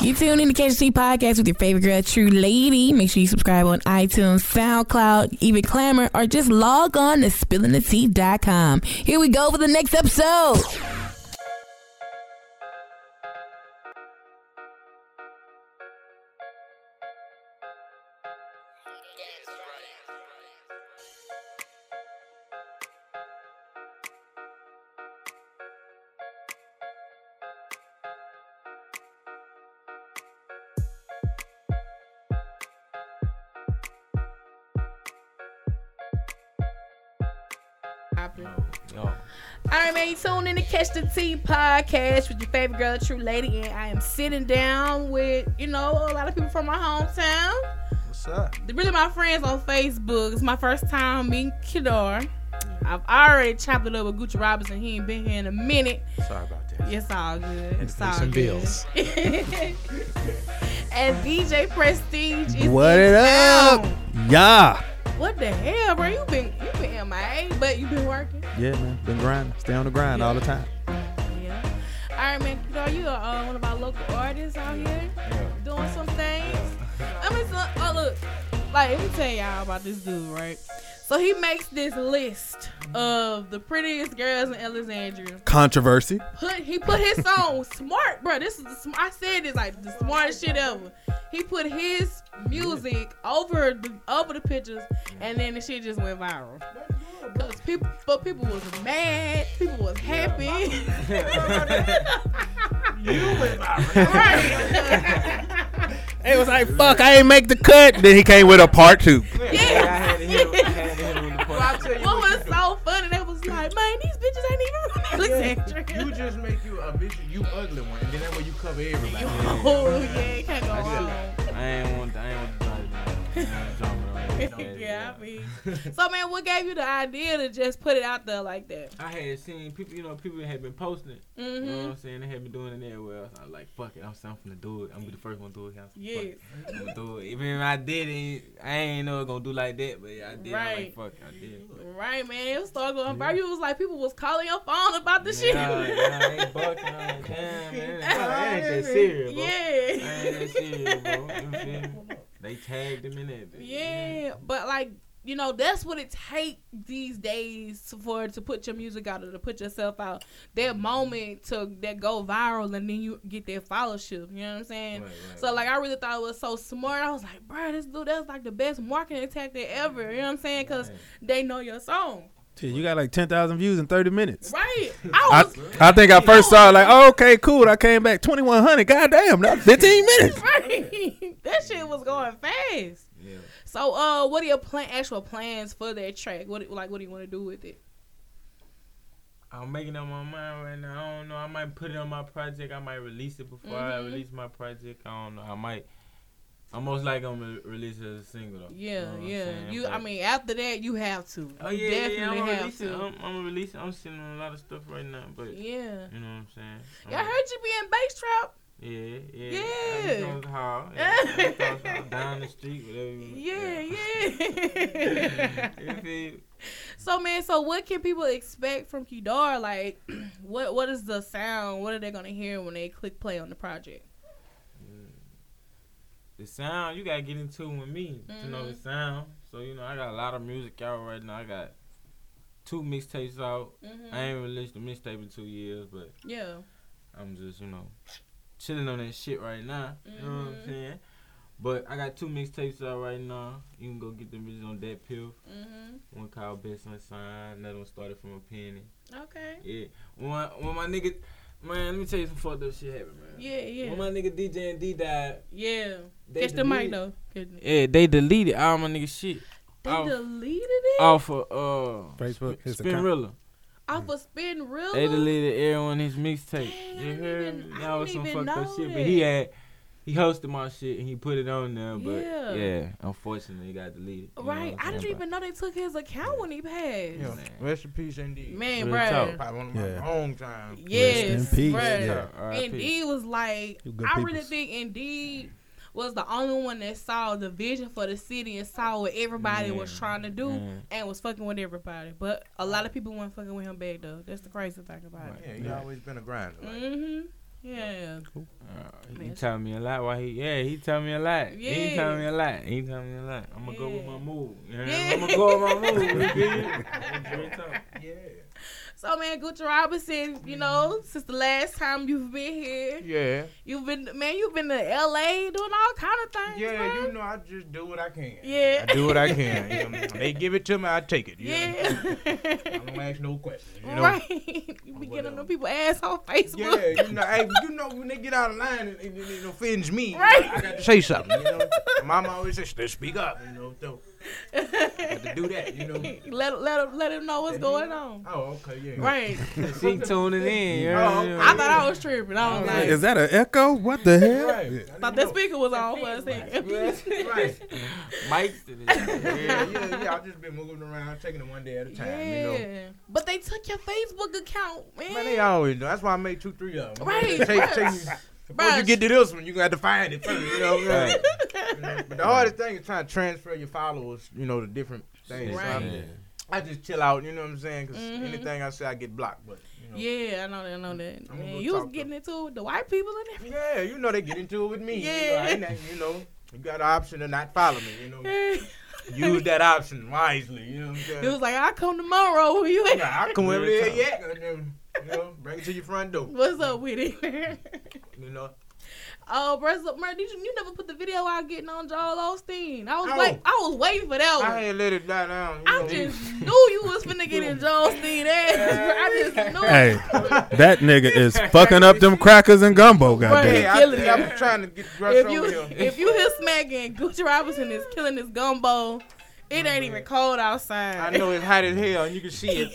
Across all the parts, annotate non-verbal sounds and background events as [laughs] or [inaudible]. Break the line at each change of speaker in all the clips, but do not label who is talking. You tune in to Catch the Tea podcast with your favorite girl, True Lady. Make sure you subscribe on iTunes, SoundCloud, even Clamor, or just log on to spillingthetea.com. Here we go for the next episode. All right, man, you tune in to Catch the Tea podcast with your favorite girl, True Lady, and I am sitting down with, you know, a lot of people from my hometown.
What's up?
Really, my friends on Facebook. It's my first time meeting Kidar. I've already chopped it up with Gucci Robinson. He ain't been here in a minute.
Sorry about that.
It's all good. It's all
some
good.
bills.
[laughs] and DJ Prestige is
What
in
it up?
town.
Yeah.
What the hell, bro? You been you been MIA, but you been working.
Yeah, man. Been grinding. Stay on the grind all the time.
Yeah. All right, man. You know, you are uh, one of our local artists out here doing some things. I mean, so, oh, look. Like, let me tell y'all about this dude, right? So he makes this list of the prettiest girls in Alexandria.
Controversy.
Put he put
[laughs]
his song smart, bro. This is the sm- I said this like the smartest shit ever. He put his music over the over the pictures, and then the shit just went viral. Cause people, but people was mad. People was happy. [laughs] Right.
It was like, fuck, I ain't make the cut. Then he came with a part two.
Yeah.
I'll tell you
What
what
was so funny? They was like, man, these bitches ain't even from Alexandria.
You just make you a bitch, you ugly one, and then that way you cover everybody.
oh yeah, can't go wrong.
[laughs] I ain't want. I ain't want to
[laughs] yeah, I mean. So, man, what gave you the idea to just put it out there like that?
I had seen people, you know, people had been posting it. You know what
Mm-hmm.
I'm saying? They had been doing it everywhere else. I was like, fuck it. I'm, I'm finna do it. I'm gonna be the first one to do it. I'm
Yes.
I'm gonna do it. Even if I did it, I ain't know it gonna do like that, but yeah, I did. I'm
Right.
like, fuck it. I did. it.
Right, man. It was started going viral. It was like people was calling your phone about the shit.
Yeah, yeah, they bucking.
[laughs]
I'm like, damn, man. I ain't that serious, bro. I ain't that serious, bro. You feel
Yeah.
me? They tagged him in that bitch.
yeah, but like you know, that's what it take these days for to put your music out or to put yourself out. That
Mm-hmm.
moment to that go viral and then you get that followership. You know what I'm saying?
Right, right,
So like I really thought it was so smart. I was like, bro, this dude that's like the best marketing tactic ever. You know what I'm saying? Cause
Right.
they know your
[laughs]
song,
Shit, you got like 10,000 views in 30 minutes.
right?
I,
I was [laughs]
I think I first saw it like, oh, okay, cool. I came back 2,100. Goddamn, that was 15 minutes.
right. [laughs] that shit was going fast.
Yeah.
So uh, what are your plan? Actual plans for that track? What like what do you want to do with it?
I'm making up my mind right now. I don't know. I might put it on my project. I might release it before I
Mhm.
release my project. I don't know. I might. I'm most likely gonna release it as a single though. You know
Yeah,
what I'm
yeah.
saying?
You,
But-
I mean, after that, you have to.
Oh
you
yeah, yeah, yeah. I'm
definitely
gonna
have
release it.
to.
I'm, I'm gonna release. it. I'm sitting on a lot of stuff right now, but
Yeah.
you know what I'm saying. I'm,
Y'all heard you being bass trap.
Yeah, yeah.
Yeah.
I
[laughs]
was hall, yeah. I was hall, down the street, whatever. you-
Yeah,
[laughs] yeah.
yeah.
[laughs] You feel me?
so man, so what can people expect from Kidar? Like, [clears throat] what what is the sound? What are they gonna hear when they click play on the project?
the sound you gotta get into with me to know the
Mhm.
sound. So you know I got a lot of music out right now. I got two mixtapes out.
Mm-hmm.
I ain't released a mixtape in two years, but
Yeah.
I'm just you know chilling on that shit right now. You know what
Mhm.
I'm saying? But I got two mixtapes out right now. You can go get them bitches on that pill.
Mm-hmm.
One called Best Unsigned, another one started from a penny.
Okay.
Yeah. When my, when my nigga, man, let me tell you some fucked up shit happened, man.
Yeah, yeah,
When my nigga DJ and D died,
yeah.
they
Catch the mic
deleted-
though. Catch the-
Yeah, they deleted all my nigga shit
They
Off.
deleted it
off of uh
Facebook, his account.
Spinrilla.
off of Spin Real.
They deleted everyone his mixtape.
Dang, I
You
didn't
heard
even-
me?
I
That was
didn't
some
even
fucked up
know
shit. But he
that.
had he hosted my shit and he put it on there, but
Yeah.
yeah, unfortunately it got deleted. You know
Right.
what I'm
I didn't
saying?
even know they took his account when he passed.
Yeah. Rest in peace, indeed.
Man,
Real
bruh.
talk.
Probably one of my
Yeah.
long time.
Yes,
Rest in peace.
bruh.
Yeah.
But, R.I.P.
Indeed was like,
You good
I really
peoples.
think Indeed was the only one that saw the vision for the city and saw what everybody was
Man,
trying to do
Mm.
man.
and was fucking with everybody. But a lot of people weren't fucking with him back though. That's the crazy thing about
Yeah,
it.
you always been a grinder. Like,
Mm-hmm. Yeah.
Uh, he taught me a lot. Why he? Yeah, he taught me a lot. He taught me a lot. He taught me a lot. I'm gonna go with my move.
Yeah.
I'm gonna go with my move.
[laughs]
You feel me? Real talk.
Yeah.
So man, Gucci Robinson, you
Mm-hmm.
know, since the last time you've been here,
Yeah.
you've been man, you've been to LA doing all kind of things.
Yeah,
man.
you know, I just do what I can.
Yeah.
I do what I can. You know,
[laughs]
they give it to me, I take it. You know?
Yeah.
[laughs] I don't ask no questions. You know?
right. [laughs] You be getting them people ass on Facebook.
Yeah, you know, hey, you know when they get out of line and, and, and it offends me,
Right.
I got to say something. You know, Mama always says, "Just speak up." You know, so I got to do that. You know.
[laughs] let let him, let him know what's going on.
Oh, okay, yeah.
Right.
She tuning in. You
Oh,
know?
I thought I was tripping. I was
Yeah.
like,
Is that an echo? What the hell?
Right. I
thought that
didn't
speaker was on for a second.
know. Right.
Mike's
[laughs]
to this.
Yeah, yeah, yeah. I've just been moving around, taking it one day at a time. You know.
Yeah. But they took your Facebook account, man.
Man, they always do. That's why I made two, three of them.
Right,
Take,
bruh.
take, before you get to this one, you gonna have to find it first. You know what I'm saying? You know, But the hardest thing is trying to transfer your followers, you know, to different things. So I'm-
Yeah.
I just chill out, you know what I'm saying? Because
Mhm.
anything I say, I get blocked. But you know,
[laughs] Yeah, I know that. I know that.
gonna
Man,
go
you was
talk to
getting into the white people in there.
yeah, you know they get into it with me. you know, I ain't that- you know, you got an option to not follow me. You know, use that option wisely. You know what I'm
[laughs]
saying?
It was like, I come to Monroe. Who [laughs] you at?
yeah, I come over
Real
there,
talk.
yeah, and then, you know, bring it to your front door.
What's up with it? [laughs]
You know,
oh, bruh, so, bruh, did you, you never put the video out getting on Joel Osteen. I was
No.
wait, I was waiting for that
I
one.
had let it die down. You
I,
know.
just knew you was finna get
[laughs]
in Joel Osteen ass. bruh. I just knew.
Hey, that nigga is fucking up them crackers and gumbo,
Right.
goddamn.
Yeah, I,
Killing
yeah,
it.
I'm trying to get dressed
If
over
you
here.
if you hear smacking, Gucci Robinson is killing this gumbo. It ain't even cold outside.
Mm-hmm. I
[laughs]
know it's hot as hell, and you can see it.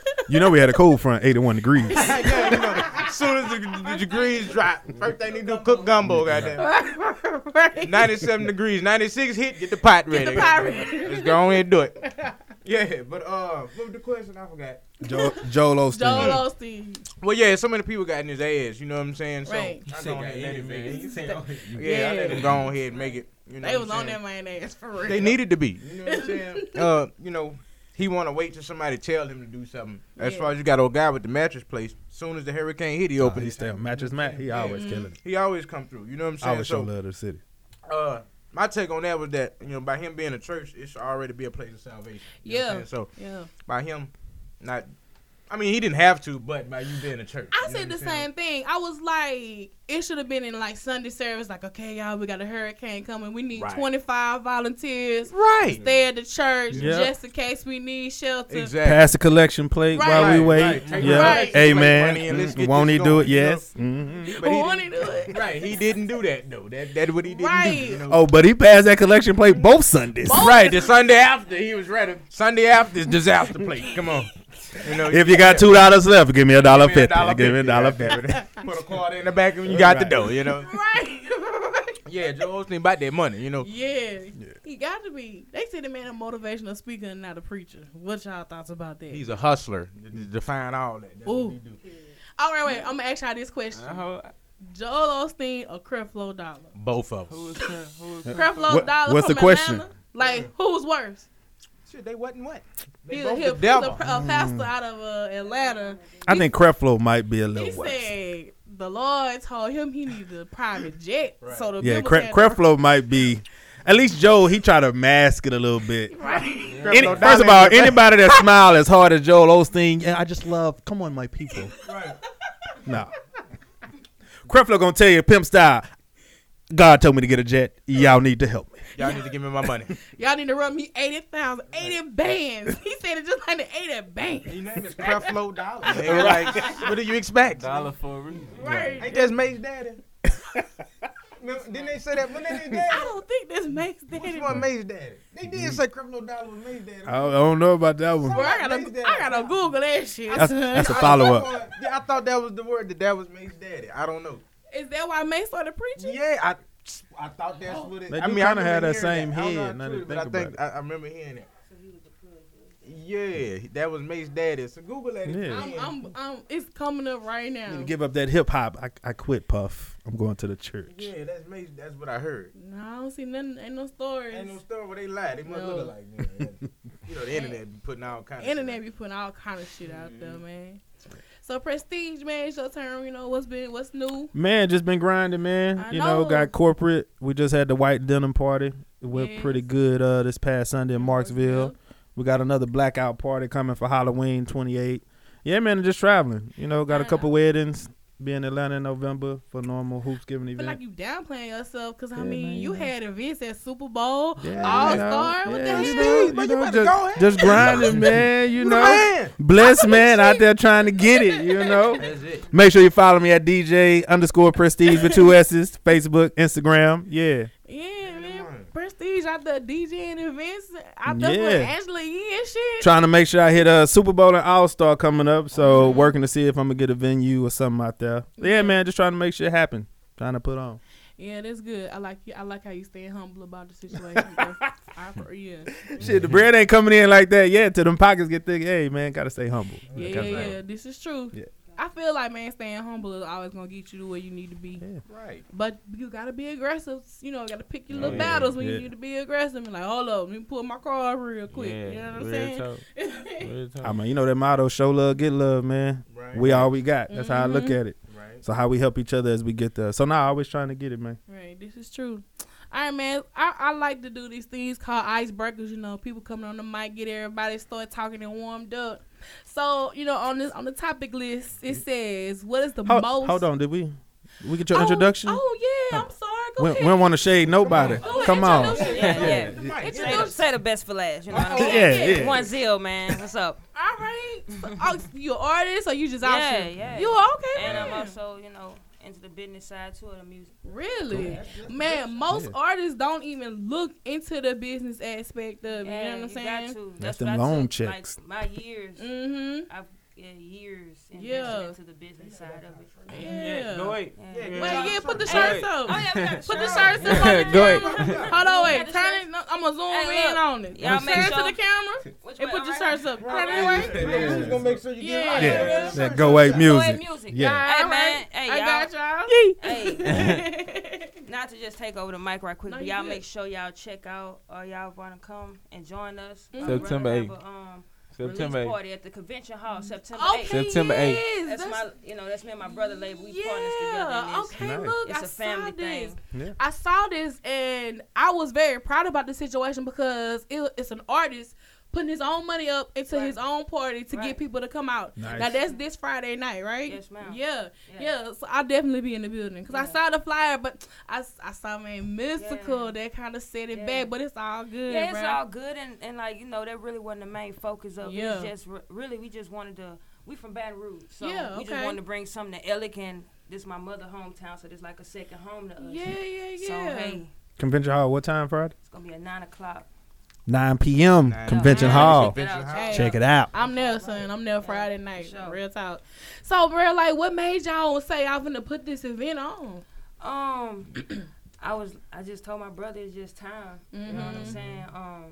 [laughs]
You know we had a cold front, 81 degrees.
yeah, you know, as soon as the, the degrees drop, first thing they do, cook gumbo, goddamn.
right.
97 degrees, 96 hit, get the pot ready.
the
goddamn.
pirate.
Let's go on and do
[laughs]
it. Yeah, but uh, what was the question? I forgot.
Joel, Joel Osteen.
Joel Osteen.
Well, yeah, so many people got in his ass, you know what I'm saying? So
Right.
I
Say
go
got
ahead and let
any,
him make
man.
it.
You say, oh, you-
Yeah, I let
Yeah.
him go on ahead and make it. You know
They
what
was
I'm
on
saying?
that man ass for real.
They needed to be. You know what I'm saying?
[laughs]
uh, you know, he want to wait till somebody tell him to do something. As
Yeah.
far as you got old guy with the mattress place, soon as the hurricane hit, he
Oh,
opened
he
his
still mattress Matt. He always killing it.
He always come through. You know what I'm
I
saying?
always show
So,
love to the city.
uh, my take on that was that you know by him being a church, it should already be a place of salvation. You know what I'm
Yeah.
saying? so
Yeah.
by him, not. I mean, he didn't have to, but by you being a church,
I
you know
said
what
the
I'm saying?
same thing. I was like, it should have been in like Sunday service, like, okay, y'all, we got a hurricane coming. We need
Right.
25 volunteers.
Right.
Stay at the church
Yeah.
just in case we need shelter.
Exactly.
Pass the collection plate
Right.
while we
Right,
wait.
right. Take
Yeah.
the collection plate,
Amen.
money, and let's
Mm,
get
Won't
this
he do
going,
it?
you know?
Yes. Mhm.
But he
Wanna
didn't-
do it.
Right. He didn't do that though. That that what he didn't do.
Right.
You know?
Oh, but he passed that collection plate both Sundays.
Both.
Right, the Sunday after he was ready. Sunday after is disaster plate. Come on, you know.
If you got two dollars left, give me a dollar fifty. Give me a dollar fifty.
[laughs] Put a card in the back and you got the
Right.
dough. You know.
Right. [laughs]
Yeah, Joe Osteen about that money. You know.
yeah. He got to be. They said the man a motivational speaker and not a preacher. What y'all thoughts about that?
He's a hustler. D- Define all that. That's
Ooh.
what he do.
All right, wait. I'm going to ask y'all this question.
I
Uh-huh.
hope-
Joel Osteen or Creflo Dollar?
Both of
who
them.
was that? Who was that?
Creflo
What-
Dollar
what's
from
the question?
Atlanta? Like, who's worse?
Shit, they wasn't what? They
He's, a,
both
he's a-
the devil.
he's a pastor out of uh, Atlanta.
I think Creflo might be a
He
little worse.
said the Lord told him he needed a private jet.
Right.
So the
Yeah,
people
Cre-
had to-
Creflo might be. At least Joel, he tried to mask it a little bit.
Right.
Any, first of all, anybody that smile as hard as Joel Osteen, yeah, I just love. Come on, my people.
Right.
No. Creflo gonna tell you, pimp style. God told me to get a jet. Y'all need to help me.
Y'all need to give me my money.
Y'all need to run me 80,000, 80 bands. He said it just like the 80 bands.
[laughs] His [laughs] name is Creflo Dollar. nigga. Like, what do you expect?
Dollar for a reason.
Right.
Ain't that's May's daddy? [laughs] Remember, Didn't they say that? When they did
I
that?
don't think this makes
Which
that.
one May's daddy? They did say Creflo Dollar was May's daddy.
I don't, I don't know about that one.
Bro, I gotta, I gotta Google that shit.
That's, that's a follow up.
Yeah, I thought that was the word that that was May's daddy. I don't know.
[laughs] Is that why May started preaching?
Yeah, I I thought that's what it.
They
I
do
mean, I
kinda had
remember
that same
hearing I don't know
head,
how
now
true
that
but
I
I
think
think I, I remember hearing it. Yeah, that was Mace Daddy. So Google that.
Yeah.
I'm, I'm, i it's coming up right
I
now.
need to give up that hip hop. I, I quit, Puff. I'm going to the church.
yeah, that's Mace. That's what I heard.
No, I don't see nothing. Ain't no stories.
Ain't no story where they lie. They must
No.
look alike. man. You know, the internet be putting all kinds. Mm-hmm.
Internet be putting all kind of shit out there, man. So Prestige, man, it's your turn. You know what's been, what's new.
Man, just been grinding, man.
I
you know.
know.
got corporate. We just had the white denim party. It went
Yes.
pretty good uh, this past Sunday in Marksville. We got another blackout party coming for Halloween 28. Yeah, man, just traveling. You know, got a
I
couple weddings. Be in Atlanta in November for normal hoops giving
feel
event.
like you downplaying yourself because I
Yeah,
mean
man,
you
yeah.
had events at Super Bowl,
Yeah,
All
you know,
Star. What
yeah,
the
you
hell?
know,
But
you
you
know,
better
just,
go ahead.
just
[laughs]
grinding, man. You
You the
know,
man.
blessed man out there trying to get it. You know.
That's it.
Make sure you follow me at DJ underscore Prestige with two S's, Facebook, Instagram. Yeah.
Yeah, man.
man.
Prestige out there DJing events. Out there
Yeah.
with Angela Yee and shit.
Trying to make sure I hit a Super Bowl and All Star coming up. So working to see if I'm gonna get a venue or something out there. Yeah, man, just trying to make shit happen. Trying to put on.
yeah, that's good. I like you. I like how you stay humble about the situation.
[laughs]
bro. I, yeah.
Shit, the bread ain't coming in like that yet. Till them pockets get thick. Hey, man, gotta stay humble.
Yeah, yeah,
Gotta stay
yeah.
humble.
This is true.
Yeah.
I feel like man, staying humble is always gonna get you to where you need to be.
Yeah.
Right.
But you gotta be aggressive. You know, you gotta pick your
Oh,
little
yeah,
battles when
yeah.
you need to be aggressive. And like, hold up, let me pull my car up real quick.
Yeah,
you know what I'm
real
saying? [laughs]
talk, real talk.
I mean, you know that motto: show love, get love, man.
Right.
We all we got. That's how I look
Mhm.
at it.
Right.
So how we help each other as we get there. So now I always trying to get it, man.
right, this is true. All right, man. I, I like to do these things called icebreakers. You know, people coming on the mic, get everybody start talking and warmed up. So you know, on this on the topic list, it says, "What is the
Hold,
most?"
hold on, did we? We get your
Oh,
introduction.
Oh yeah, I'm sorry. Go
we,
ahead.
we don't want to shade nobody.
Go ahead,
Come on.
introduce yourself.
Yeah, yeah.
The mic.
It's
Say the,
those-
say the best for last. You know what I mean?
Yeah, yeah.
One zeal, man. What's up?
All right. So, oh, you an artist or you just out
Yeah,
here?
yeah.
You are okay,
And I'm
man.
also, you know, into the business side too of the music.
really? Man, most
Yeah.
artists don't even look into the business aspect of it.
Yeah,
you know what I'm
Got
saying?
to.
That's
what
them
I
loan
took,
checks.
Like, my years,
Mm-hmm.
I've yeah, years invested
Yeah.
into the business side of it.
Yeah.
Go wait.
Yeah.
Wait, yeah, put the
Hey.
shirts up.
Oh yeah, we got a
Put the
show.
shirts up. on the
Go ahead.
camera. Hold on, wait.
Got the
Turn
shirts?
it. no, I'm gonna zoom
Hey,
in
look.
on it.
Y'all make
Turn it
sure-
to the camera
Which
and put your
way- all right.
shirts up. Turn
Right.
it away.
Man, who's gonna make sure you get
Yeah.
it?
Yeah.
Yeah, that go away
Go ahead,
music.
music.
Yeah.
Hey
All
man,
right.
hey
I
y'all.
got y'all.
Hey,
Hey.
not to just take over the mic right quick,
No,
but
you
y'all
good.
make sure y'all check out or y'all want to come and join us.
Mhm.
Uh, we're gonna
September
have
8th.
a, Um,
September.
release
8th.
party at the convention hall September 8th.
[laughs] Okay,
September eighth.
yes,
Mm-hmm. That's,
that's-
my, you know, that's me and my brother label. We partners together. in
yeah.
this.
Okay,
Nice.
look,
It's
I
a family
saw this.
thing.
Yeah.
I saw this and I was very proud about the situation because it, it's an artist putting his own money up into
Right.
his own party to get
Right.
people to come out.
Nice.
Now that's this Friday night, right?
Yes, ma'am.
Yeah, yeah.
Yeah.
So I'll definitely be in the building because I saw
Yeah.
the flyer, but I, s- I saw man mystical that kind of set it
Yeah.
back, but it's all good.
Yeah, it's
bruh.
all good and, and like you know that really wasn't the main focus of it.
Yeah.
It's just re- really we just wanted to we from Baton Rouge, so
Yeah,
we
okay.
just wanted to bring something to Ellick and this my mother hometown, so it's like a second home to us.
Yeah, yeah, yeah.
So hey,
Convention hall. What time Friday?
it's gonna be at nine o'clock.
9 p.m.
Nine.
Convention
Yeah,
Hall.
check that out,
Hey.
Check it out.
I'm there, son. I'm there Friday night.
for sure.
Real talk. So, bro, like, what made y'all say y'all finna put this event on?
Um, [clears throat] I was I just told my brother it's just time. You know what I'm
Mhm.
saying? Um,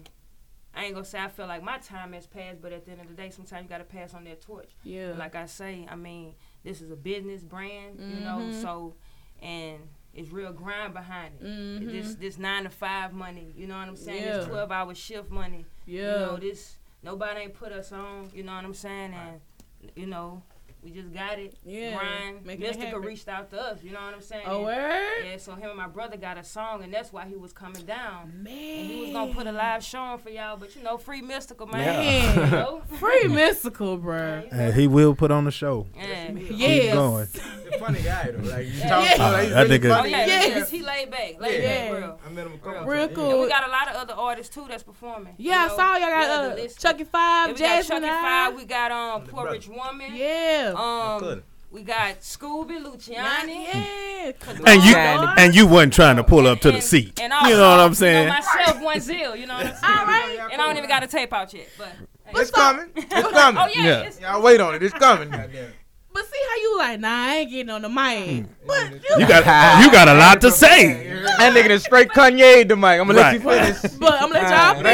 I ain't gonna say I feel like my time has passed, but at the end of the day, sometimes you gotta pass on that torch.
Yeah.
Like I say, I mean this is a business brand, you know,
Mhm.
so and it's real grind behind it.
Mhm.
This this nine to five money, you know what I'm saying? This
Yeah.
twelve hour shift money.
yeah.
You know, this nobody ain't put us on, you know what I'm saying? And you know, we just got it.
Yeah,
Grind.
making it
Mystical
happen.
reached out to us, you know what I'm saying?
A
And-
word?
yeah, so him and my brother got a song, and that's why he was coming down.
Man.
And he was gonna put a live show on for y'all, but you know, free mystical man.
Man.
[laughs]
You know?
Free mystical, bruh.
Hey, he will put on the show.
Yeah.
Yes.
going.
He's a funny guy though. Like you
Yeah.
talk to him, like, he's
That
really
nigga-
Oh
funny.
yeah,
Yes.
yes. he laid back, laid
Yeah.
back, real.
I met him a couple times.
Real
And
cool.
we got a lot of other artists too that's performing.
Yeah,
you know?
I saw y'all
Yeah, the
got uh,
list.
Chucky
Yeah,
Five,
we got
Jasmine.
Chucky
Five.
Five, we got um
the
Poor
brother.
Rich Woman.
yeah.
Um,
Cousin.
we got Scooby Luciani.
yeah.
And you
Lord.
and you wasn't trying to pull up to the
And-
seat.
And
you
also,
know what I'm saying?
You know, myself, one zeal. You know what I'm saying?
All right.
And I don't even got a tape out yet, but. hey.
It's coming. It's coming.
Oh yeah,
Yeah.
It's,
Y'all wait on it. It's coming. Goddamn.
But see how you like, nah, I ain't getting on the mic. But
You got you got a lot to
Yeah,
say.
yeah, That nigga done straight Kanye the mic. I'm gonna let you finish.
[laughs] But I'm gonna let y'all finish.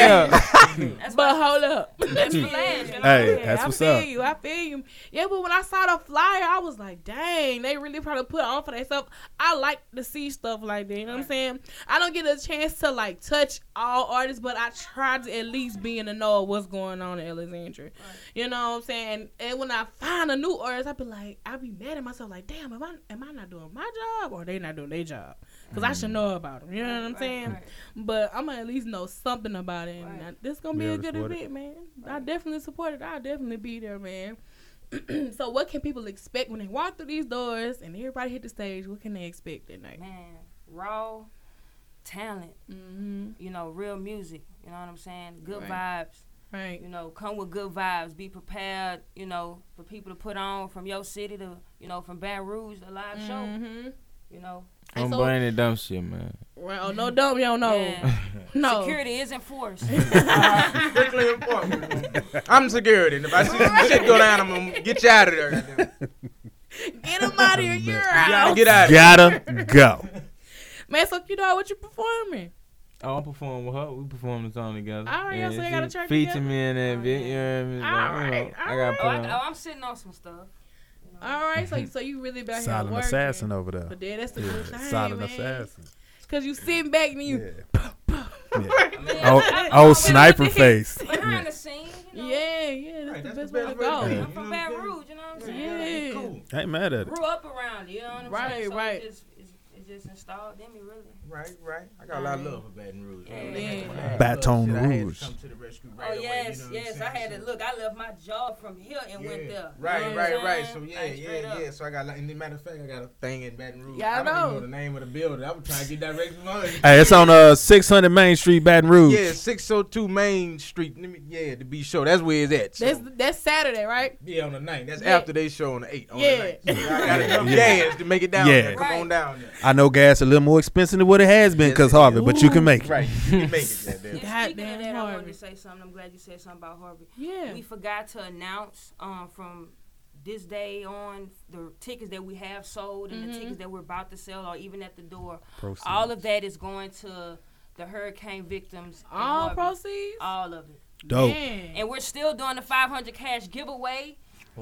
Yeah.
That's
But
why
hold up.
that's flash. you know?
Hey,
Yeah,
that's
I
what's
feel
up.
you. I feel you. Yeah, but when I saw the flyer, I was like, dang, they really probably put on for themselves. I like to see stuff like that. You know what I'm saying? I don't get a chance to like touch all artists, but I try to at least be in the know of what's going on in Alexandria. You know what I'm saying? And, and when I find a new artist, I be like, I be mad at myself. Like, damn, am I am I not doing my job or they not doing their job? Cause I should
Mm.
know about them. You know what I'm
Right,
saying?
right.
But I'm gonna at least know something about it. And
Right.
I- this gonna be
Yeah,
a
that's
good
what it-
event, man. I definitely support it. I'll definitely be there, man. [clears throat] so what can people expect when they walk through these doors and everybody hit the stage? What can they expect that night?
Man, raw talent,
Mm-hmm.
you know, real music. You know what I'm saying? Good vibes.
Right.
You know, come with good vibes. Be prepared. You know, for people to put on from your city to you know from Baton Rouge a live show.
Mm-hmm.
You know,
I'm
And so-
buying that dumb shit, man.
Right. Oh no, dumb, y'all know.
Yeah.
[laughs] No.
security Oh,
[laughs]
is enforced.
Strictly important. I'm security. and If I see some shit go down, I'm gonna get you out of there. goddamn.
Get them
[laughs]
out of here. You're
You gotta
out.
get out of
Gotta
there.
go.
Man, so you know what you performing?
Oh, I'm performing with her. We performing the song together.
All right, y'all say y'all got a
she
track
feature
together?
me in that
Oh,
bit.
yeah.
You know what I mean?
All right,
Like, you know,
all
I got
Oh, I,
put
oh,
on.
I'm sitting on some stuff.
All
[laughs]
right. So so you really back here
Silent
working.
assassin over there.
But then that's the
Yeah,
good thing,
silent
man.
assassin.
Cause you sitting back and you.
Yeah.
I mean, [laughs]
Oh,
I- I-
oh, sniper face.
behind the scene. You know?
Yeah, yeah, that's,
Hey,
the best way to go.
way to
I'm from Baton Rouge. You know what I'm saying?
Yeah.
Cool.
[laughs] Ain't mad at it.
Grew up around. it, You know what I'm
Right,
saying? So
right.
It just, it's, it just installed in me really.
Right, right. I got a lot of love for Baton Rouge. man.
Yeah.
When I had
Baton
love, shit, I had to
Rouge.
Come to the rescue right
oh
away,
yes,
you know what I'm
yes. I
saying?
had to
So-
look. I left my job from here and went
Yeah.
there.
Right,
You know what
right,
I'm
right. So
saying?
yeah,
Like, straight
yeah,
up.
yeah. So I got. like- And as a matter of fact, I got a thing in Baton Rouge.
Yeah, I
I don't even
know.
know the name of the building. I was trying to get that directions from her.
Hey, it's on uh 600 Main Street, Baton Rouge.
Yeah, 602 Main Street. Let me, yeah, to be sure. That's where it's at. So,
That's that's Saturday, right?
yeah, on the ninth. That's
Yeah.
after they show on the 8th. On
Yeah. [laughs]
The 9th. So I got enough
Yeah.
gas to make it down
Yeah.
there. Come on
Right.
down there.
I know gas a little more expensive than what it has been
Yes,
because
it is.
Harvey, but you can make it.
Right. You can make
[laughs]
it
And
goddamn.
speaking
Goddamn
of that, I wanted
Harvey.
to say something. I'm glad you said something about Harvey.
Yeah.
We forgot to announce um, from this day on the tickets that we have sold and
Mm-hmm.
the tickets that we're about to sell or even at the door.
Proceeds.
All of that is going to the hurricane victims. in
All
Harvey.
proceeds.
All of it.
Dope.
Man.
And we're still doing the 500 cash giveaway,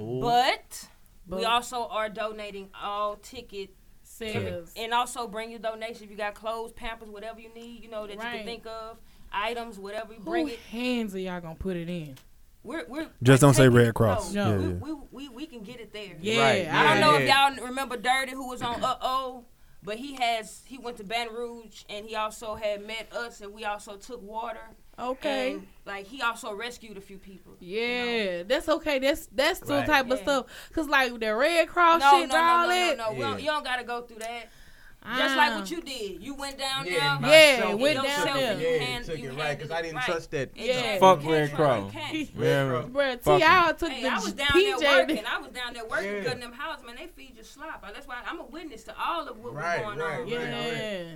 but,
But-
we also are donating all ticket
Sales.
and also bring your donation if you got clothes, pampers, whatever you need, you know, that you
Right.
can think of, items, whatever,
Who
bring it.
hands are y'all gonna put it in?
We're, we're
Just don't say
taking-
Red Cross.
No.
Yeah,
we,
yeah.
we, we, we can get it there.
Yeah.
Right,
I
I
don't
don't know
yeah.
if y'all remember Dirty, who was on Uh Oh, but he has he went to Baton Rouge and he also had met us and we also took water.
know. Okay.
And, like he also rescued a few people.
yeah, that's okay. That's that's the
Right.
type of
Yeah.
stuff. Cause like the Red Cross
No, no,
Oh, shit,
no,
all
no, no,
that.
no, We
Yeah.
don't- You don't gotta go through that.
Ah.
Just like what you did. You went down
Yeah,
there.
Yeah,
myself,
went
took
down
it,
there.
Yeah,
Hand-
took
you
it right because I
handed it
didn't
right.
touch that.
Yeah.
Fuck
You
Red
can't try-
Cross.
you can't.
Yeah,
Bruh,
Fuck
T.I. took
Hey,
the
I was down there
PJ.
working. I was down there working,
Yeah.
cutting them houses, man. They feed you slop. Uh, That's why I'm a witness to all of what
Right,
was going
right,
on.
right.
Yeah,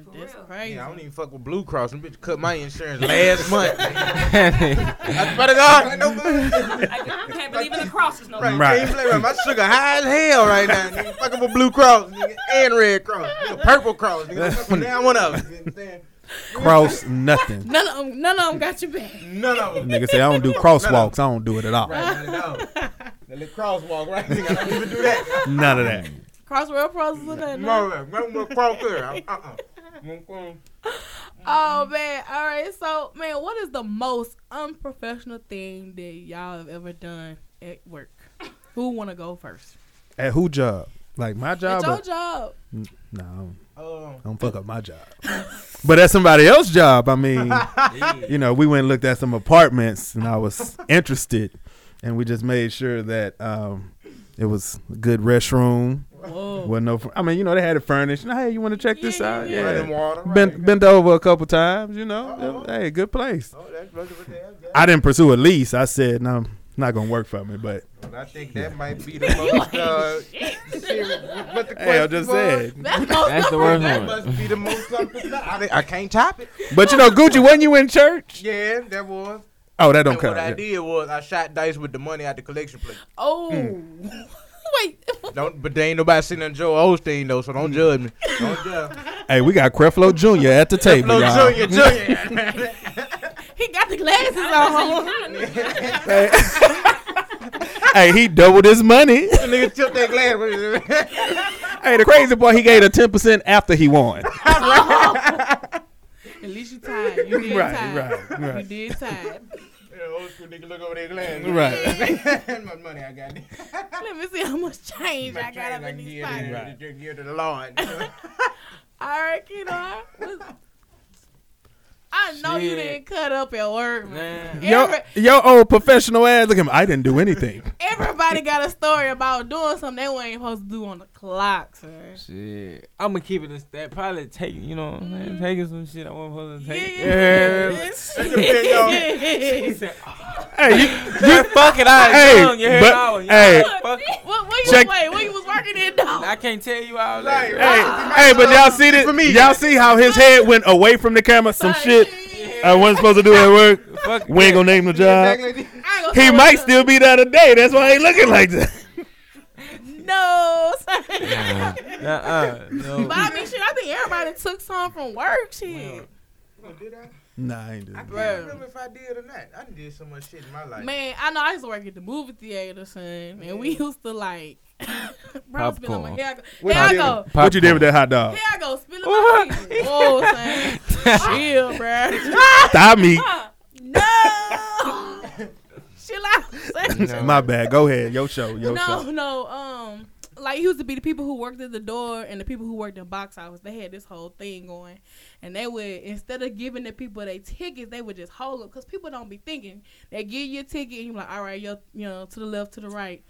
For
that's
real.
crazy.
Yeah, I don't even fuck with Blue Cross. Them bitch cut my insurance
[laughs]
last month.
it.
I swear to God, ain't no good.
I can't- I can't believe in the crosses no
Right,
more.
Right.
can't play with it. My sugar high as hell right now. Nigga. Fucking with Blue Cross nigga, and Red Cross, nigga, Purple Cross, nigga. Fuck with down one of them.
Cross nothing.
None of them, none of them got you back.
None of them.
Nigga say I don't do crosswalks. I don't do it at all.
Right, not at all. The little crosswalk, right? Nigga, I don't even do that.
[laughs] None of that.
Crossroad process or nothing.
No, no, no, no, cross there. Uh, uh. Mm-mm.
Oh man! All right, so man, what is the most unprofessional thing that y'all have ever done at work? Who want to go first?
At who job? Like my
At
job?
your
Or,
job.
no, I don't,
Um,
I don't fuck up my job. But at somebody else's job, I mean, you know, we went and looked at some apartments, and I was interested, and we just made sure that um, it was a good restroom.
Whoa.
Well, no, I mean, you know, they had it furnished. Hey, you want to check this
Yeah,
out?
yeah,
Yeah.
Running water. Right.
Bent bent over a couple times, you know.
Uh-huh.
Uh-oh.
Hey, good place.
Oh, that's that's what they have. That's-
I didn't pursue a lease. I said, no, not gonna work for me. But
Well, I think that might be the most. Uh, [laughs] serious- but the
[laughs] hey, I
question
just
was,
said.
[laughs] That's most
That's the worst
That
one.
must be the most. something- I, didn't- I can't top it.
But you know, Gucci, wasn't you in church?
Yeah, that was.
Oh, that don't
And what
count.
I
Yeah.
did was I shot dice with the money at the collection plate.
Oh. [laughs] Wait.
Don't, but they ain't nobody sitting on Joe Osteen though, so don't judge me.
[laughs]
Don't judge.
Hey, we got Creflo Jr. at the table,
No,
y'all.
Junior, Junior.
He got the glasses on.
[laughs] Hey. [laughs] hey, he doubled his money.
The nigga tilt that glass.
Hey, the crazy boy, he gave a ten percent after he won.
At least you tied. You
[laughs]
did
Right,
time.
right, right.
You did time.
Yeah, old school nigga look over their glass. [laughs]
Right.
My money
[laughs]
I got.
Let me see how much change I got up in these
give,
pockets.
Right.
to- give to the Lord.
All right, Kenar. what's- I know you
Shit.
didn't cut up at work, man.
Man,
Yo,
Every-
yo, old professional ass. Look at him. I didn't do anything.
Everybody got a story about doing something they weren't supposed to do on the clock, sir.
shit. I'm gonna keep it in that. Probably taking, you know, what I'm saying? taking some shit I wasn't supposed to
Mm-hmm. Yeah,
take.
yeah,
[laughs] He
yeah.
said,
[laughs] Hey, you,
"You fucking I was
Hey,
young, you hear
but-
I was young.
hey.
Fuck.
[laughs] What, what you
Check-
wait? What you was working in though?
I can't tell you all
Like,
that.
[laughs] hey, hey, but y'all see this? Y'all see how his head went away from the camera? Some shit I wasn't supposed to do at work.
Fuck.
We ain't gonna name the job.
Exactly. [laughs]
I ain't gonna
He
say
might
what-
still be there today. That's why he looking like that.
No, sir.
Uh-uh. No.
But I mean, shit, I think everybody took some from work, shit.
Did I?
Nah, I ain't doing
I can't
Bruh.
remember if I did or not. I done did so much shit in my life.
Man, I know I used to work at the movie theater, son, and we used to like. [laughs] Bro, spilling my
Popcorn.
here I go.
What
Here I
you
go.
What you did with that hot dog?
[laughs] Here I go.
[laughs]
Spilling my tea. Oh, son. Chill, bro.
Thigh
[laughs]
meat.
no. Chill out. son.
My bad. Go ahead. Yo show. Yo
no,
show.
no. Um, like it used to be the people who worked at the door and the people who worked in box office. They had this whole thing going, and they would instead of giving the people their tickets, they would just hold up because people don't be thinking. They give you a ticket and you're like, all right, yo, you know, to the left, to the right.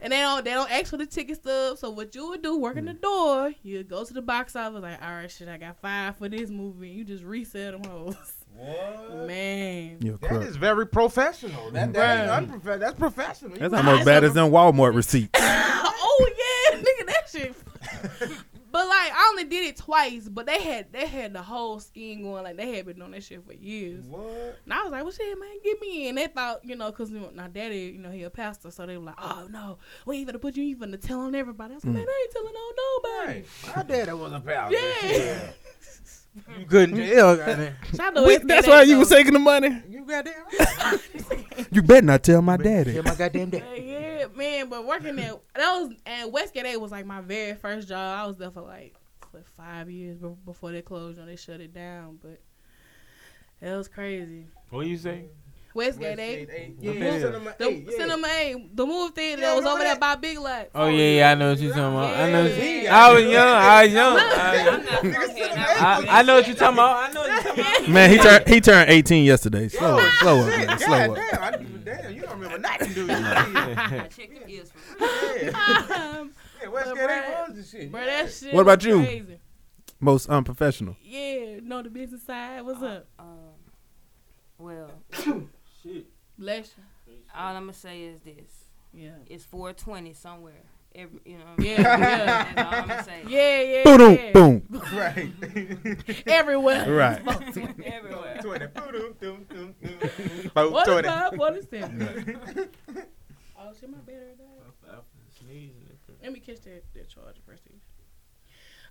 And they don't they don't ask for the ticket stub. So what you would do, working the door, you go to the box office like, all right, shit, I got five for this movie. And you just resell them hoes,
What?
man.
You're
That
crook.
is very professional. That, that ain't unprof- That's professional. You
That's
got
almost bad as them Walmart receipts.
[laughs] oh yeah, nigga, that shit. [laughs] but like, I only did it twice. But they had they had the whole scheme going. Like they had been doing that shit for years.
Mm. What?
And I was like, well, shit, man, get me in. They thought, you know, because my daddy, you know, he a pastor, so they were like, oh no, we ain't gonna put you, you gonna tell on everybody. I was like, man, I ain't telling on nobody.
Right. My daddy was a pal.
Yeah.
You couldn't tell. goddamn.
[laughs] Shout out to
We-
SB,
that's why you
so-
was taking the money.
You goddamn.
You better not tell my daddy.
[laughs]
Yeah, my goddamn daddy.
Uh, Yeah, man, but working there, that was and Westgate A was like my very first job. I was there for like what, five years be- before they closed you know, they shut it down. But that was crazy.
What you say?
Westgate,
Westgate
A,
eight.
Yeah.
Yeah, cinema
the
eight, yeah.
cinema A, the movie theater
Yeah,
that was
remember
over there
that?
by Big Lots.
Oh yeah, yeah, I know what you talking about. I know.
Yeah.
I was young. I was young. I, [laughs]
[laughs]
I'm not from
Nigga,
here.
sit
now.
I, I know what you talking about. I know what you talking [laughs] about.
Man, he turned he turned 18 yesterday. Slow up, slow up,
Shit,
man.
God
Slow up.
damn, I, damn, you don't remember nothing,
[laughs]
do you? yeah,
I checked them ears for
[laughs]
real.
[laughs] Um,
yeah, West
But
Gate
bruh-
ain't was the shit.
bro, that shit.
What about
was
you?
Crazy.
Most unprofessional.
Yeah, no, the business side. What's
Uh-huh.
up?
Um, well,
Bless you.
all I'm gonna say is this:
Yeah.
it's 420 somewhere. Every, you know. what I'm
Yeah,
saying?
yeah.
That's all I'm gonna say.
Yeah, yeah,
Boom,
yeah.
boom.
Right. [laughs]
Everywhere.
Right.
[laughs] Everywhere.
What is
Everywhere.
up? What is
[laughs]
that? Oh, shit, my battery died. Let me catch that, that charger first. thing.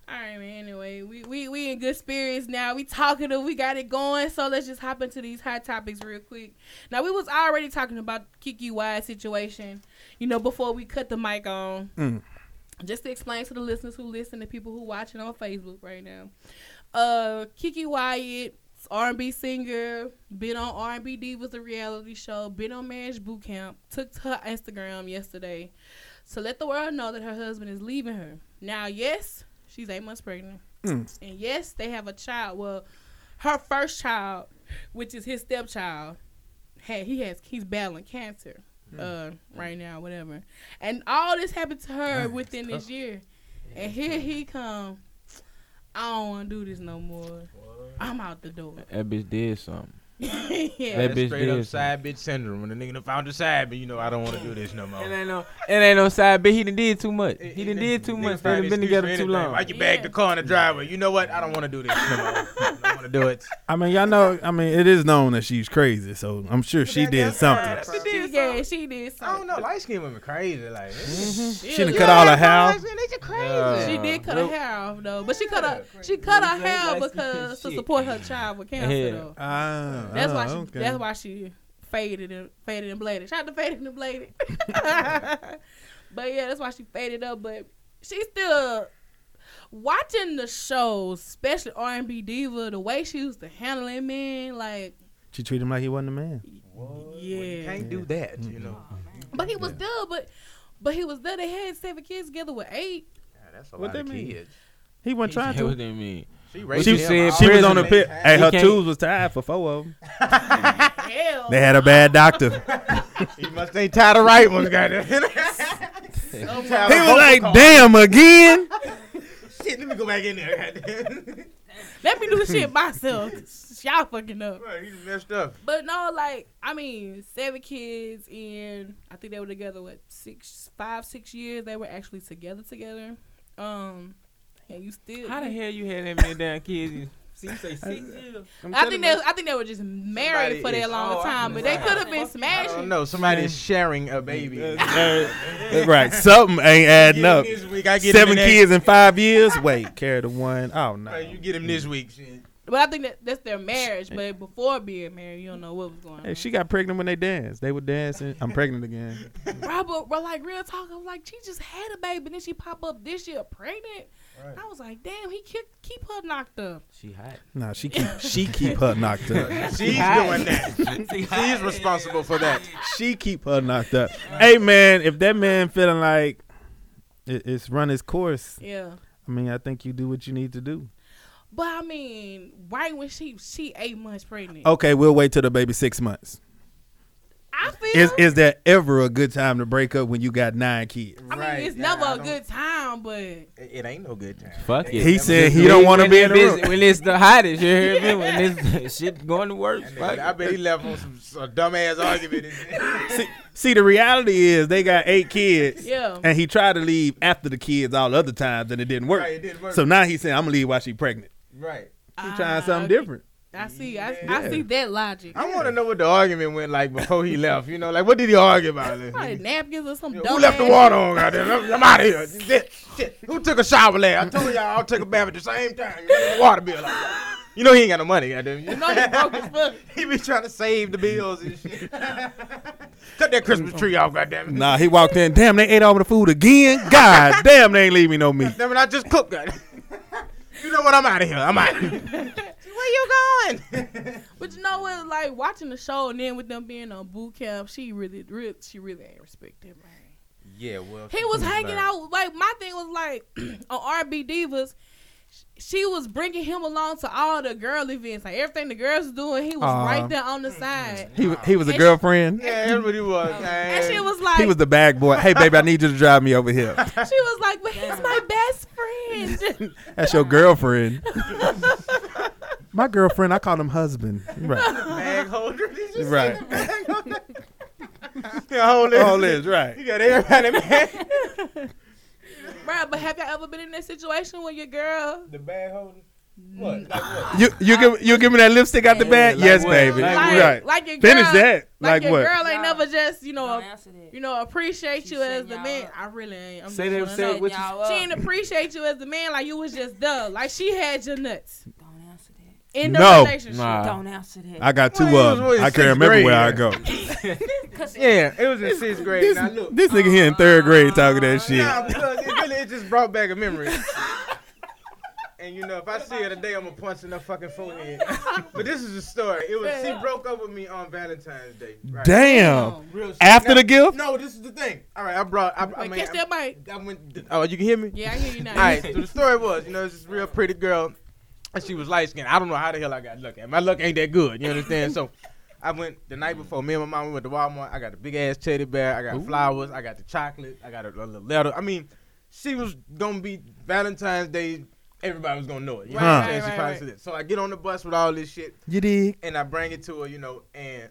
All right, man. Anyway, we, we we in good spirits now. We talkative. We got it going. So let's just hop into these hot topics real quick. Now we was already talking about Kiki Wise situation. You know, before we cut the mic on,
Mm.
just to explain to the listeners who listen, the people who watching on Facebook right now. Uh, Kiki Wyatt, R&B singer, been on R&B Divas, the reality show, been on Marriage Boot Camp. Took to her Instagram yesterday to let the world know that her husband is leaving her. Now, yes, she's eight months pregnant.
Mm.
And yes, they have a child. Well, her first child, which is his stepchild, had he has he's battling cancer uh, right now, whatever. And all this happened to her within this year. And here he come. I don't want to do this no more. I'm out the door. [laughs]
That bitch did something.
yeah.
That
That
bitch
straight up
did
side bitch syndrome. When the nigga done found the side bitch, you know I don't want to do this no
Oh.
It
more.
ain't no, it ain't no side bitch. He done did too much. uh, He done
Nigga
did too much.
find
They done
excuse
been
for
together too
anything.
long.
Why you bagged
Yeah.
the car in the driveway? You know what? I don't want to do this no more. want to do it.
I mean, y'all know. I mean, it is known that she's crazy, so I'm sure she
that-
did
that's
something.
right.
She did, yeah, she did
[laughs] I don't
something.
know. Light skinned women crazy. Like,
Mm-hmm.
She done cut all her hair.
Light-skinned, They just crazy.
Yeah.
She did cut her hair off though, but she cut her she cut her hair because to support her child with cancer
Yeah. Oh,
though.
Ah,
That's
ah,
why she
okay.
that's why she faded and faded and bladed. Shout out to faded and bladed. [laughs] but yeah, that's why she faded up. But she still watching the shows, especially R and B diva, the way she used to handle it, man, like
She treated him like he wasn't a man.
Well,
Yeah.
you can't do that, you know.
but he was there, but but he was there. They had seven kids together with
[laughs]
eight.
Yeah, that's a
What
lot
that
of
mean?
kids.
He wasn't trying
What
to.
do you mean?
She,
you
him
said
all
She was
prison
on the
man.
pit. Hey,
He
her
can't-
tubes was tied for four of them.
Hell,
They had a bad doctor.
He must ain't tired of right ones, [laughs] goddamn. he
Oh, my
He was like, damn, again?
shit, let me go back in there, goddamn.
Let me do the shit myself. [laughs] 'cause Y'all fucking up.
[laughs] Right, He's messed up.
But no, like I mean, seven kids, and I think they were together what six, five, six years. They were actually together together. Um, and you still.
How the hell you had that many damn kids? See, you say six years. I'm
I think
telling
they,
you.
I think they were just married
Somebody
for that
is-
long
oh, I
time, but they could
understand.
have been
I don't
smashing.
know. Somebody's sharing a baby.
right, something ain't adding
Get him
up.
This week, I get
Seven
him the next-
kids in five years? Wait, carry the one. Oh,
Right,
no.
you get him this week. Shit.
But I think that that's their marriage. But before being married, you don't know what was going
Hey,
on.
she got pregnant when they danced. They were dancing. I'm pregnant again.
Robert, but like real talk, I was like, she just had a baby, and then she pop up this year pregnant. I was like, damn, he keep keep her knocked up.
She hot.
Nah, she keep she keep her knocked up.
She's doing that. She's responsible for that.
She keep her knocked up. Hey man, if that man feeling like it, it's run its course,
Yeah.
I mean, I think you do what you need to do.
But I mean, right when she she eight months pregnant,
Okay, we'll wait till the baby six months.
I feel.
Is is that ever a good time to break up when you got nine kids?
I mean,
Right,
it's
yeah, I
never a
don't-
good time, but
It it ain't no good time.
Fuck it.
He said he don't want to
When
be in the
it's-
room.
When it's the hottest, you hear me? When it's [laughs] shit going to work.
That
Fuck
nigga- I
it.
bet he left on some, some dumbass argument. and-
[laughs] See, see, the reality is they got eight kids,
yeah,
and he tried to leave after the kids all other times, and it didn't work.
Right, it didn't work.
So now he's saying I'm gonna leave while she's pregnant.
right.
He
Ah,
trying something
okay.
different.
I see, I,
Yeah.
I see that logic.
I want to know what the argument went like before he left. You know, like what did he argue about? Like,
Probably napkins or some dumb.
who left the
ass-
water on out there? I'm, out of here. Shit, shit. Who took a shower last? I told y'all I'll take a bath at the same time. You know, the water bill. Like, you know he ain't got no money. Goddamn. You
No, he broke as fuck.
[laughs] he be trying to save the bills and shit. [laughs] Cut that Christmas tree off, goddamn it.
Nah, he walked in. Damn, they ate all the food [laughs] again. God damn, they ain't leave me no meat.
Damn it, I just cooked. Goddamn. you know what? I'm out of here. I'm out. Where you [laughs] going?
But you know what? Like watching the show and then with them being on boot camp, she really, really she really ain't respect that man.
yeah, well,
He was hanging out like my thing was like [clears throat] on R&B divas. sh- She was bringing him along to all the girl events, like everything the girls was doing. He was
Aw.
right there on the
Mm-hmm.
side,
He, wa- he was a
And she-
girlfriend.
[laughs] Yeah, that's what he was. man.
and she was like,
He was the bag boy. Hey, baby, I need you to drive me over here.
she was like, but he's my best
[laughs]
friend.
That's your girlfriend. My girlfriend, I call him husband. Right.
bag holder. Did you see
Right.
the bag holder? The whole list. You
right.
got everybody, man.
Bruh, but have y'all ever been in that situation where your girl?
The bag holder. What? Like what?
You you give you give me that lipstick out the bag?
like
yes,
what?
baby.
Like
Like,
right.
like your girl,
Finish that.
Like,
Like,
your
what?
girl ain't
Y'all-
never just you know
Don't answer that.
you know appreciate
She
you as
setting
the
y'all
man.
up.
I really ain't. I'm
Say
just
them
wanna
say
know.
what
Y'all
you.
up.
She didn't appreciate you as the man like you was just duh. Like she had your nuts
Don't answer that.
in the
No.
relationship.
Nah.
Don't answer that.
I got two
Well, he
of
was,
them. I
what,
can't
sixth
remember where I
grade?
go.
Yeah, it was in sixth grade.
This,
now look.
this nigga here in third grade talking that shit.
Nah, because it really it just brought back a [laughs] memory. And you know, if I see her today, I'm gonna punch in her fucking forehead. But this is the story. It was she broke up with me on Valentine's Day. Right?
Oh,
Damn.
Real shit.
After
Now-
the gift?
No, this is the thing. All right, I brought. I, I
Wait,
mean,
catch that mic.
I, I went. Oh, you can hear me.
Yeah, I hear you now. [laughs]
All right, so the story was, you know, this real pretty girl, and she was light skinned. I don't know how the hell I got lucky. My luck ain't that good, you understand? so I went the night before. Me and my mom we went to Walmart. I got a big ass teddy bear. I got flowers. I got the chocolate. I got a, a little letter. I mean, she was gonna be Valentine's Day. Everybody was gonna know it. You know
Huh.
what I'm saying?
Right,
She
right,
probably
right.
said it. So I get on the bus with all this shit,
You dig?
and I bring it to her, you [clears throat] know, and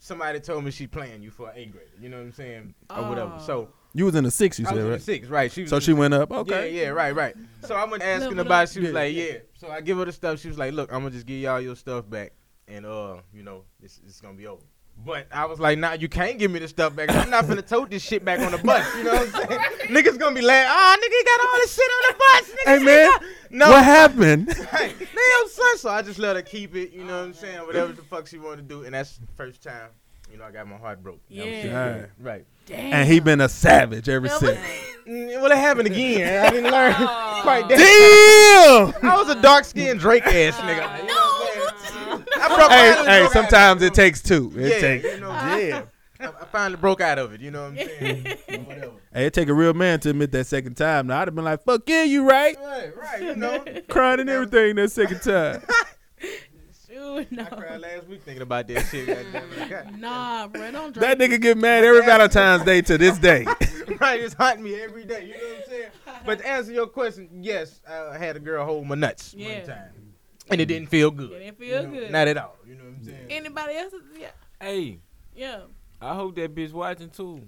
somebody told me she playing you for a grade, you know what I'm saying, or whatever.
Oh.
So
You was in the six, you
I was
said,
in the
right?
six, right? She was
So
in
she
the
went up.
six.
Okay.
Yeah, yeah, right, right. So I went asking
Leveled
about. It.
up.
She was
Yeah,
like, yeah. So I give her the stuff. She was like, look, I'm gonna just give y'all your stuff back, and uh, you know, it's, it's gonna be over. But I was like, nah, you can't give me the stuff back. I'm not finna tote this shit back on the bus. You know what I'm saying? Niggas gonna be like, ah, nigga, you got all this shit on the bus.
Hey
Nigga,
man,
no,
what happened?
[laughs] Hey, damn son. So I just let her keep it. You know what I'm saying? Whatever the fuck she wanted to do, and that's the first time. You know, I got my heart broke. That was
Yeah.
shit.
Alright.
Right.
Damn.
and he been a savage ever
That was-
since.
Mm, Well, it happened again. I didn't learn quite [laughs] that.
Damn.
I was a dark skinned Drake ass nigga. You know what I'm saying? I broke
hey,
finally
hey.
broke
Sometimes
out of
it takes two. It
Yeah,
takes.
you know.
yeah.
I, I finally broke out of it. You know what I'm
[laughs]
saying? Whatever.
Hey, it take a real man to admit that second time. Now I'd have been like, "Fuck yeah, you right."
Right, right. You know.
Crying and everything that second time.
Shoot,
I cried
no.
last week thinking about that shit. goddamn it. God- [laughs]
Nah, bro, don't
[laughs] that
drink.
nigga get mad every Valentine's Day to this day.
right, it's haunting me every day. You know what I'm saying? But to answer your question, yes, I had a girl hold my nuts
Yeah.
one time, and it didn't feel good.
It didn't feel
You know,
good.
Not at all. You know what I'm saying?
Anybody else? Yeah.
Hey,
[laughs]
Yeah.
I hope that bitch watching too.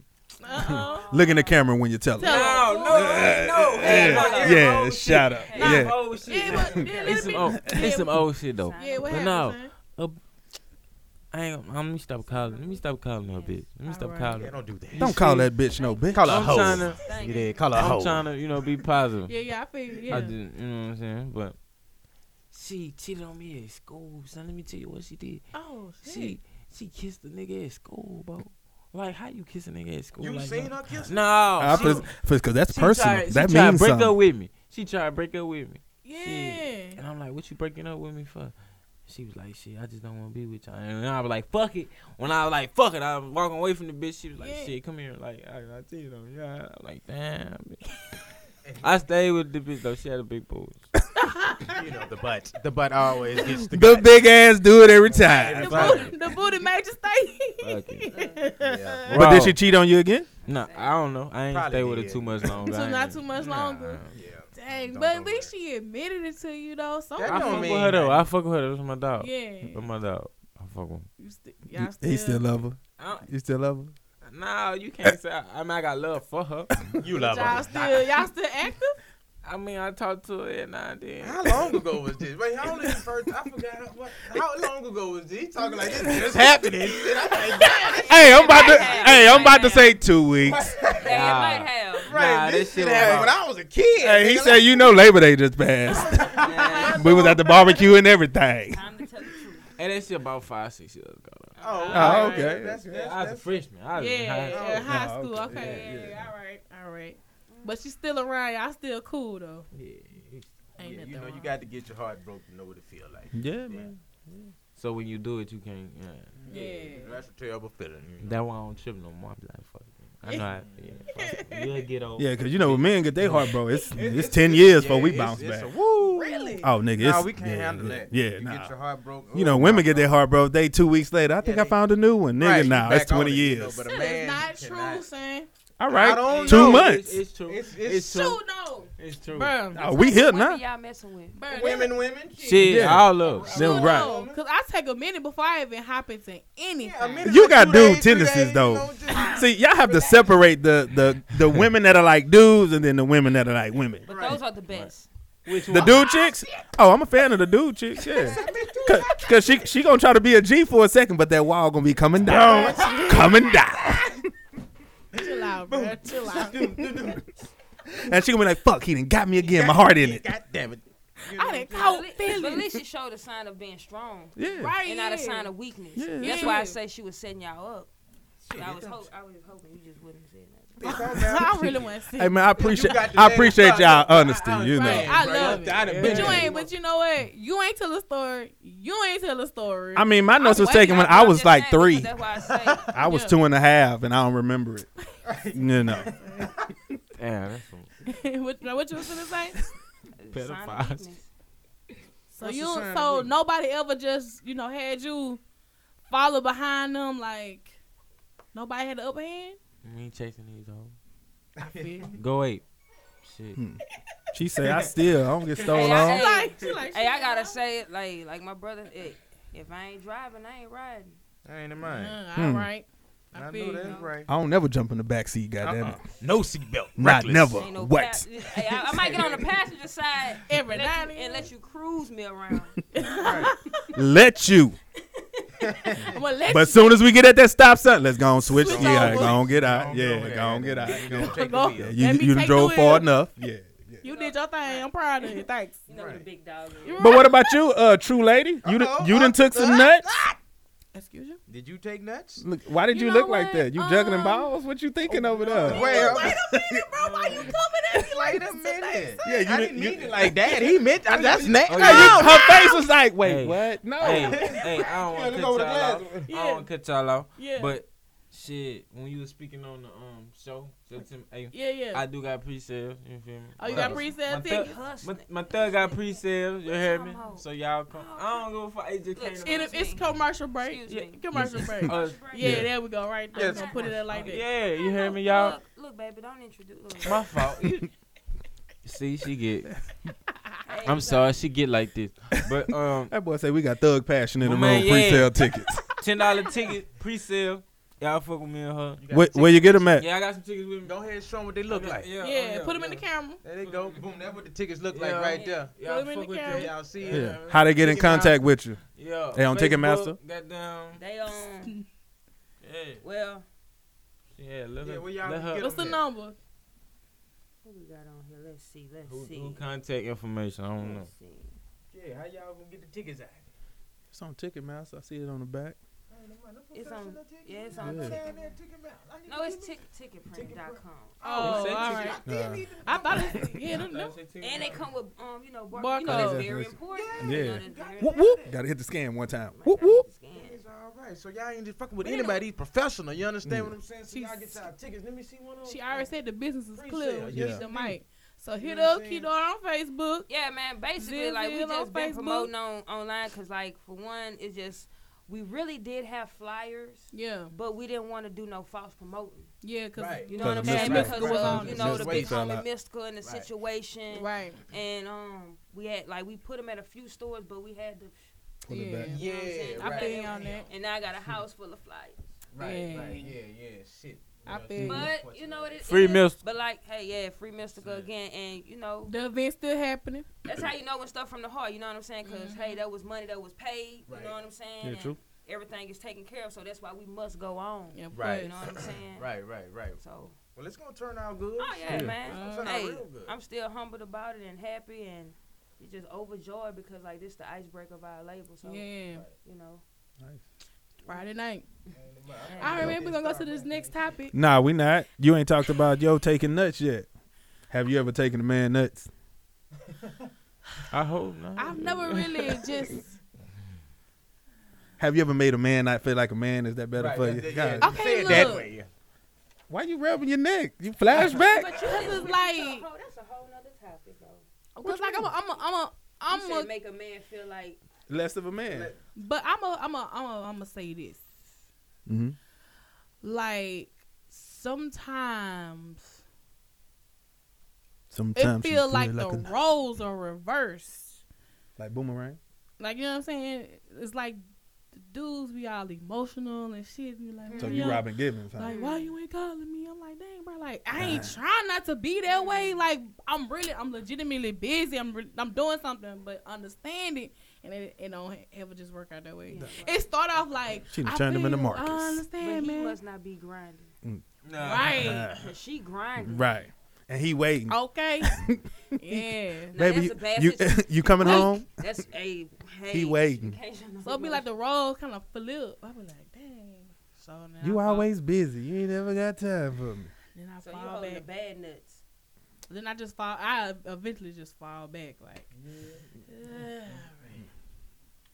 Uh oh.
Look in the camera when you tell
Tell
her.
her.
No, no, no.
Yeah, yeah, shout out. Yeah.
Yeah, but yeah, let
It's
it be.
some old,
yeah,
it's some old shit though.
Yeah, what
oh, But
happened?
no.
son?
I ain't, I'm, let me stop calling. Let me stop calling her bitch. Let me stop
Alright.
calling.
Yeah,
her.
don't do that.
Don't call that bitch no bitch.
Call her a
I'm
hoe.
trying to,
You did call her a
I'm
hoe.
trying to, you know, be positive.
Yeah, yeah, I feel you.
I
Yeah.
didn't, you know what I'm saying? But she cheated on me at school. Son, let me tell you what she did.
Oh, shit.
She she kissed the nigga at school, bro. Like, how you kiss a nigga at school?
You
like
seen
that?
her kiss?
No,
I
she-
feel- feel- Cause that's
she
personal.
Tried, she
that
tried to
means
break
something.
up with me. She tried to break up with me,
Yeah.
and I'm like, "What you breaking up with me for?" She was like, "Shit, I just don't want to be with y'all." And I was like, "Fuck it." When I was like, "Fuck it," I was walking away from the bitch. She was like,
Yeah.
"Shit, come here." Like, I, I tell you, though, yeah. I'm like, damn. bitch. I stayed with the bitch though. She had a big booty.
You know the butt. The butt always gets the.
The big ass do it every
The
time.
booty, the booty made you stay.
Fuck
[laughs]
it.
[laughs] Yeah.
But did
Bro.
she cheat on you again?
No, I don't know. I ain't
Probably
stay with her
did.
too much
[laughs]
longer.
So
I ain't-
not too much
Nah,
longer.
nah.
Dang,
Don't
but
go
at least she admitted it to you though. So
That
I
don't
fuck with
mean
her though.
nothing.
I fuck with her. That's my dog.
yeah,
That's my dog. I fuck with.
you st- y'all
He still love her.
Her.
You still love her.
No, you can't say. I, I mean, I got love for her.
You love
Y'all
her.
still, y'all still active?
[laughs]
I mean, I talk to her every now and then.
How long ago was this? Wait, how long is the first? I forgot. What, how long ago was this? He talking like this is just happening. Shit, I think that-
Hey, I'm about to. Hey, I'm about to say two weeks.
They might have.
Right,
Nah,
this
this
shit
shit
happened
was-
when I was a kid.
Hey, he
nigga,
said, you know, Labor Day just
[laughs]
passed.
Man.
we was at the barbecue and everything.
Time to tell the truth.
and that shit about five, six years ago. though.
Oh,
Oh,
okay.
okay.
That's, that's,
I was a
that's-
freshman. I
Yeah,
was in high school.
Oh,
yeah, high
No,
school.
okay,
Okay,
yeah,
yeah, all right, all right. But she's still around. Y'all still cool though.
Yeah.
Ain't
yeah,
nothing
you know, you
wrong.
got to get your heart broke to know what it feel like.
Yeah,
man.
So when you do it, you can't. Yeah.
Yeah.
Mm. That's a terrible feeling. You know?
That why I don't trip no more. I be like, fuck. it. I know. I, yeah, fuck
[laughs]
it. You'll get old.
Yeah, because you know, when men get their heart broke, it's it's ten years before we
Yeah,
bounce
it's,
back.
It's a, woo.
Really?
Oh, nigga,
Nah,
it's,
we can't
yeah,
handle
yeah,
that.
Yeah,
you
nah.
get your heart broke.
You know, women get their heart broke. They two weeks later. I think I
they-
found a new one, nigga.
Right, you
nah,
back
it's
on
twenty
it, you know,
years.
but a
That
man
is not
cannot-
true, son.
All
I don't
two
know.
It's,
months.
it's true.
It's-
It's,
it's-
true.
Shoot no,
It's true.
bro.
oh, we here
What
now.
do y'all messing with?
Bruh,
Women, women.
Shit,
Yeah.
all of us.
Them
Shoot
right.
no, Cause I take a minute before I even hop into anything.
Yeah, a minute
You
or
got
two
dude
days, three
tendencies,
days,
though.
you know,
[laughs]
just-
See, y'all have to separate the the the women that are like dudes and then the women that are like women.
But
Right.
those are the best.
Which
The
one?
dude chicks? Oh, I'm a fan of the dude chicks.
[laughs]
Yeah, cause, 'cause she she gonna try to be a G for a second, but that wall gonna be coming
[laughs]
down, coming down,
Chill out, bro.
[laughs]
Chill out.
and she gonna be like, "Fuck, he done got me again. My heart in
Yeah,
it."
God damn it. You
I
know,
didn't
But
caught
at least- but at
feelings.
least she showed a sign of being strong
Yeah,
Right.
and not a
yeah.
sign of weakness.
Yeah.
That's why
Yeah.
I say she was setting y'all up. I was, hope, I was hoping you just wouldn't say nothing.
it don't matter.
I really want to see.
Hey man, I appreciate
got the
I
damn
appreciate
spot.
y'all
I- I
honesty. you know,
understand. I love it.
I done
But
been
you
there.
ain't. But you know what? You ain't tell a story. You ain't tell a story.
I mean, my notes
I'm
was taken
waiting.
when
I'm
I was
just
like
saying, because
three.
That's why I say
I was
Yeah.
two and a half, and I don't remember it. You know,
[laughs]
Damn, that's some
[laughs] what, what you was gonna [laughs] say?
it's a sign of
Pedophiles.
weakness.
So
That's
you,
a sign of
so
weakness.
nobody ever just you know had you follow behind them like nobody had the upper hand.
We ain't chasing these hoes.
I feel.
Go ape. Shit.
Hmm.
she say I still I don't get stolen
Hey, I-
on.
hey,
like, she like,
Hey,
she
I gotta
like,
say it eh, like like my brother. It, if I ain't driving, I ain't riding.
I ain't in mine.
Mm,
Hmm.
all right. I, feel
know
you,
that's
though.
right.
I don't never jump in the back seat. Goddamn
Uh-uh.
it.
No seatbelt.
Not
Reckless.
never.
Ain't no
What?
pa- eh, Hey, I, I might get on the passenger side
Every
and let
now and
you- and
then.
let you cruise me around.
Let you.
[laughs] I'm gonna let
But
you
soon as we get at that stop sign, let's go on switch.
Switch
Yeah,
over.
go on get out.
Don't
Uh, Yeah,
go with
go on
that.
get out.
You don't take the
Go.
wheel.
You
Let me
you done
take
drove
the
far
wheel.
enough. Yeah. yeah.
You did your thing. I'm proud of you. Thanks.
You know the big dog. is.
But what about you, uh, true lady? You done,
Uh-oh.
you done took
[laughs]
some nuts.
Excuse you.
Did you take nuts?
Look, why did you,
You know
look like
what?
that? You juggling
Um,
balls? What you thinking over there?
Well,
Bro, why you coming at me
[laughs] wait a minute.
Yeah, you
I
didn't-
didn't
you-
mean it
[laughs]
like that. He meant I, that's nasty.
Oh,
Hey, you-
yeah.
her face was like, wait,
Hey.
what? No.
[laughs]
hey, hey, I don't
Yeah,
want to cut
look over
y'all
the glass.
off. I
Yeah.
don't want to cut y'all off.
Yeah.
But shit, when you was speaking on the um show, September 8th,
Yeah, yeah.
I do got pre-sales. You feel me?
Oh, you got
My-
pre-sale
my
tickets?
thug- My, my thug got pre-sales. You hear me?
talking about?
So y'all come. I don't go for it just
Look,
came
And
to
if it's commercial break,
Excuse me.
yeah, commercial break.
[laughs]
[laughs]
[laughs]
my- uh,
Yeah,
yeah.
there we go. Right there.
Oh, Yes.
Gonna put it there like that.
Yeah, you hear me,
Look,
y'all?
Look, look, baby, don't introduce. Look,
[laughs]
My fault. See, she get.
Hey,
I'm
look.
sorry, she get like this. But um,
That boy said we got thug passion in the
Well,
room.
man, yeah.
Pre-sale tickets.
ten dollar ticket pre-sale. Y'all fuck with me and her.
You
[laughs]
got
Where, [laughs]
tickets.
where you get them at?
Yeah, I got some tickets with me.
Go ahead and show 'em what they look like.
Yeah,
Yeah, put them in the camera.
There they go. Boom. That's what the tickets look
Yeah.
like right there.
Yeah,
Put 'em in the
fuck with
camera.
that.
Y'all see
Yeah.
it?
Yeah. How they get in
Ticketmaster.
contact with you?
Yeah.
They on
Facebook,
Ticketmaster?
Goddamn.
They um.
Yeah.
Well,
Yeah. Let
Yeah,
her.
where y'all
let
can
her
get 'em?
What's the number?
who we got on here? Let's see. Let's
who,
see.
who contact information? I don't know.
Let's see.
Yeah. How y'all gonna get the tickets out?
It's on Ticketmaster. I see it on the back.
It's on. Yeah, it's on.
Yeah.
Ticket. No, it's tick, ticketprint.com.
Oh, all
They said
right. I thought it. Yeah, them,
[laughs]
them.
And they come with um, you know, bar- you know,
Barcode.
that's very important. You know,
Yeah.
that's very
whoop whoop. Gotta hit the scan one time.
important.
Whoop whoop.
Scan.
It's all right. So y'all ain't just fucking with
We ain't
anybody. He's professional. You understand what I'm saying? So y'all
She's-
get y'all tickets. Let me see one of them.
She already said the business is clear. when
Pre-sale,
You
yeah.
need the mic. So hit
know what
up
I'm saying?
Kidor on Facebook.
Yeah, man. Basically,
Zin
like we
Zin on
just been
Facebook.
promoting on online because, like, for one, it's just we really did have flyers,
Yeah,
but we didn't want to do no false promoting.
yeah, cause
Right.
You know what I'm
Because
saying?
of Mystical
Because
was on
of, you
it.
know the big
Mystical
fell
homie
out.
Mystical and the
Right.
situation,
right.
and um, we had like we put them at a few stores, but we had to.
Pull it
Yeah.
back.
You know what I'm saying?
Yeah,
I
right.
feel you on that.
And now I got a house full of flyers.
Right,
Yeah.
right, yeah, yeah, shit.
I feel you.
But you know what? It,
Free
it is-
Mystical.
But like, hey, yeah, free mystical again, and you know
The event's still happening.
that's how you know when stuff from the heart. You know what I'm saying? Because hey, that was money that was paid.
Right.
You know what I'm saying?
Yeah,
And
true.
Everything is taken care of, so that's why we must go on.
Yeah,
Right.
You
please.
know what I'm saying?
Right, right, right.
So,
Well, it's gonna turn out good.
oh yeah,
Yeah.
man.
Uh,
It's gonna turn out
hey,
real good.
I'm still humbled about it and happy and you're just overjoyed because like this the icebreaker of our label.
Oh,
So
Yeah,
you know.
Friday night.
hey,
All right, man, we're gonna go to this next topic.
Nah, we not. You ain't talked about yo taking nuts yet. Have you ever taken a man nuts?
I hope not.
I've
[laughs]
never really just
Have you ever made a man not feel like a man? Is that better
Right,
for you?
that- yeah,
God,
Okay,
say it that
look.
way. Yeah.
why you rubbing your neck? You flashback?
But you
This is
but you
like-
took- oh, that's a whole nother topic though.
cause like I'm a I'm a I'm a
You
I'm
said
a
make a man feel like
[laughs] Less of a man.
but I'm a I'm a I'm a I'm gonna say this.
Mm-hmm.
Like sometimes
Sometimes
it
you
feel like,
a-
the roles are reversed.
like boomerang.
Like you know what I'm saying? It's like the dudes be all emotional and shit. Be like,
So
"Man,
you
I'm-
Robin Givens. Huh?
Like, why you ain't calling me? I'm like, dang, bro. Like, I ain't trying not to be that way. Like, I'm really, I'm legitimately busy. I'm, re- I'm doing something, but understand it, and it, it don't ever just work out that way. It start off like
She done
I
turned him into
feel-
Marcus.
I
but
understand,
he
man.
must not be grinding.
Nah.
right.
Uh,
Cause she grinding.
right. And he waiting. [laughs]
Okay. yeah.
Now,
Baby,
that's a bad
you you,
situation.
[laughs] you coming
Wait.
home?
That's a hey,
He waiting.
in case y'all know
So it be
what-
like the roles kind of flip. I be like, dang. So then
You
I fall-
always busy. You ain't ever got time for me.
Then I
so you
fall
holding the
back.
bad nuts.
Then I just fall. I eventually just fall back. Like. ugh.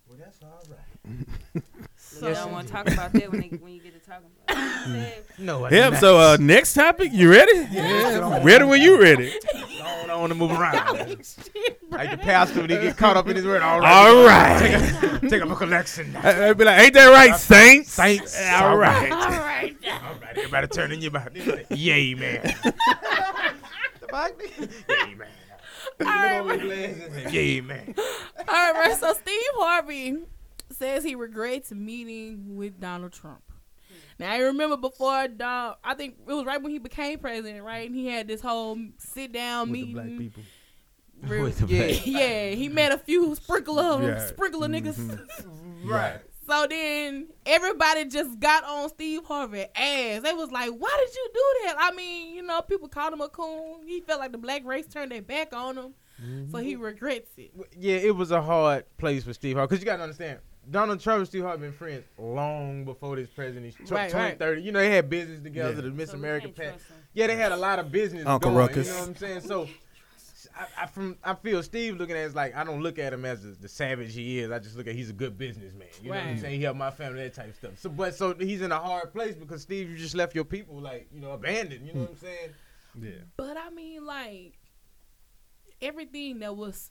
Well, that's all right.
So I don't want to talk about that when they, when you get to talking [laughs] about. It. You said,
No,
Yep. So uh, next topic, you ready? Yeah. Ready when you ready.
I don't want to move around.
Shit, bro.
like the pastor when he [laughs] get caught up in his word. All right.
All right. [laughs]
Take, a, take up a collection.
I, would be like, ain't that right, Saints?
Saints.
All right.
All right.
All right. Everybody turn in your mouth. Yay, man. [laughs] Yay, man.
All right. bro.
Yay, man.
[sighs] All right, bro. So Steve Harvey says he regrets meeting with Donald Trump. Now I remember before dog, I think it was right when he became president, right? And he had this whole sit down
with the black
meeting.
people.
Real-
With the
[laughs]
yeah,
black-
yeah, he met a few sprinkle of them,
Yeah.
sprinkle of niggas.
Mhm. [laughs]
Right.
So then everybody just got on Steve Harvey ass. They was like, "Why did you do that?" I mean, you know, people called him a coon. He felt like the black race turned their back on him, so he regrets it.
Yeah, it was a hard place for Steve Harvey because you got to understand. Donald Trump and Steve Harvey been friends long before this presidency. Tw-
Right,
20,
right.
30. You know, they had business together,
Yeah.
the Miss
So we
America
can't
pact.
trust him.
Yeah, they had a lot of business
Uncle
going,
Ruckus.
You know what I'm saying? So I, I from I feel Steve looking at it as like I don't look at him as the, the savage he is. I just look at he's a good businessman. You know what I'm
Right.
saying? He helped my family, that type of stuff. So but so he's in a hard place because Steve, you just left your people like, you know, abandoned. You know what I'm saying?
Yeah.
But I mean, like everything that was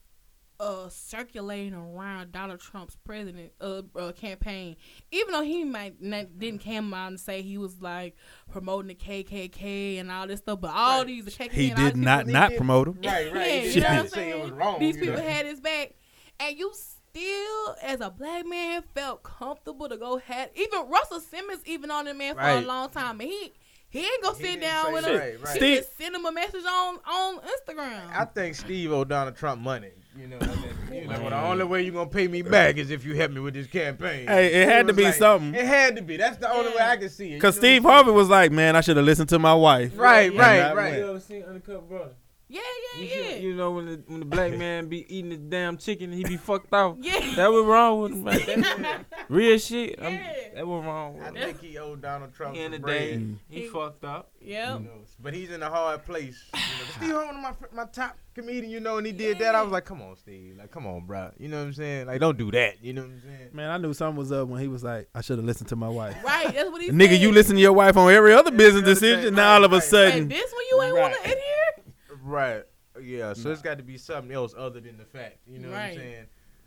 uh circulating around Donald Trump's president uh, uh campaign, even though he might not didn't come out and say he was like promoting the KKK and all this stuff, but all
Right.
these the KKK
He
and all
did
these
not
people-
not promote him.
Right, right.
Yeah,
He
you
didn't
know what I'm
say it was
saying?
wrong.
These
you
people
know?
had his back, and you still, as a black man, felt comfortable to go had even Russell Simmons, even on the man for
Right.
a long time, and he he ain't gonna
He
sit
didn't
down
say
with
shit.
him.
Right, right.
He
Steve-
just send him a message on on Instagram.
I think Steve owed Donald Trump money. You know, that- you know well, the
Man.
only way you're gonna pay me back is if you help me with this campaign.
Hey, it
He
had to
was
be
like-
something.
It had to be. That's the only
Yeah.
way I can see it. you
Because
know
Steve
what I'm
Harvey was like, man, I should have listened to my wife.
saying? Right,
Yeah.
right,
And I
right.
ever seen Undercover Brother?
yeah,
You,
yeah,
should-
yeah,
you know when the, when the black man be eating his damn chicken,
[laughs]
he be fucked off.
yeah. [laughs]
That was wrong with him. Like, that- real shit. I'm-
Yeah.
That was wrong with
I
him.
think he owed Donald Trump
In the
some
day,
bread.
he
He-
fucked up.
yep.
you know, But he's in a hard place. You know. Steve Harvey, one of my fr- my top comedian, you know, and he did that. I was like, come on, Steve, like, come on, bro. You know what I'm saying? Like, don't do that. You know what I'm saying?
Man, I knew something was up when he was like, I should have listened to my wife.
Right, that's what he
[laughs] Nigga,
said.
you listen to your wife on every other
Every
business
other
decision.
thing.
Now all of a
Right,
Hey,
sudden,
this one you ain't want to
Right.
adhere.
Right. Yeah. So it's got to be something else other than the fact. You know what I'm
Right.
saying?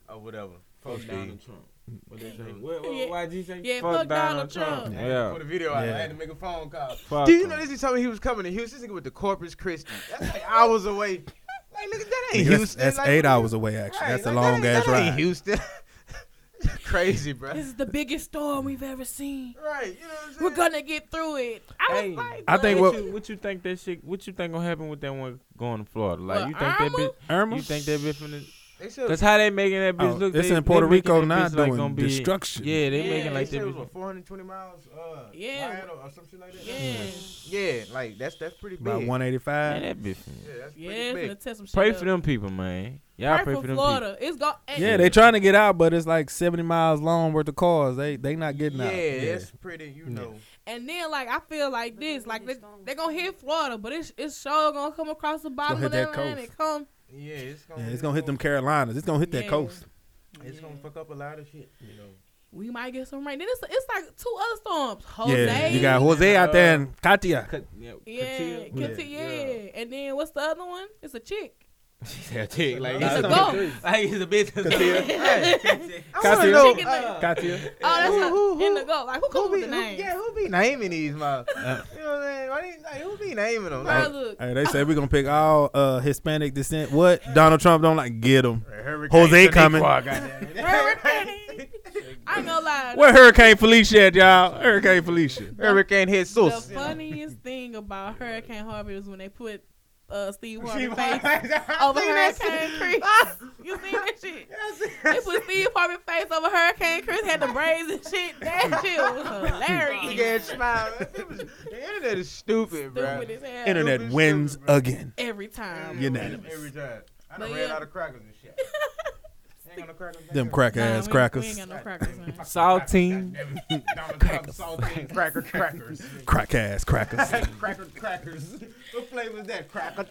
Or whatever. Fuck
Fuck
Steve.
Donald Trump. What they say?
Yeah.
What, what,
Yeah.
why'd you say?
Yeah, fuck Donald Trump.
Yeah.
Put a video out. I
Yeah.
had to make a phone call.
Fuck
Do you know
him.
this? He told me he was coming to Houston. This nigga with the Corpus Christi. That's like hours away. Like, nigga, that ain't
Nigga, that's,
Houston.
that's
Like,
eight
what
hours
you-
away, actually.
Right,
that's a
like, that
long
ain't-
ass
that ain't
ride.
Houston. [laughs] Crazy, bro.
This is the biggest storm we've ever seen.
Right. You know what I'm saying?
We're gonna get through it. I was
Hey,
like,
I think
what?
What you, what you think that shit? What you think gonna happen with that one going to Florida? Like
What,
you think that
Irma?
bitch?
Irma?
You think that bitch finna?
They said
That's how they making that bitch
Oh,
look.
it's
they,
in Puerto
they making
Rico
that
now
bitch like
doing
gonna be,
destruction.
Yeah, they
Yeah,
making
they
like that.
said it was
bitch-
what, 420 miles. Uh,
Yeah.
Ryan or, or some shit like that.
Yeah,
Yeah, like that's that's pretty big.
About
Man,
185.
that bitch.
yeah, that's pretty
yeah. it's
big.
gonna test some shit
Pray
up.
for them people, man. Y'all
Pray,
pray,
for,
for them people.
Florida. It's go.
Yeah, they trying to get out, but it's like 70 miles long worth of cars. They they not getting
yeah,
out.
it's pretty. You know.
And then like I feel like
But
this,
they
like they
really strong.
they gonna hit Florida, but it's it's sure gonna come across the bottom
hit
of that
that
land
coast.
and come.
Yeah, it's gonna.
Yeah, it's gonna hit them Carolinas. It's gonna hit that
Yeah.
coast.
It's gonna fuck up a lot of shit. You know.
We might get some rain. Then it's it's like two other storms. Jose.
Yeah, you got Jose out there
Uh,
and Katia.
Cut- [laughs] yeah,
Yeah,
Katia.
Katia,
Yeah.
yeah. And then what's the other one? It's a chick.
Yeah, tick, like
It's a
it's
goat.
like it's a bitch.
I
Katia.
wanna know.
Chicken
uh,
Katia.
Oh, that's
Who-
her.
who-
in
who-
the go. Like who
who
comes
be
with the
who-
name?
yeah, who be naming
[laughs]
these mother? you know what I mean? Why they- like, who be naming them?
Bro,
Like,
look.
Hey, they say we're gonna pick all uh, Hispanic descent. What Donald Trump don't like? Get him.
Hurricane
Jose
Sonequa,
coming.
goddamn it.
Hurricane. I ain't gonna lie.
Where Hurricane Felicia at, y'all? Hurricane Felicia.
Hurricane
The
Jesus.
funniest thing about Hurricane Harvey was when they put uh, Steve Harvey
She-
face
[laughs] I
over
seen that
Hurricane
shit. [laughs]
Chris. You seen that shit?
I seen
They
that
put Steve Harvey face over Hurricane Chris had the braids and shit.
[laughs]
That shit was
Big
hilarious.
ass smile. It was- The internet is stupid, bro.
Stupid as hell.
Internet
Stupid,
wins
stupid, bro.
again.
Every time.
You Unanimous.
Every time. I
But
done ran
yeah.
out of crackers and shit. Ain't got no crackers
[laughs]
back
Them
there.
crack
Nah, we-
ass
We
crackers.
ain't got no crackers, man.
[laughs] Saltine.
[laughs]
Donald Trump saltine cracker crackers.
Crack ass crackers.
[laughs]
[laughs]
cracker crackers. What flavor is
[laughs]
that? Cracker.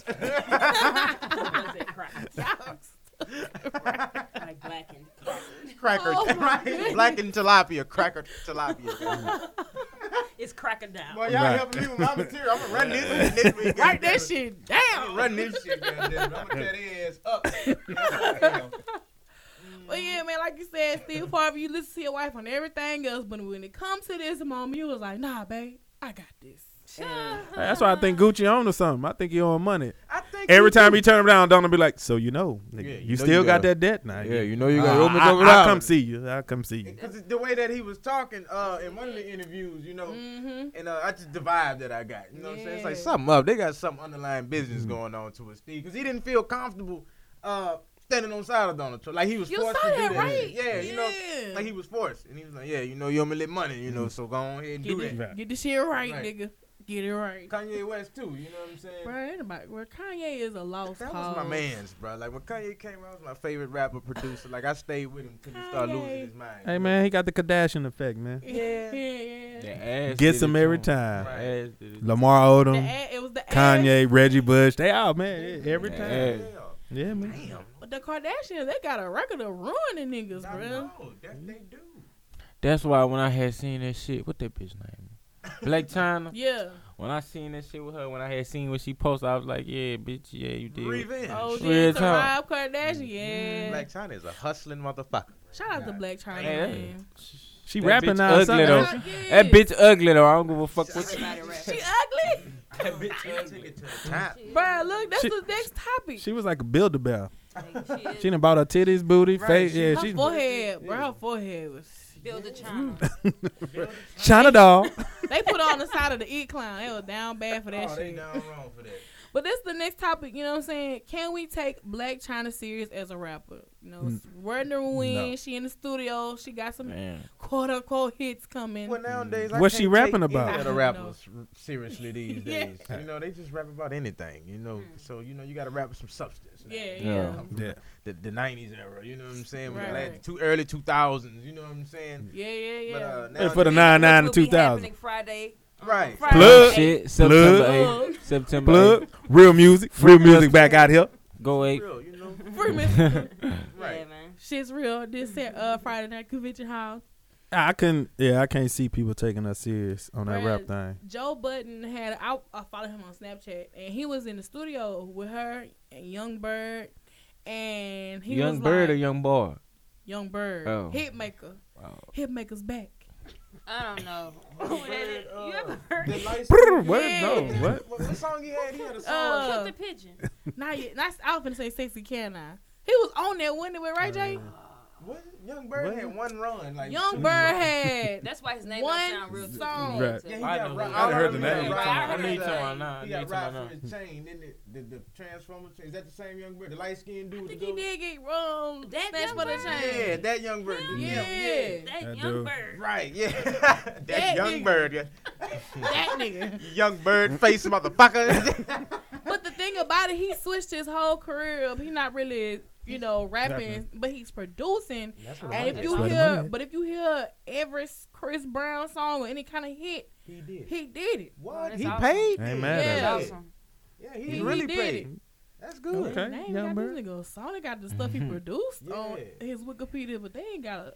[laughs] Like blackened.
cracker.
Oh my
Black and tilapia. Cracker
[laughs]
tilapia.
It's cracker down.
Well, y'all
Right.
helping me with my material. I'm gonna run this next
[laughs]
week.
Write that shit
I'm
down.
gonna run this shit. Goddamn. I'm gonna tear their ass up. Goddamn.
[laughs]
[laughs]
But yeah, man, like you said, Steve Harvey, you listen to your wife on everything else, but when it comes to this moment, you was like, nah, babe, I got this.
That's why I think Gucci on to something. I think he on money.
I think
nigga.
Every time he turn around, Donna be like, "So you know, nigga,
Yeah, you
you,
know
still
you
got
gotta-
that debt now.
Yeah, you know you
I,
got open
I-
up.
I come see you. I come see you.
Because the way that he was talking uh, in one of the interviews, you know,
Mm-hmm.
and uh, I just the vibe that I got. You know what I'm saying? It's like
Yeah.
something up. They got some underlying business
Mm-hmm.
going on to it, Steve, because he didn't feel comfortable uh, standing on side of Donald Trump. Like he was
You saw
forced to do
that,
that.
right?
Yeah, you know, like he was forced, and he was like, "Yeah, you know, you owe me lit money, you
Mm-hmm.
know, so go on ahead and
get,
do
it,
that."
that.
get the shit right,
Right.
nigga. Get it right.
Kanye West too. You know what I'm saying?
Bro, anybody, well, Kanye is a lost
That
cause.
was my man's, bro. Like when Kanye came out, was my favorite rapper producer. Like I stayed with him till he started
Kanye.
losing his mind.
Hey man, he got the Kardashian effect, man.
[laughs] Yeah, yeah.
The ass
Gets
did it
him every
to
time.
The ass did it.
Lamar
The
Odom,
ad, it was the ad.
Kanye, Reggie Bush, they all man yeah, every
Yeah.
time.
Yeah.
Yeah, man.
Damn.
But the Kardashians, they got a record of ruining niggas,
I
bro.
know. That they do.
That's why when I had seen that shit, what that bitch name? Black China.
Yeah.
When I seen that shit with her, when I had seen what she posted, I was like, yeah, bitch, yeah, you did.
Revenge.
Oh,
Real
then to Rob
talk.
Kardashian, yeah.
Black China is a hustling motherfucker.
Shout out to Black China.
Yeah.
man.
She
That
rapping
bitch
now.
ugly
son.
though.
Yeah.
That bitch ugly though. I don't give a fuck what you.
Everybody rap.
She ugly,
That bitch took it to the top.
bro. Look, that's
She-
the next topic.
She was like a builder bell.
Like, she is
She done bought her titties, booty,
Right,
face.
she-
Yeah,
her
she's
forehead, bro. Her forehead was.
build a channel.
China doll.
They put her on the side of the E clown. They was down bad for that
Oh, they
shit.
down wrong for that.
But that's the next topic. You know what I'm saying? Can we take Black China serious as a rapper? You know,
Mm.
Wonder Win.
No.
She in the studio. She got some
[laughs] Man.
quote unquote hits coming.
Well, nowadays, I
What
can't
she rapping
take
about?
Any
Mm.
of
I
the
know.
rappers r- seriously these
[laughs] Yeah. Hmm.
days. You know, they just rap about anything. You know, so you know, you got to rap with some substance. now.
yeah, yeah.
Yeah.
yeah.
The the '90s era. You know what I'm saying? With the
Right.
last- two early 2000s. You know what I'm saying?
Yeah, yeah, yeah.
But, uh,
And
now
for the
Which
nine nine
will
and
be
two thousand.
happening Friday. um,
Right.
Friday.
Plug.
Shit, September
Plug.
8th. September
Plug real music. Real music back out here.
8th. Go 8.
real, you
[laughs]
know?
Free Mr.
[laughs]
Yeah,
Right.
man.
Shit's real. This Sat- uh, Friday night convention hall.
I couldn't. Yeah, I can't see people taking us serious on that rap
Bruh.
thing.
Joe Budden had I, I follow him on Snapchat, and he was in the studio with her and Young Bird, and he
Young
was
bird or
like,
young boy?
Young Bird,
Oh.
Hitmaker,
Oh.
Hitmaker's back.
I don't [laughs] know. Who that is. You ever heard
The
of
lights-
What?
Yeah.
No. What?
What, what song he had? He had a song.
Uh,
Killed the [laughs] pigeon.
not yet. Not, I was gonna say sexy can I? He was on that window with Ray J.
Uh,
what? Young Bird
what?
had one run. Like
Young Bird
[laughs]
had
That's why his name
One
don't sound real. to
song.
me.
Right.
Yeah, he
I
got
know
ro-
who-
I
I heard the
know
name.
he
You
got
talking about-
robbed
I know
for
you talking
his-
about
now.
He
I know you
got
talking
robbed
about
for his chain. Then the, the, the Transformer chain. Is that the same young bird? The light skinned dude.
I
with
think
the
he
gold-
did get um
That
snatched
Young
for the
Bird?
Yeah,
chain.
that young bird.
Yeah.
That
That
young
dude.
bird.
Right, yeah. [laughs] that,
That
young
nigga.
bird. yeah.
That nigga.
[laughs] Young bird
[laughs]
face motherfucker. [laughs]
But the thing about it, he switched his whole career up. He not really, you know, rapping,
Rapping.
but he's producing.
That's
And if
Where the
you
money
hear,
at?
but if you hear every Chris Brown song or any kind of hit,
he did.
he did it.
What?
That's
He
awesome.
paid?
Ain't
then.
mad
at
yeah.
it.
That's awesome.
Yeah,
He,
he,
he
really
did
paid.
it.
That's good.
Okay,
They ain't
Young
got
Bird.
this nigga song. They got the stuff he produced on
Yeah.
his Wikipedia, but they ain't got a.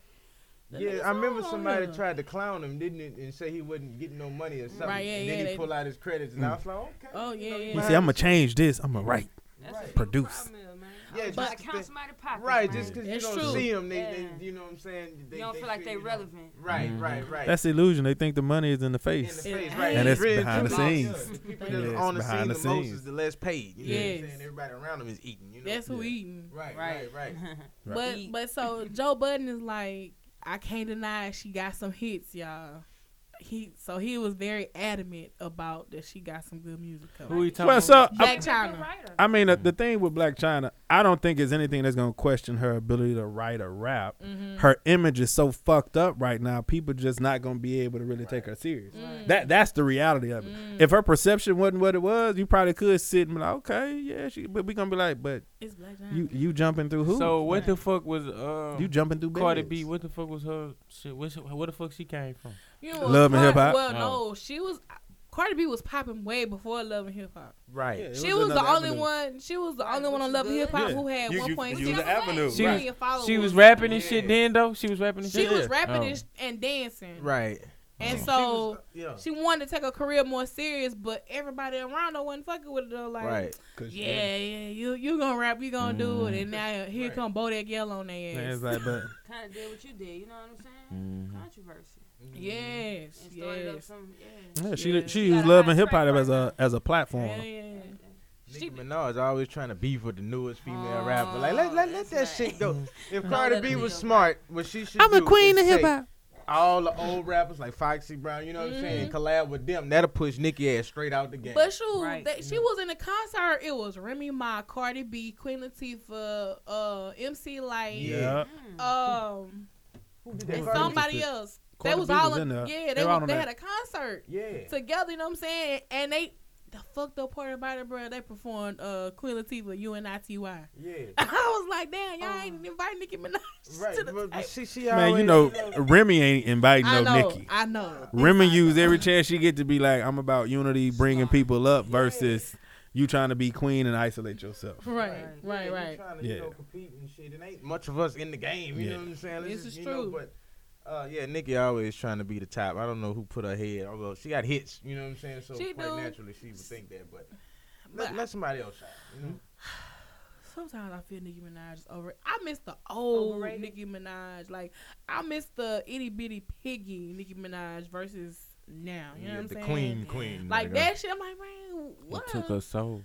the
Yeah,
nigga
I remember
song on
somebody
here.
tried to clown him, didn't it, and say he wasn't getting no money or something.
Right, yeah,
and then
yeah,
he
they-
pull out his credits, and I was like, okay.
Oh yeah, yeah.
He said, "I'm gonna change this. I'm gonna write."
That's what
Produce.
people problem is, man.
Yeah,
Yeah,
just
just
to
count
be-
somebody pockets.
Right,
man.
just 'cause
That's
you don't
true.
see them, they, they,
Yeah.
you know what I'm saying? They,
You don't feel like they
feel, you know.
relevant.
Right,
Mhm.
right, right.
That's the illusion. They think the money is in the
in the
face.
It
face,
ain't.
right?
And
it's
really
behind
true.
the scenes.
Yeah, the people
Yeah,
that's
it's
on the scene
behind
the,
the
most
scenes.
is the less paid. You know what I'm
Yes.
saying? Everybody around them is eating. You know
That's who
Yeah.
eating.
Right,
Right.
right, right.
But
Eat.
but so Joe Budden is like, I can't deny she got some hits, y'all. He so he was very adamant about that she got some good music
Who
coming.
he talking
Well, so
about?
I,
Black China.
I mean, uh, the thing with Black China, I don't think is anything that's gonna question her ability to write or rap.
Mm-hmm.
Her image is so fucked up right now. People just not gonna be able to really take her serious. That that's the reality of it.
Mm.
If her perception wasn't what it was, you probably could sit and be like, okay, yeah, she, but we gonna be like, but
It's Black China.
you you jumping through who?
So what the fuck was uh
you jumping through
Cardi
beds.
B? What the fuck was her shit? What's, where the fuck she came from?
You know,
Love and
Cardi-
Hip Hop?
Well,
Oh.
no, she was Cardi B was popping way before Love and Hip Hop.
Yeah, it
Right.
She was, the
another
only
avenue.
one. She was the
Right,
only one
which
on
is
Love and
good.
Hip Hop
Yeah.
who had
You-
one
you-
point
you
six
the avenue.
She
million followers.
She was rapping and shit
Yeah.
then though. She was rapping and
She
shit.
was
Yeah.
rapping
Oh.
and, sh- and dancing,
Right.
and
Oh.
so
She was, uh,
she wanted to take her career more serious. But everybody around her wasn't fucking with her. though,
yeah.
Like,
Right.
yeah, yeah, you you gonna rap, you gonna do it, and now here
Right.
come Bodak Yell
And
on their ass.
it's like, but
Kind of did what you did. You know what I'm saying?
Mm-hmm.
Mhm.
Controversy.
Yes,
And started up
yes,
some. Yeah.
[laughs] Yeah, she
Yeah.
she
You
used
got a
love
hot
and hip hop
track
as
right
a as a platform.
yeah, yeah.
Nicki
She
Minaj always trying to be for the newest female rapper. Like let let, let that
that's
shit go. If
No,
Cardi
let
B
it
was
go.
smart, what she should
I'm a
do
queen
is
of hip
take
hop.
All the old rappers like Foxy Brown, you know what I'm saying, collab with them. That'll push Nicki ass straight out the game.
But shoot,
Right.
they, she was in a concert. It was Remy Ma, Cardi B, Queen Latifah, uh, MC Light,
Yeah.
um, and
Cardi
somebody
B?
else.
Cardi
they was
B
all
was in
yeah,
there.
they,
They were
was,
on
they
that.
had a concert
yeah.
together. You know what I'm saying? And they the fucked up part about it, bro. They performed uh, Queen Latifah, U N I T Y.
Yeah.
I was like, damn, y'all ain't inviting Nicki Minaj [laughs]
Right.
to the
But, but
table.
she, she
Man, you
always-
know Remy ain't inviting
I
no
know,
Nikki.
I know.
Remy use every chance she get to be like, I'm about unity, bringing people up versus you trying to be queen and isolate
[laughs]
yourself.
Right, right,
yeah,
right.
trying to,
Yeah.
you know, compete and shit. It ain't much of us in the game. You
Yeah.
know what I'm saying? Let's
This is
just, you know,
true.
but, uh, yeah, Nikki always trying to be the top. I don't know who put her head. Although she got hits, you know what I'm saying. So
She
quite
do.
naturally, she would think that. But,
But-
let, let somebody else out. You know?
Sometimes I feel Nicki Minaj is over. I miss the old
Overrated?
Nicki Minaj. Like I miss the itty bitty piggy Nicki Minaj versus now. You know what I'm
the
saying?
queen, queen.
Like
nigga.
that shit. I'm like, man, what?
It took us so.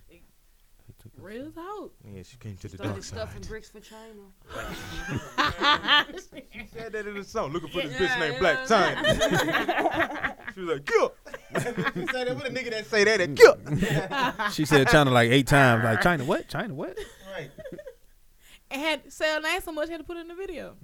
Real talk.
Yeah, she came to the
Started
dark
stuffing
side.
bricks for China.
She said that in the song. Looking for this
Yeah,
bitch
yeah,
named
yeah.
Black China. [laughs] she was like, "Yo." she said that with a nigga that say that at "Yo." [laughs]
She said China like eight times.
[laughs]
Like China what? China what?
Right.
and had sell name so much had to put it in the video,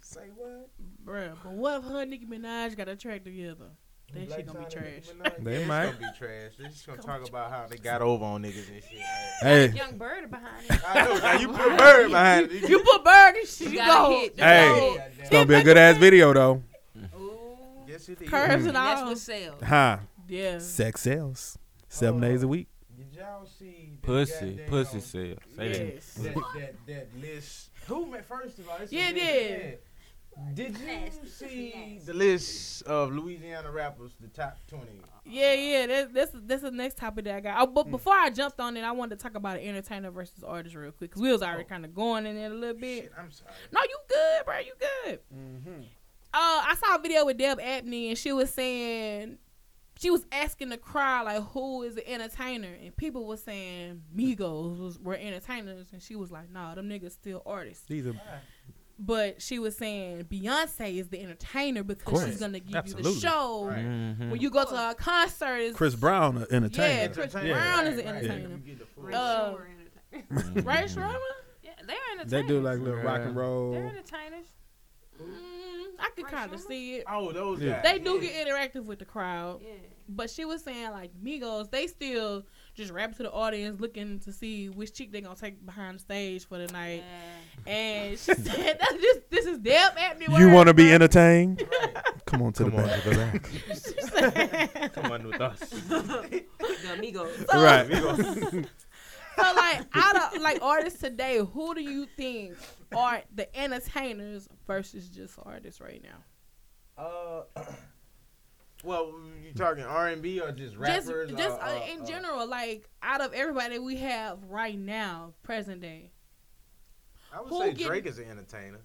Say what?
bruh. But what if her and Nicki Minaj got a track together? That shit gonna be trash.
They
They
might.
might. It's gonna be trash. They're just gonna talk about how they got over on niggas and shit.
Hey,
Young bird behind it.
[laughs] I know. Now you put bird behind it. [laughs]
You put bird and shit.
You
You
got
go
hit. You
Hey.
got hit.
it's gonna be a good ass video though.
Ooh.
Yes, it is.
curves and
That's
all.
[laughs]
what sells.
Huh?
Yeah.
Sex sells seven days a week.
Did y'all see that
Pussy,
goddamn-
pussy sell. Say that.
Yes.
That, that that list. Who ma- first of all? this is
Yeah, it
really
is.
bad. Did
Nasty,
you
this is
see
nasty.
the list of Louisiana rappers, the top twenty?
Yeah, yeah. That, that's that's the next topic that I got. Oh, but
Hmm.
before I jumped on it, I wanted to talk about entertainer versus artist real quick because we was already kind of going in there a little bit.
Oh. Shit, I'm sorry.
No, you good, bro. You good.
Mm-hmm.
Uh, I saw a video with Deb Abney, and she was saying she was asking the crowd like, "Who is an entertainer?" And people were saying Migos was, were entertainers, and she was like, "Nah, them niggas still artists."
These are
But she was saying Beyonce is the entertainer because
course.
she's gonna give you
Absolutely.
the show.
Right.
Mhm.
When you go to a concert, it's
Chris Brown a
Yeah,
entertainer.
Chris
Entertainer.
Brown is
Right,
an
right.
entertainer.
You get the full-
Uh,
Sure, entertain- [laughs]
right, Sharma?
yeah, they're entertainers.
They do like little rock and
They're
roll.
entertainers.
Mm, I could
Right,
kind of
Sharma?
see it.
oh, those
Yeah.
guys.
They do get interactive with the crowd,
Yeah.
but she was saying like Migos, they still just rap to the audience, looking to see which cheek they gonna take behind the stage for the night.
Yeah.
And she said, "That's just this is damn at me."
You want to be
in
entertained?
Right.
Come on to the
Come on
back.
to the back.
[laughs]
so
Come on with us.
[laughs] The amigos.
Right.
like out of like artists today, who do you think are the entertainers versus just artists right now?
[laughs] Uh, [clears throat] well, you talking R and B or just rappers?
just just
or,
uh,
or-
in
or-
general, like out of everybody that we have right now, present day.
I would
who
say
get-
Drake is an entertainer.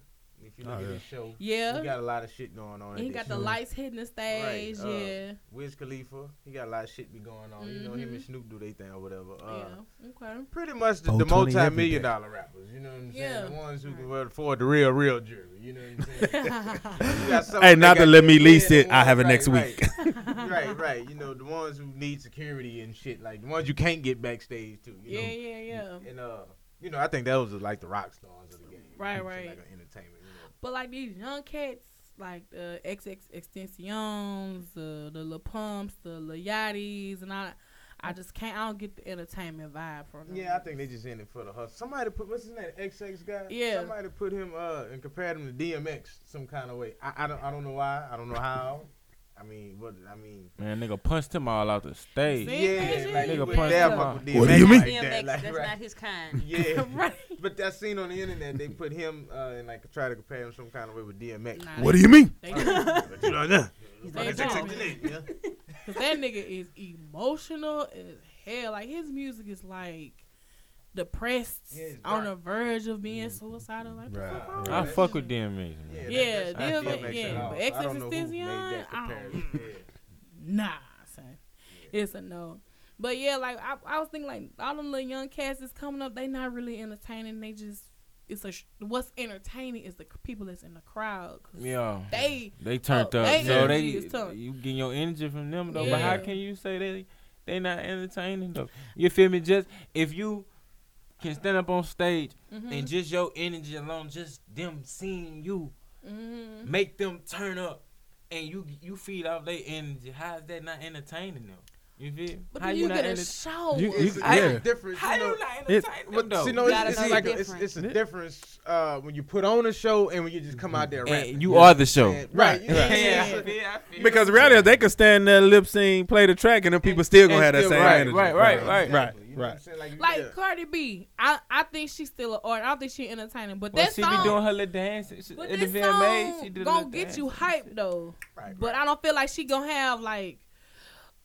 If you look
Oh,
at
yeah.
his show,
Yeah.
he got a lot of shit going on.
And he
at
got
this
the
show.
lights hitting the stage,
uh,
yeah.
Wiz Khalifa, he got a lot of shit be going on. You know, him and Snoop do they thing or whatever. Uh,
Mm-hmm. yeah. Okay.
Pretty much the, the
420 every
multi-million
day.
dollar rappers. You know what I'm
Yeah.
saying? The ones who can afford the real, real jewelry. You know what I'm
[laughs]
[laughs] saying? You got some
Hey,
that
not
got
to let
their
me
head
lease it.
in
I
one-
have it
right,
next
right.
week.
right, right. You know, the ones who need security and shit, like the ones you can't get backstage to. You
yeah,
know?
yeah, yeah.
And uh, you know, I think that was like the rock stars of the game.
Right,
So,
right.
Like an entertainment. You
But like these young cats, like the XX Extensions, the the La Pumps, the La Yachties, and I, I just can't. I don't get the entertainment vibe from them.
know? Yeah, I think they just in it for the hustle. Somebody put what's his name, XX guy.
Yeah.
Somebody put him uh and compared him to DMX some kind of way. I, I don't I don't know why. I don't know how. I mean, what I mean.
Man, nigga punched him all out the stage.
See?
Yeah, like
Nigga
you
punched
wouldn't
him
dare fuck
out.
with
What
DMX
do you mean?
Like that,
DMX,
like,
that's
right.
not his kind.
Yeah.
[laughs] right.
But that seen on the internet, they put him uh, and like try to compare him some kind of way with DMX.
Nah,
What do you mean?
they, they,
Oh, But you don't know.
they
It's
don't.
XXX, yeah.
Cause that nigga is emotional as hell. Like his music is like depressed,
Yeah, it's
on the
dark.
verge of being
Mm-hmm.
suicidal. Like,
Right,
the fuck wrong
I
with
fuck
you?
with DMX, man.
Yeah,
that- that's
DMX,
not DMX at
yeah,
all.
but
So I don't know who [laughs]
XXXTentacion,
made that
I don't-
comparison. Yeah.
Nah, son. It's a no. But yeah, like I, I was thinking, like all them little young cats that's coming up, they not really entertaining. They just it's a sh- what's entertaining is the people that's in the crowd. 'cause
Yeah.
They
They turned
Oh,
up.
they
so they
energy is tough.
you getting your energy from them though. But how
Yeah.
can you say they they not entertaining though? You feel me? Just if you can stand up on stage
Mm-hmm.
and just your energy alone, just them seeing you
mm,
make them turn up and you you feed off their energy. How is that not entertaining them? You feel?
but
how
then you
not
get a
enter-
show.
You-
It's,
you-
it's
yeah.
different.
How
you know,
you not
it-
entertain them
But
though?
see, no,
Gotta
it's, it's
know
like
the
a, it's, it's
difference.
a difference uh, when you put on a show and when you just come out there. Rapping.
you are the show.
And- [laughs] right? you know what I'm
Yeah,
saying?
yeah, I feel
Because
you.
reality, they could stand there lip sync, play the track, and then people still gonna
And
have that
still-
same
right,
energy.
right, right, right.
right, right.
You know what I'm saying? Like, you-
Like
yeah.
Cardi B, I I think she's still an artist. I don't think she entertaining, but
Well,
that
she
song,
be doing her little dance at
but
the
that
VMAs. She
song
do the
gonna
little
get
dance.
you hyped though.
Right,
But I don't feel like she gonna have like.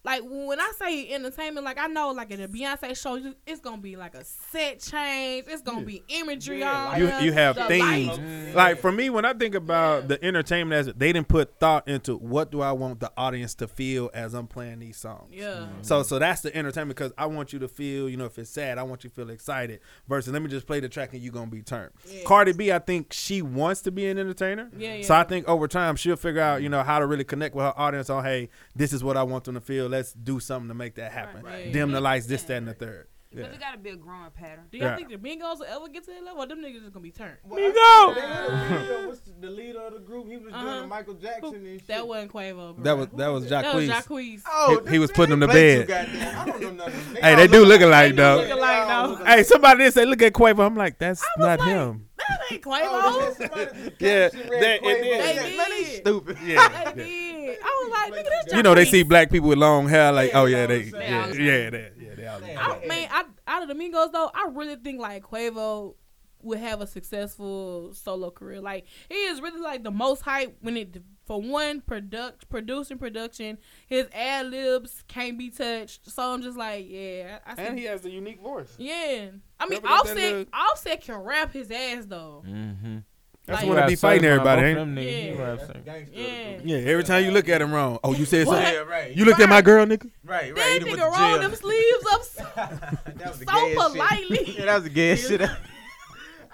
Like when I say entertainment, like I know, like at a Beyonce show, you- it's gonna be like a set change. It's gonna be imagery
Yeah,
on
You
her,
you have
the
themes. [laughs]
lights.
Like for me, when I think about the entertainment as they didn't put thought into what do I want the audience to feel as I'm playing these songs.
Yeah,
So so that's the entertainment because I want you to feel, you know, if it's sad, I want you to feel excited. Versus let me just play the track and you're gonna be turned.
Yeah.
Cardi B, I think she wants to be an entertainer.
Yeah,
So
yeah.
I think over time she'll figure out, you know, how to really connect with her audience on hey, this is what I want them to feel. Let's do something to make that happen.
Right, right.
Dim the lights, this, that, and the third. Yeah.
But it gotta be a growing pattern.
Do y'all
Yeah.
think the Mingos will ever get to that level? Or them niggas just gonna be turned.
Well, I-
Bingo!
they had a video, What's the, the leader of the group? He was
Uh-huh.
doing the Michael Jackson and shit.
That wasn't Quavo. Bro.
That was that was
that was
Jacquees.
Jacquees.
Oh,
He- he was
this
putting
man
him to
played too
bed.
goddamn. I don't know nothing.
Hey, they
all
do look
alike.
alike
They do
though.
look alike,
They all
though.
look alike.
Hey, somebody did say, look at Quavo. I'm like, that's
I was
not
like-
him.
[laughs] That ain't
Oh,
Quavo.
that's somebody-
Yeah,
she
that-
read
and then-
Quavo.
They
Yeah,
did.
man, they stupid.
they did. I was like, nigga, that's Jacquees.
You know, they see black people with long hair, like,
Yeah,
oh,
they
yeah,
all
they,
the same.
They all
yeah,
the same.
yeah, they, yeah, they all the
Yeah.
same.
I mean, I, out of the Mingos though, I really think like Quavo would have a successful solo career. Like he is really like the most hype when it for one product producing production. His ad libs can't be touched. So I'm just like, yeah, I, I see.
has a unique voice.
yeah, I mean,
Remember that
Offset,
little-
Offset can rap his ass though.
Mm-hmm.
That's
Like-
when I be fighting everybody, ain't it?
Yeah. Yeah.
Yeah, every time you look at him wrong. Oh, you said
What?
something?
Yeah, right.
You looked at my
Right.
girl, nigga?
right, right.
That
Hit him with
nigga
the
rolled
jail.
them sleeves up so,
[laughs] that was the
so
gayest shit.
politely.
Yeah, that was a gay shit. [laughs]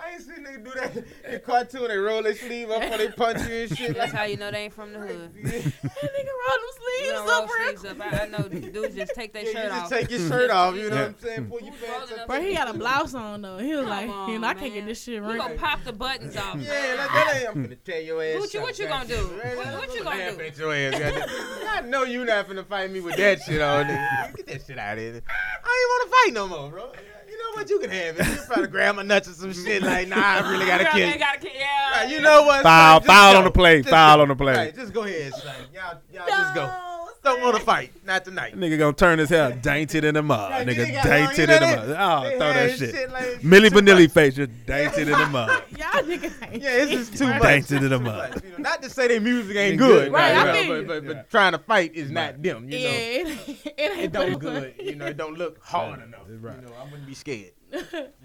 I ain't seen nigga do that in cartoon. They roll their sleeve up or they punch you and shit.
[laughs] That's
Like,
how you know they ain't from the hood.
That nigga rolled them
You
sleeves
don't
up
roll
real
sleeves up. I, I know dudes just take
[laughs]
their
yeah, [laughs] you
shirt
just
off.
take your shirt off. You know
Yeah.
what I'm saying? Pull your
Who's
pants
rolling
up.
up
Bro, he
Yeah,
had a blouse on though. He was
Come
like,
on,
you know, I can't get
man.
this shit
You gonna
right.
pop the buttons off.
like that ain't. I'm finna tear your ass.
Gucci, what you gonna do?
Right,
What-
I'm
what you
gonna
gonna
laugh
do?
At your ass, goddamn. I know you not finna fight me with that shit on. nigga. Get that shit out of here. I ain't wanna fight no more, bro. You know what? You can have it. You probably grab my nuts or some shit. Like, nah, I really gotta
Girl,
kill
they
you.
gotta kill-
All right,
Yeah.
you know what?
Foul,
son, just
foul
go.
on the play,
Just
foul
go.
on the play.
Right, just go ahead, son. Y'all, y'all just go. Don't want to fight. Not tonight.
Nigga gonna turn his hair dainted in the mud.
Like, you
Nigga
got long-
dainted
you
in
know
the mud.
that-
Oh,
they
throw
had
that shit.
like-
Millie
too much.
Vanilli face, you're dainted in the mud.
Y'all niggas
[laughs]
[laughs]
ain't
Yeah, it's just [laughs] too much.
Dainted in the
Too
mud.
much, you know. Not to say their music ain't
Ain't
good,
good,
Right,
you
I
know,
feel you.
but, but, but trying to fight is not them. You
yeah,
know,
it ain't, [laughs] it ain't
it
pretty
don't good. You know, it don't look hard enough.
Right.
You know, I wouldn't be scared.
All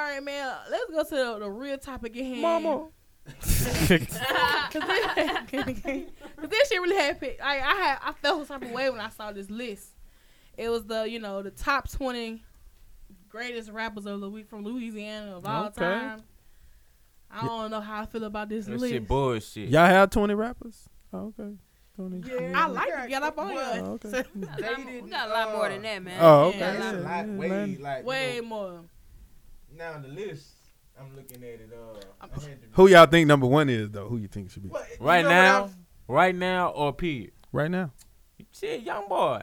right, man. Let's go to the, the real topic at hand. [laughs] Cause this, 'cause this shit really happened. I I had I felt some type of way when I saw this list. It was the you know the top twenty greatest rappers of the week from Louisiana of all
Okay.
time. I don't know how I feel about this
That
list.
shit bullshit.
Y'all have 20 rappers? Oh, okay. 20.
I like to get up on
Well,
you. [laughs]
Oh, okay.
We got a lot- we got a lot more than that, man.
Oh, okay.
Yeah,
That's a
like-
lot, way, like,
Way
You
more.
know, now the list, I'm looking at it. Uh, I'm had to-
Who y'all think number one is though? Who you think should be
Well, you
Right
know what
now,
I'm-
right now, or period.
right now?
Shit, young boy.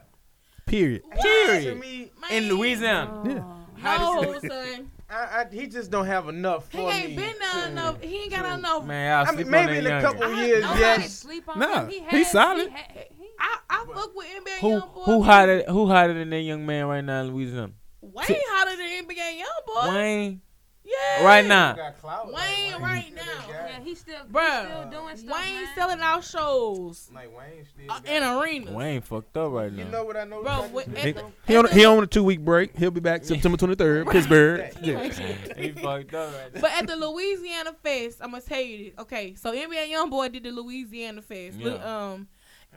Period.
to
Period.
me,
In
Man,
Louisiana.
how
No,
does it- [laughs]
son.
I, I, he just don't have enough
He
for me.
ain't been
to-
down enough. He ain't got enough.
Man, I'll
I
sleep
mean,
on
maybe
that
in a
younger.
couple of years,
Nobody
yes.
Oh, sleep on
Nah,
him. He
he
had-
solid.
He had, he,
I, I fuck with NBA
Who
YoungBoy.
who hotter who hotter than that young man right now in Louisiana?
Wayne hotter than NBA YoungBoy.
Wayne
Yeah.
right now.
Got clout, like,
Wayne right now.
yeah, he still, he
Bruh.
still doing stuff.
Wayne
man.
selling out shows
Like Wayne still.
uh,
got-
in arenas.
Wayne fucked up right
you
now.
know what I know?
Bro,
about
what-
this
He,
dude, bro?
he on he on a two week break. He'll be back September twenty
[laughs]
third, Pittsburgh. Yeah.
he fucked up [laughs] right now.
But at the Louisiana Fest, I'm gonna tell you this. Okay, so NBA YoungBoy did the Louisiana Fest. Look, Um,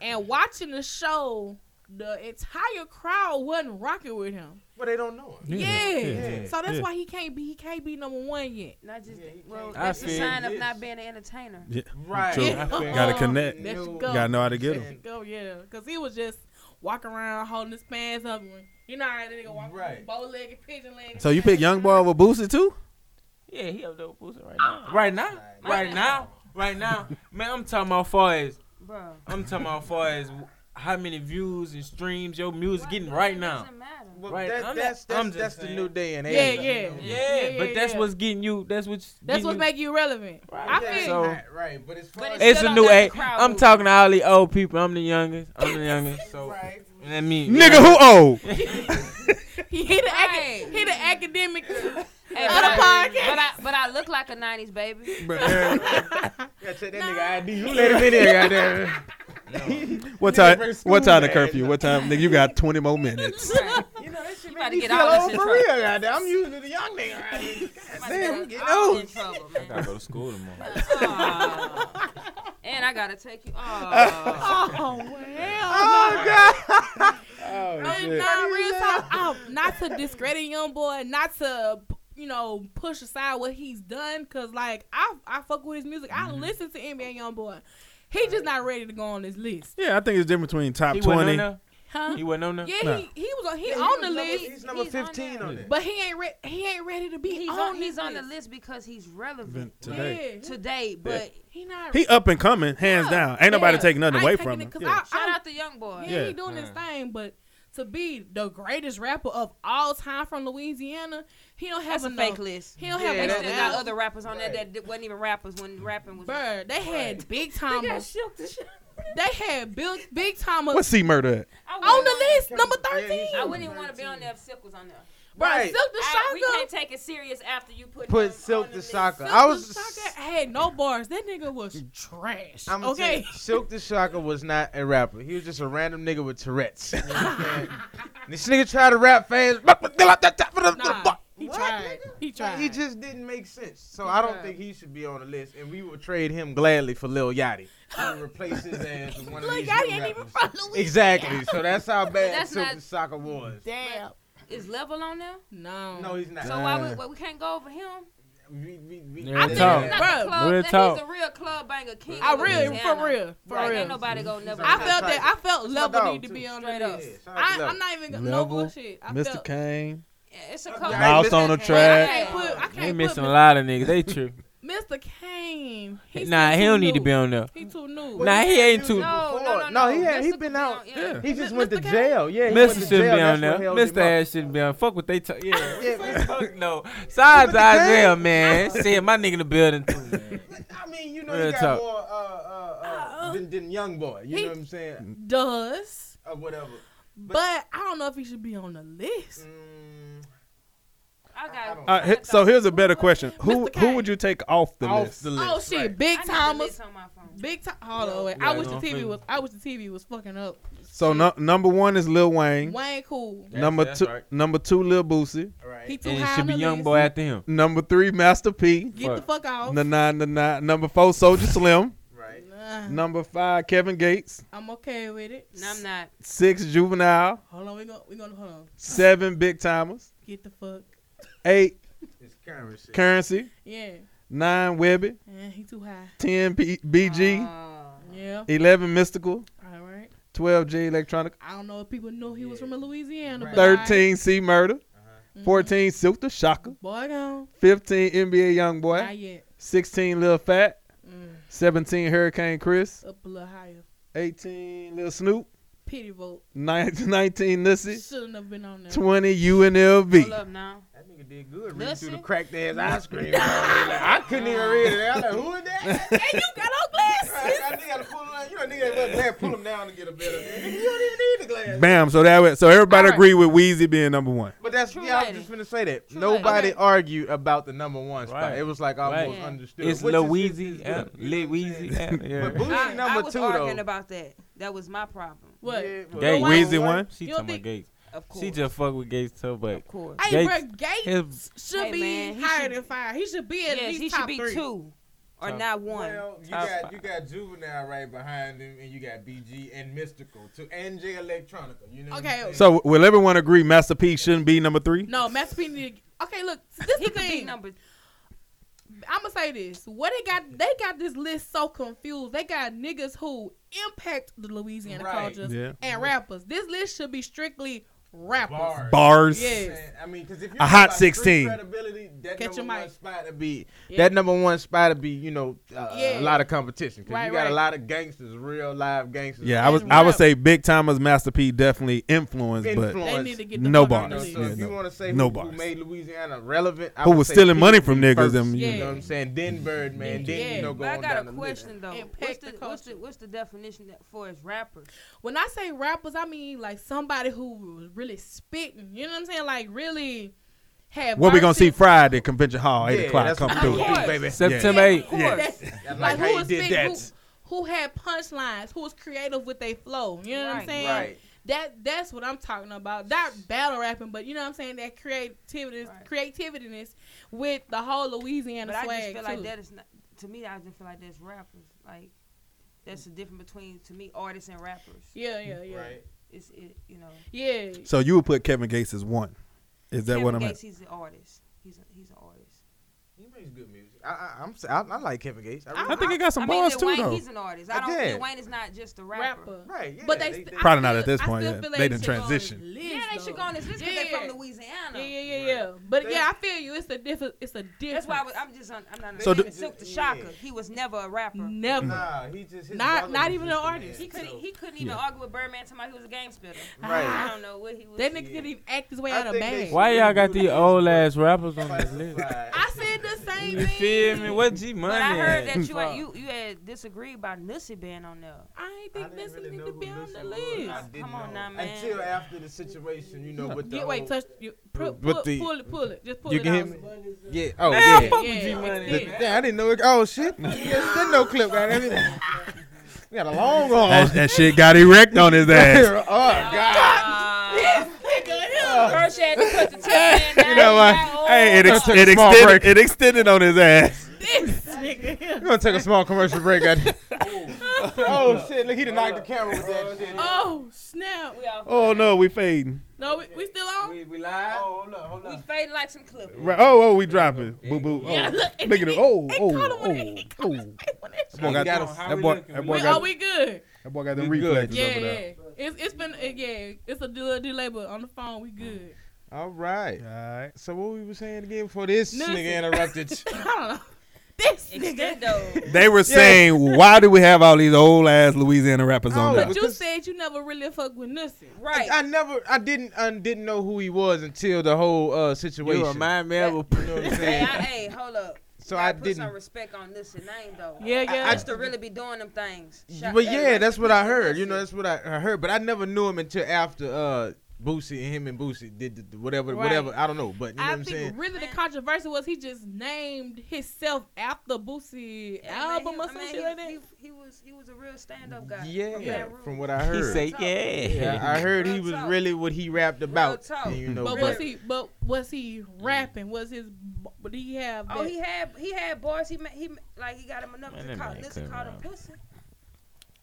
and watching the show, the entire crowd wasn't rocking with him.
But they don't know him.
Yeah.
yeah.
So that's
Yeah.
why he can't be he can't be number one yet.
Not just
Yeah, he
well,
can't-
that's
I
a
feel
sign of
this.
not being an entertainer.
Yeah.
Right.
True.
Yeah.
I feel-
Gotta connect.
Let's
No.
go.
You gotta know how to get them.
Oh yeah, cause he was just walking around holding his pants up. and- You know how that nigga walk
Right.
bow legged, pigeon legged.
So you pick Young Boy over Boosie too?
Yeah, he up there with Boosie right now. Right now, right now, right now. Man, I'm talking about far as
Bro.
I'm talking about far as how many views and streams your music getting right
It
now.
doesn't matter.
Well,
Right.
That,
I'm
that's
just-
that's,
I'm just
that's the
saying.
new day and
Yeah,
age.
yeah.
Yeah,
Yeah, yeah,
but that's
yeah.
what's getting you. That's what's
That's
getting
what
you-
make you relevant. [laughs]
Right.
I
Yeah.
feel
So-
right, right. But it's
But
far
it's
as-
It's
Still
a
don't
new
let the
age.
crowd
I'm
move.
talking to all the old people. I'm the youngest. I'm [laughs] the youngest. So
right.
and that means
Nigga, who [laughs] old?
he the
Right.
acad- he the
[laughs]
academic. [laughs]
Hey,
Other
but, I,
podcast.
but I but I look like a '90s baby.
uh,
Yeah, check that nigga
[laughs]
ID. Who let him in there? Goddamn.
What
Nigga
time?
bring
[laughs]
school
What time the
bags
curfew? What time? Nigga, you got twenty more minutes.
Right.
You know, this shit
You
make
about
me feel
to get all this
old
in
for
trouble.
real. Goddamn, I'm used to the young nigga. right here. Goddamn, we
Get
getting
all
old.
in trouble,
I [laughs]
man.
gotta go to school tomorrow.
Aw. and I gotta take you. Oh,
oh well.
Oh god. oh
And nah, real talk. Oh, not to discredit young boy, not to you know push aside what he's done, cause like I I fuck with his music. I listen to NBA young boy. He just not ready to go on this list,
[laughs] Yeah, I think it's different between top
He wasn't on
twenty.
there.
huh?
He wasn't on there.
Yeah,
Nah.
he he was on he on the
number,
list,
He's number
He's on
15
there.
on it.
but he ain't re- he ain't ready to be
he's
on,
on
this
he's on the list because he's relevant
Been today.
Yeah,
today. But
he not.
He up and coming, hands
Yeah,
down. Ain't nobody
yeah.
taking nothing
I
away
ain't taking
from
it
him.
'cause
Yeah.
I-
shout
I'm-
out the young boy.
Yeah,
Yeah.
he doing his
Yeah.
thing, but to be the greatest rapper of all time from Louisiana, he don't have
That's a
enough.
fake list.
He don't
Yeah,
have
they
enough.
still got
Got
other rappers on there
Right.
that di- wasn't even rappers when rapping was.
Bruh, they had
[laughs]
big
They
time.
got shook to shit.
They had big big time
What's
on
C murder at?
I
the
wouldn't-
list, number
Yeah,
thirteen.
he's-
I wouldn't even want to be on there if Silk was on there.
Bruh,
Right.
Silk [laughs] the
I- we
Shaka.
can't take it serious after you put
Put
him
Silk
on
the
list.
Shocker.
Silk
I was.
the Shaka had no bars. That nigga was trash.
I'm gonna tell
okay.
you, Silk the Shocker was not a rapper. He was just a random nigga with
[laughs]
Tourette's. You know what I'm saying? this nigga tried to rap fast.
Nah, he
What,
tried.
nigga?
He tried.
He just didn't make sense. So I don't
Yeah.
think he should be on the list. And we would trade him gladly for Lil Yachty. And replace his ass with one of
Look,
these
y'all
new
ain't even
rappers.
from Louisiana.
Exactly. So that's how bad
that's
Silk
not-
the Shocker was.
Damn.
Is Level on there?
No.
No, he's not.
So why we, why we can't go over him?
we, we, we,
Yeah,
I
Real
think
talk.
he's not
Bruh.
the club.
Real
that
talk.
He's a real club banger. King
I
of
really,
Louisiana.
for real, for
Right,
real.
Ain't nobody go never.
I
Shout
felt
out
that I felt
Shout
level
out
need to
to
be
him.
on
Straight
that
up.
list.
Shout out to
I,
Level.
I'm not even no
Level,
bullshit. I
Mr.
felt,
Kane,
It's a
Mouse
couple.
Mouse on the
Hey,
track.
I can't put, I
They
can't put
missing a lot of niggas. They true.
Mr. Kane. He's still
Nah, he
too
don't need to
new.
be on there.
He too new.
Nah, he ain't
No,
too.
no, no, no.
No, he had- he
Mr.
been
Brown,
out.
Yeah.
He just went to
Mr. Kane?
jail. Yeah, he went
Mr.
to
shouldn't
jail.
be on
That's
there.
what held him
Mr.
up.
Ass shouldn't be on. Fuck what they talk. Yeah.
Yeah, Mr.
Fuck no. Sides
Mr.
out
Kane?
jail, man. Said my nigga in the building too. man.
I mean, you know,
Real
he got
talk.
more uh, uh, uh, than, than young boy. You
Uh-uh. He-
know what I'm saying?
does,
Or whatever.
but, I don't know if he should be on the list.
Mm,
I
I
got.
don't-
Uh, hi- so here's a better question: Who
Mr.
who
Kane.
would you take off the
off
list?
the list.
Oh shit,
right.
Big
I need the
Thomas.
list on my phone.
Big Thomas. Hold on, wait.
Yeah,
I wish the
don't
TV
think-
was. I wish the TV was fucking up.
So no, number one is Lil Wayne.
Wayne cool.
That's-
number
that's
two,
right.
number two, Lil Boosie.
Right.
He too
And it
high
should
on
be
the
young
list.
boy after him.
Number three, Master P.
Get the fuck off.
The nine, the nine. Number four, Soldier
[laughs]
Slim.
right.
Nah,
Number five, Kevin Gates.
I'm okay with it.
No, I'm not.
Six, Juvenile.
Hold on, we gonna we gonna hold on.
Seven, Big Timers.
Get the fuck.
Eight,
It's current shit.
Currency.
Yeah,
Nine, Webby.
yeah he too high.
Ten, B- BG.
Uh,
Yeah,
Eleven, Mystical.
all right.
Twelve, J Electronic.
I don't know if people knew he was
Yeah.
from Louisiana.
Right.
But all right.
Thirteen, C Murder.
Mhm.
Fourteen, Silk the Shocker.
Boy gone.
Fifteen, NBA Young Boy.
Not yet.
Sixteen, Lil Fat.
Mm,
Seventeen, Hurricane Chris.
up a little higher.
18, Lil Snoop.
Pity vote.
Nine- [laughs] 19, Nissy.
Shouldn't have been on there.
20,
hold
UNLV.
up now.
That nigga did good reading
Listen.
through the cracked ass ice cream. Like, I couldn't even read it. I was like, who is that?
and you got on glasses.
I think I gotta pull him down. You know, nigga, that glass, pull him down to get a better. Nigga, you don't even need the glass.
Bam. So that way, so everybody
All right.
agree with Weezy being number one.
But that's
True
yeah. I was
lady.
just gonna say that.
True
Nobody
lady. Okay.
argued about the number one spot.
Right.
It was like almost
Right.
understood.
It's
which is-
Lil Weezy.
is
Yeah.
good. You know
Lil
what I'm
Weezy. yeah,
saying? But
Yeah.
Boosie
I, I
number
was
two
arguing
though.
about that. That was my problem.
What?
Yeah, well,
Gates.
number
Weezy one.
She
You don't
talking about
think-
Gates.
Of course.
She just fuck with Gates too, but
Of course.
Hey,
Gates-
bro, Gates
his
should
Hey,
be
man, he
higher
should-
than five. He should be at
Yes,
least
he
top
should be
three.
two. or not one.
Well, you
Top
got
five.
you got juvenile right behind him, and you got BG and Mystical too, and J Electronica. You know. what I'm
Okay.
saying?
So will everyone agree Master P shouldn't be number three?
No, Master P need. to- Okay, look, this
he
the
could be
thing.
number.
I'm gonna say this. What they got, they got this list so confused. They got niggas who impact the Louisiana
Right.
cultures
Yeah.
and rappers. This list should be strictly rappers.
Bars.
Bars.
Yeah.
Man, I mean, 'cause if you
A
talk
hot
about street
16.
credibility, that
Catch
number
your
one
mic.
spot to be
Yeah.
that number one spot to be you know uh,
Yeah.
a lot of competition 'cause
Right,
you got
right.
a lot of gangsters, real live gangsters.
Yeah, I was. I would say Big Timers, Master P definitely influenced,
Influence.
but
They need to get the
No
fuck out of
You know,
bars.
this
so
Yeah,
list.
if
no-
you want to say
no
who, who
bars.
made Louisiana relevant, I
who
would
was
say
stealing
Pete
money from niggas? Mm-hmm.
first.
Them,
Yeah.
yeah.
You know what I'm saying? Then Birdman, then
Yeah.
you know
But
going
I got
down
a
the
question though.
Impact
What's
the
the, what's
culture.
the what's the definition that- for as rappers?
When I say rappers, I mean like somebody who was really spitting. You know what I'm saying? Like really have.
What we gonna see
verses.
Friday, Convention Hall, Oh, eight
Yeah,
o'clock.
that's
Come
what
I'm
through.
doing.
it.
course.
baby.
September
Yeah,
8th.
of course.
Yeah.
That's-
I like
Like
how
who
you
was
did
big, who,
that.
who had punchlines, who was creative with their flow. You know what I'm
Right.
saying?
Right.
That that's what I'm talking about. Not battle rapping, but you know what I'm saying? That creativity,
Right.
creativityness with the whole Louisiana
But I just
swag
feel
too.
like that is not. To me, I just feel like that's rappers. Like that's the difference between to me artists and rappers.
yeah, yeah, yeah,
Right.
It's it you know.
yeah.
So you would put Kevin Gates as one. Is that
Kevin
what I'm at?
Gates, he's an artist. He's a, he's an artist.
He makes good music. I, I, I'm, s- I, I like Kevin Gates. I really,
I think he got some
I
bars
mean, Lil
too,
Wayne,
though.
He's an artist. I
I
don't.
did.
Lil Wayne is not just a rapper.
Rapper.
right. Yeah,
But they,
they,
st-
they-
I
Probably not at
still-
this
I
point,
still
yeah.
feel like
They
it
done
should go on this
transitioned.
list,
Yeah, they should go on
though.
this list because they're
Yeah.
from Louisiana.
Yeah, yeah, yeah, yeah. But
They-
yeah, I feel you. It's a different. It's a different.
That's why I was, I'm just on, I'm not
So
so
do-
Silk the
Yeah.
Shocker. He was never a rapper.
never.
Nah, he just his
Not-
brother
not
was
even
just
an
the
artist.
He
man,
couldn't
so-
he couldn't even
Yeah.
argue with Birdman. Somebody who was a game spitter. I
Right.
don't know what he was.
That nigga
Yeah.
didn't even act his way
I
out of
think they
bag.
should-
Why y'all got these old ass rappers on this list?
Classified.
I said the same
You
thing.
feel me? What G Money?
But I heard that you
Fuck.
had, you you had disagreed about Nussie being on there.
I ain't think
didn't
Nessa
really
need
know
to
who
be on the
Nipsey was.
list.
I didn't
Come on
know.
now, man.
Until after the situation, you know, with the
Get wait,
whole-
touch you. Pull,
With
pull,
the-
pull it, pull it. Just pull
You
it
can
out.
hear me? Yeah. Oh
Man,
yeah.
fuck with
Yeah.
G
The-
Money.
Yeah.
yeah, I didn't know it.
[laughs]
Oh shit! Yes, there's no clip right there. We got a long
[laughs]
one.
That, that shit got erect on his ass.
oh God!
Hersh Uh, had
[laughs]
to put the tip in.
You know what?
Hey, it, ex-
Took a
it
small break.
extended. It extended on his ass.
[laughs] This nigga here.
We're gonna take a small commercial break. I
[laughs]
oh shit! Look, he done knocked the camera with that shit.
Oh snap!
Oh no, we fading.
No, we, we still on.
We live.
Oh.
We faded like some clips.
Right. Oh oh, we dropping. Boo boo.
Yeah,
Oh.
look. and
Look at
he-
him. Oh
he
oh
caught him when
oh
he-
oh.
when that shit-
That boy got,
got us.
that boy, that boy
[laughs] Wait,
got,
are we good?
that boy got them
We good.
reflexes
Yeah,
over
yeah.
there.
It's it's been uh, yeah. It's a little delay, but on the phone we
[laughs]
good.
All right.
All right.
So what we were saying again before this
Listen. [laughs]
nigga interrupted?
I don't know. This nigga.
[laughs]
Extendo.
They were saying, why do we have all these old ass Louisiana rappers on
Oh,
there?
But you
Because-
said you never really fuck with Nussie.
Right.
I never, I didn't, I didn't know who he was until the whole uh, situation.
You remind me of a
You know what I'm
Hey, I,
saying?
hey, hold up.
so
Gotta
I
put
didn't.
some respect on this name though.
Yeah, yeah.
I, used to really be doing them things. Shout-
But
hey,
yeah,
rest
that's
in
what I
peace to
heard. You
Nipsey.
know, that's what I I heard. But I never knew him until after uh Boosie and him and Boosie did the, the whatever,
Right.
whatever. I don't know, but you know
I
what I'm
think
saying.
really the
Man.
controversy was he just named himself after Boosie
Yeah, man,
album
he-
or
I
some
mean,
shit like that.
he, he, he was he was a real stand up guy. from,
Yeah,
Baton Rouge.
from what I
[laughs] He
heard.
say yeah.
yeah, I heard he
Real
was
talk.
really what he rapped about.
talk.
and you know,
But
but
was he? But was he rapping? Was his? But he have?
Oh,
that-
he had he had bars. He ma- he ma- like he got him enough
Man,
to
that
call.
man
Listen,
couldn't
called him
rap.
pussy.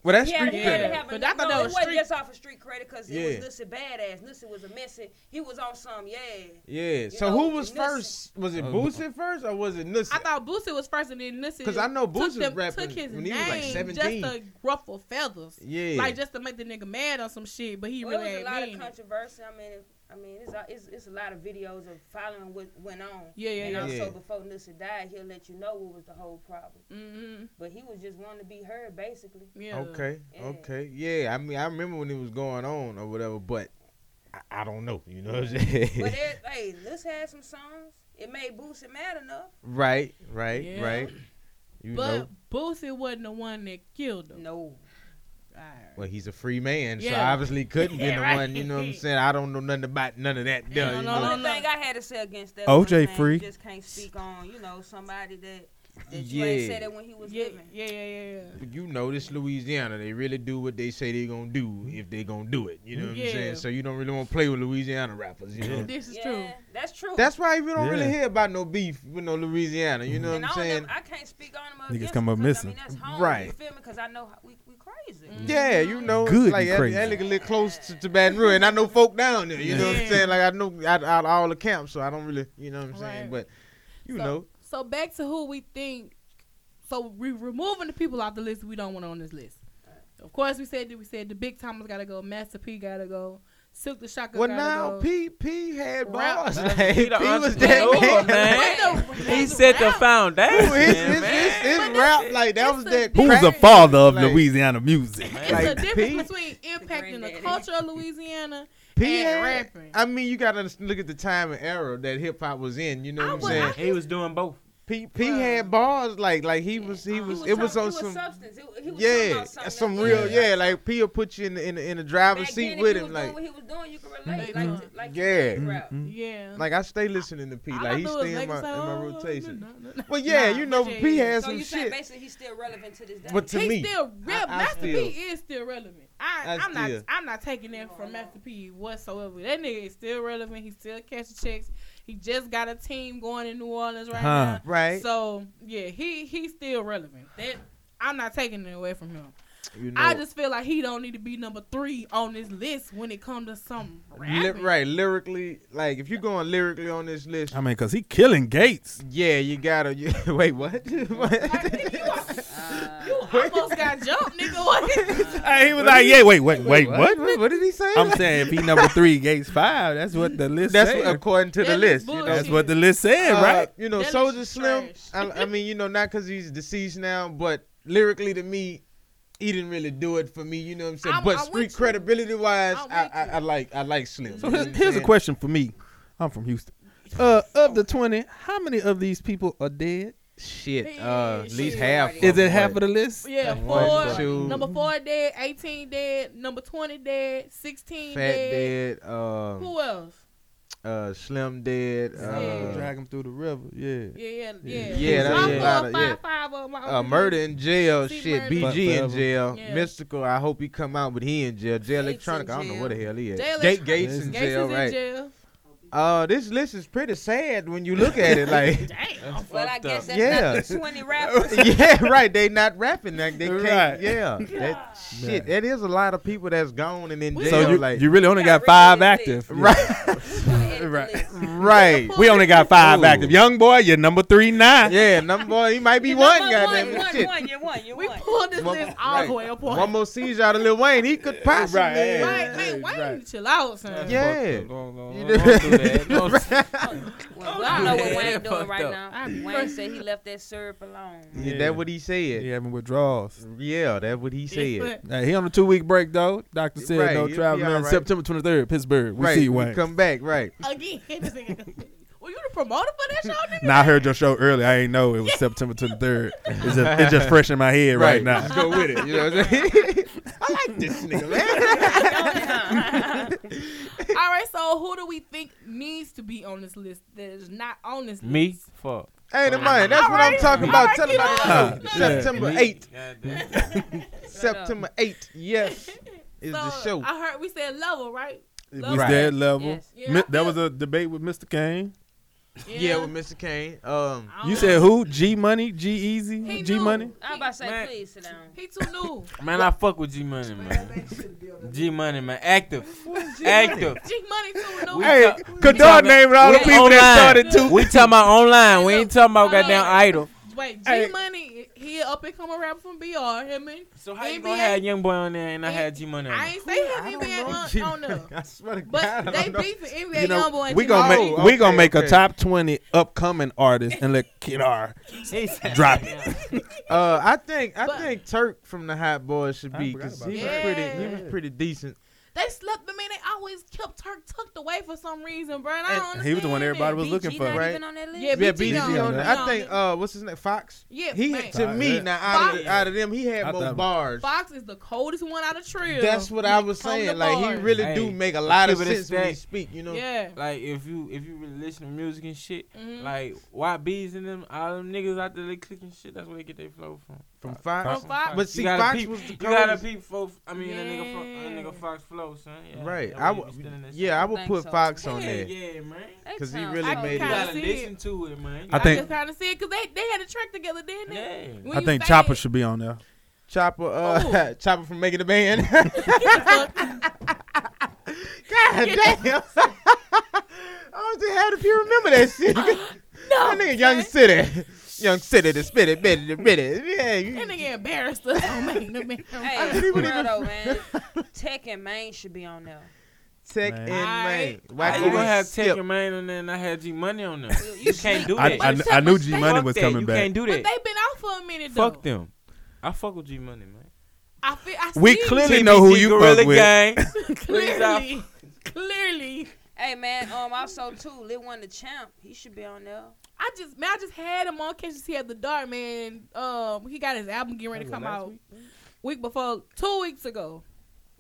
well, that's
He had,
street
he
Yeah,
had to
credit.
have
but
enough.
that-
No,
that
it
was
wasn't
street.
just off of street credit because
Yeah.
it was Nussie badass. Nussie was a messy. He was on some yeah.
Yeah. So
know,
who was
Nipsey.
first? Was it
Oh.
Boosie first or was it
I
Nussie?
thought Boosie was first, and then Nussie.
Because I know
took,
Boosie was
them,
rapping
took his
when he
name
was like 17.
just to ruffle feathers,
Yeah.
like just to make the nigga mad on some shit. But he
Well,
really
it was a
ain't
lot
mean.
of
it.
controversy. I mean, if- I mean, it's, a- it's it's a lot of videos of following what went on.
Yeah, yeah,
and
yeah.
also
Yeah.
before Nussie died, he'll let you know what was the whole problem.
Mhm,
But he was just wanting to be heard, basically.
yeah.
Okay.
Yeah.
Okay. Yeah. I mean, I remember when it was going on or whatever, but I, I don't know. You know what I'm saying?
But it, hey, this had some songs. It made Boosie mad enough.
[laughs] Right, right,
Yeah.
right. You know,
But Boosie wasn't the one that killed him.
No.
Alright.
well, he's a free man, so
Yeah.
obviously couldn't
[laughs]
be
Yeah,
the
right.
one. You know what I'm saying? I don't know nothing about none
[laughs]
of that.
No,
duh, you
no,
know.
The
no.
only thing I had to say against that.
OJ
was, man,
free.
Just can't speak on you know somebody that that you ain't
Yeah.
said it when he was
Yeah,
living.
yeah, yeah, yeah.
But you know this Louisiana, they really do what they say they gonna do if they gonna do it. You know what
Yeah.
I'm saying? So you don't really wanna play with Louisiana rappers, you
yeah.
know.
This is
yeah,
true.
That's true.
That's why we don't really
Yeah.
hear about no beef with no Louisiana, you know
and
what I'm
I don't
saying?
Never, I can't speak on them.
Niggas
against
come
them
up
'cause, I
missing.
mean, that's home. You
Right. Mm.
feel me? Because I know how, we we crazy.
Yeah, you know,
Good
like
and
that,
crazy.
that nigga live close to, to Baton Rouge, and I know folk down there. You know what
Yeah.
I'm saying? Like I know out, out of all the camps, so I don't really, you know what I'm saying.
Right.
But you
So-
know,
So back to who we think. So we removing the people off the list we don't want on this list. Of course, we said that we said the big timers gotta go, Master P gotta go, Silk the Shocker
well
gotta
now
go.
P P had
Rap.
bars.
Nah,
[laughs] Like,
he
P
the
was
entrepreneur,
that man.
man.
But the-
He
the
set the
rap-
[laughs] foundation,
His, his, his,
man.
his
But this
rap
is-
like that
this
was
is-
that.
Who's
Who's the
crack.
father of
Like,
Louisiana music?
It's
Like,
a difference
P-
between impacting the
granddaddy.
culture of Louisiana
P
and
had,
rapping.
I mean, you gotta just look at the time and era that hip hop was in. You know
I
what I'm
would-
saying?
I-
He was doing both.
P P
Bruh.
had bars like like he was he
Uh,
was
he
it was
talk-
on
he
some.
was substance. He, he was talking
Yeah,
about something
that's some
that-
real. Yeah, like P will put you in the in the, in the driver's
Back
seat
then, if
with
you
him,
was doing
like
what he was doing, you could relate.
Mhm.
Like, like
Yeah. Mm-hmm.
rap.
yeah.
Like I stay listening to P.
All I
Like he
do is
stay in
make
my
it
in
say,
my
"Oh,
rotation.
no, no, no."
But yeah,
Nah,
you know
yeah,
P
yeah.
has
So
some
you saying
shit.
basically he's still relevant to this day.
But to
He's
me,
still real.
I
Master
still-
P is still relevant.
I
I, I'm
still-
not. I'm not taking that from Master P whatsoever. That nigga is still relevant. He still catching checks. He just got a team going in New Orleans right
Huh.
now.
right?
So yeah, he he's still relevant. That I'm not taking it away from him.
you know,
I just feel like he don't need to be number three on this list when it comes to some
li-
rapping.
right lyrically. Like if you're going lyrically on this list,
I mean, cause he killing Gates.
yeah, you gotta. [laughs] You, wait, what?
Like,
[laughs]
nigga, you, al-
Uh,
you almost got jumped, nigga. [laughs] What?
[laughs] Hey, he was like, yeah, wait, wait, wait,
what?
what?
What, what did he say?
I'm saying if he number three, Gates five. That's what the list
that's
said.
what, according to the
That
list.
is
You know,
bullshit.
that's what the list said,
Uh,
right?
You know,
That
Soldier
is
Slim.
trash.
I, I mean, you know, not because he's deceased now, but lyrically to me, he didn't really do it for me. You know what I'm saying?
I'm-
but
I'm
street
with you.
credibility wise,
I'm
I,
with
I,
you.
I like I like Slim.
So
You know
here's
what I'm
here's a
saying?
question for me. I'm from Houston. Uh, of the twenty, how many of these people are dead?
Shit,
Hey,
uh, at least
shit.
half.
Is it
them,
half
but-
of the list?
Yeah,
That was
four.
two.
Number four dead, eighteen dead, number twenty dead, sixteen
Fat
dead.
dead, um,
Who else?
uh, Slim dead,
Slim.
uh,
Drag them through the river. Yeah.
Yeah, yeah,
Yeah.
yeah.
Yeah,
that's
I'm
a
lot
for
of-
five,
yeah.
five of my
uh, murder in jail.
See,
Shit,
Murder.
BG in
Forever.
jail.
Yeah.
Mystical. I hope he come out, but he in jail. Jail
Gates in
Electronica. I don't know
jail.
where the hell he is.
Jail
Gates,
Electronica.
Gates in
Gates
jail,
is in
right?
jail.
Uh, this list is pretty sad when you look at it. Like,
Damn.
well, I
fucked
guess
up.
that's
Yeah.
not
[laughs]
the 20 rappers.
yeah, right. They not rapping. Like they can't.
Right.
Yeah, that shit. That is a lot of people that's gone and in
So
jail.
So you,
like,
you really only
We
got
got
five
really
active.
right,
right.
right.
We only got five
Ooh.
active. Young boy, you're number three nine.
[laughs] Yeah, number one. He might be one. Goddamn
one,
shit.
one, you one, you
We
one.
pulled this
One-
list all the
right.
way up on.
One more seizure out of Lil Wayne. He could possibly.
Right, yeah,
Right,
yeah,
man, why you
right.
need to chill out, son?
Yeah.
Don't,
You
don't,
know-
don't, don't do
[laughs]
that. Don't s-
Well, I don't know what
Yeah,
Wayne doing
fucked
right
up.
now.
I'm
Wayne
crazy.
said he left that syrup alone.
Yeah,
Yeah.
that what he said.
He
Yeah,
having withdrawals.
that what he said.
But
Hey, he on a two week break though. Doctor said
Right, he'll
no
be
traveling.
all right.
September twenty third, Pittsburgh. We
right,
see you,
we
Wayne.
come back. Right.
[laughs] again, this
[laughs]
nigga- were you the promoter for that show, nigga?
Now I heard your show early. I ain't know it was September twenty third. It's just, it's just fresh in my
[laughs]
head right,
Let's
now.
go with it. [laughs] You know what I'm saying? I like this nigga, man.
All right, so who do we think needs to be on this list that is not on this
Me?
list?
Fuck.
Ain't a mind. That's what I'm talking about. Tell them about it.
Huh.
September
Me?
8th.
Goddamn.
September 8th. [laughs] Yes. Is the
So,
show.
I heard we said level, right?
We
Right.
that level.
Yes.
Yeah,
Mi-
I
that
feel-
was a debate with Mr. Kane.
Yeah, with Mr. Kane. Um,
I don't
You
know.
said who? G Money, G Easy,
He
G
knew.
Money.
I'm about to say,
Man.
please sit down.
He too new.
Man, I fuck with G Money, man. G Money, man. Active. Active.
G Money too
[laughs]
new.
We
Hey,
talk-
Kadar
we
named all the
We
people that started too.
We talking about online. We ain't talking about
Hold on.
goddamn idol.
Wait,
Hey.
G Money, he up and coming rapper from BR. Him and
So how you
NBA?
gonna have young boy on there and I had G Money?
I ain't say him and NBA on, on there.
I swear to
But
God, I
they
don't know.
beefing NBA
You know,
Youngboy and
we gonna
G-Money.
make
Oh,
we gonna
okay,
make
okay.
a top twenty upcoming artist and let Kidar drop it.
Uh, I think I
But-
think Turk from the Hot Boys should
I
be
forgot
because
about
he was
Turk.
pretty he
Yeah.
was pretty decent.
They slept the man. They always kept her tucked away for some reason, bro. And I don't
[laughs] He was the one
understand
everybody
it.
was looking
BG
for,
not
right?
even on that list?
Yeah,
Yeah,
BG
BG
on
on
it.
there.
Yeah.
I think uh, what's his name? Fox.
Yeah,
he
man.
to
Fox,
me
yeah.
now out of,
Fox.
the, out of them he
I
had more
thought-
bars.
Fox is the coldest one out of trio.
That's what I was
From the
saying. Like he
bars.
really
Hey,
do make a lot of
give it a
sense when he
stack.
speak. You know.
Yeah.
Like if you if you really listen to music and shit,
Mhm.
like YBs and them all them niggas out there they clicking shit, that's where they get their flow from.
From Oh, Fox.
From Fox.
But
you
see,
gotta
Fox
peep,
was the
you gotta
coldest.
peep. Fo- I mean, that nigga, fo- that
Yeah.
nigga Fox flow, son. Yeah,
Right.
That
I
way you
would.
still in that
Yeah, I
shit.
would
think
put
so,
Fox
too.
on
yeah,
there.
yeah, man.
That
'Cause he
sounds
really
like-
made
You
it.
Kinda
gotta
see
listen to it, man.
I
I,
think-
just kind of see it because they, they had a track together, didn't they?
Yeah.
When
I
you
think
say
Chopper
it,
should be on there.
Chopper. Uh,
Oh.
[laughs] Chopper from making
[laughs]
the band. [laughs] God damn. [laughs] I was just had if you remember that shit.
[laughs]
[laughs] that nigga, Young
son.
City. Young City, the spit it, bit it, the
[laughs]
bit it. Yeah, you,
That nigga embarrassed [laughs] us. on Making the Man.
Hey,
didn't
for
even-
real though, man. Tech and Maine should be on there.
Tech
Man.
and Maine.
Alright.
Why
I
couldn't
even
we
have
skip?
Tech and Main on there, and I had G Money on there.
You- you
You can't
sleep.
do
I,
that.
I,
Fuck
kn- I knew G Money
that.
was coming
you
back.
can't do
But they
that.
been out for a minute though.
Fuck them. I fuck with G
[laughs]
Money, man.
I feel. I
We
see it.
clearly know who you
Gorilla
fuck with.
[laughs]
Gang.
[laughs] clearly, clearly.
Hey man, um also too, Lil One the Champ, he should be on there.
I just man, I just had him on Catches He had the Dark man. Um, he got his album getting ready to
That was
come
last
out week? before, two weeks ago.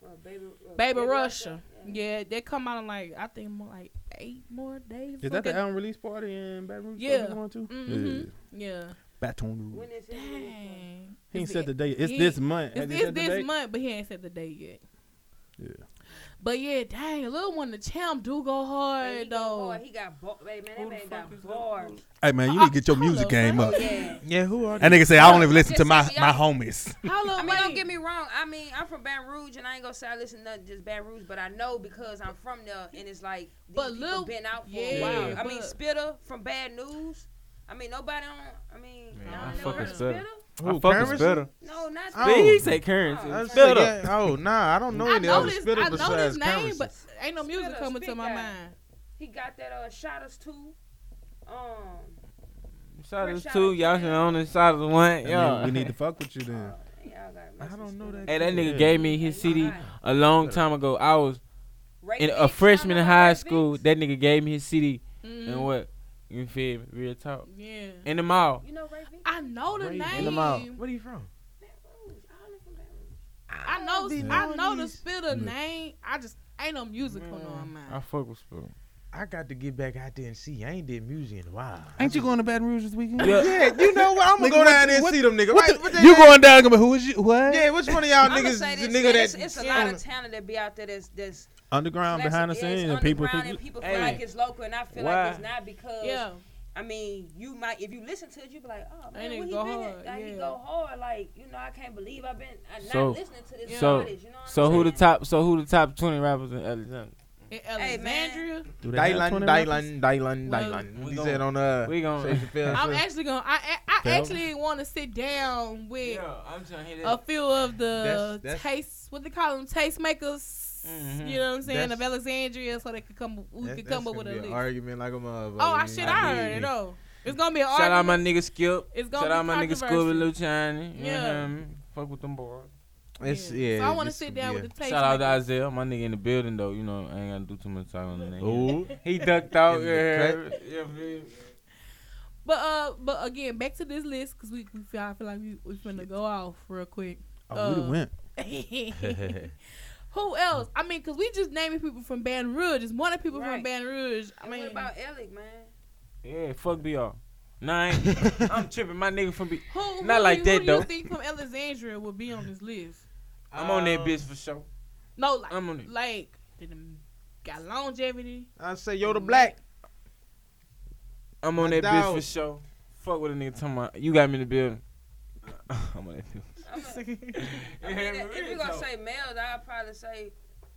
Uh, Baby, uh,
Baby Russia.
Yeah.
Yeah, they come out in like I think more like eight more days.
Is that the album release party in Baton Rouge? that we
Yeah.
Going to?
Mhm.
Yeah.
Yeah.
Baton Rouge.
When is his release?
Dang.
He ain't
It's
said the date. It's
He-
this month.
e- It's,
Ain't he
it's
said the
this
date?
month, but he ain't said the date yet.
Yeah.
But yeah, dang, little one, the champ do go hard
Hey, he got
though.
bar- He got bar. Hey, man,
Who
that
the
man
fuck is
got
Lil
bars.
Wayne?
Hey man, you need to get your
Hold
music
up,
game
man.
up.
Yeah.
Yeah, who are
That nigga say I only listen to my my homies.
How little
I mean, don't
Wayne?
get me wrong. I mean, I'm from Baton Rouge, and I ain't gonna say I listen to nothing just Baton Rouge, but I know because I'm from there, and it's like these
But
people
Lil-
been out for
yeah,
a while.
Yeah.
I mean,
but-
Spitter from Bad News. I mean, nobody on. I mean,
Man,
y'all
I
never
fuck
heard
with
of
Spitter.
Who, Currency?
No, not
Oh.
Spitter.
He said currency.
I
I
was
Shut
said,
up.
yeah, oh nah, I don't know
I
any
know
other
this,
spitter
I know
besides
this name,
Currency.
but ain't no music
Spitter,
coming to
speak
my
out.
mind.
He got that uh, shot us too. Um,
Shout out to two. Y'all should own this. Shout out to one.
Yeah.
Yeah.
We need to fuck with you
[laughs]
then.
uh, y'all got
I don't know that.
Hey, that nigga
Yeah.
gave me his CD a long time ago. I was
Ray
in a
Vicks,
freshman
y'all
in
know
high
Ray
school.
Vicks?
That nigga gave me his CD
Mhm.
and what? You feel me? Real talk.
Yeah,
In the mall.
You know Ray Vicks?
I know the
Ray Vicks.
name.
In the mouth.
Where you from?
Baton Rouge. All of them Baton Rouge.
I know,
be
I
knowing
know the
these.
spitter
Look.
name. I just ain't no music coming
Man,
on
I
mine.
fuck with Spoon.
I got to get back out there and see. I ain't did music in a while.
Ain't you going to Baton Rouge this weekend?
Yeah.
Yeah, you know what? I'm gonna
Nigga,
go
what
down
the-
there and
what
see them nigga.
What
Right,
the-
what they-
you going down? But who is you? What?
Yeah, which one of y'all
I'ma
niggas is
say
the
this,
nigga
it's,
that?
it's a lot of talent that be out there that's that's
Underground, behind the
flexible. Yeah,
scenes,
it's
and people.
underground
people
and people
Hey.
feel like it's local, and I feel
Why?
like it's not because
Yeah,
I mean you might if you listen to it you be like oh man
nigga
where he
go
been
hard,
at? Like, he
yeah.
go hard like you know I can't believe I've been I'm not
So-
listening to this
so-
artist you know what
So
I'm
who the
saying?
top? So who the top twenty rappers in Alexander?
in
Hey, man.
Alexandria.
Dylan, Dylan, Dylan,
Well,
Dylan.
we
He
gon-
said on uh,
we gon-
Shakespeare Field,
I'm
so-
actually gonna. I I, I
Tell
actually want to sit down with
I'm trying to hit
a few of the
That's- that's- Mm-hmm.
taste. What they call them, tastemakers.
Mhm.
You know what I'm saying of
That's-
Alexandria, so they could come. We
That-
could
that's
come up
gonna
with a
be an
list.
argument like a motherfucker.
oh, I should. I, heard it. Oh, it's gonna be an
Shout out my
argument.
nigga Skip.
It's gonna
Shout
be
out my nigga
controversial.
Scooby Luciani.
Yeah.
Yeah. Fuck with them boys.
It's yeah.
Oh, So I want to
it's-
sit down with the taste.
Shout out to Isaiah, my nigga in the building though. You know, I ain't gotta do too much time on the
yeah.
name.
Ooh.
He ducked out.
In the
yeah,
cut.
yeah, yeah.
But uh, but again, back to this list because we, we feel I feel like we we finna go off real
[laughs]
quick. [laughs]
Oh, we
Uh,
done went.
[laughs]
Who else? I mean, cause we just naming people from Baton Rouge. It's one of people from
Right.
Baton Rouge. I
And
mean,
what about Alec man
Yeah, fuck BR. Nah,
[laughs]
I
[laughs]
ain't- I'm tripping. My nigga from B.
who? who
Not
do
like
you,
that,
who
though.
Do you think from Alexandria would be on this list?
I'm on that
Um,
bitch for sure.
No, like
I'm on it.
like they done got longevity.
I say yo the black.
I'm on
my
that bitch
dog.
for sure. Fuck with a nigga talking about. You got me in the building. [laughs] I'm on that bitch.
I'm [laughs] a- I mean, if you gonna say males I'd probably say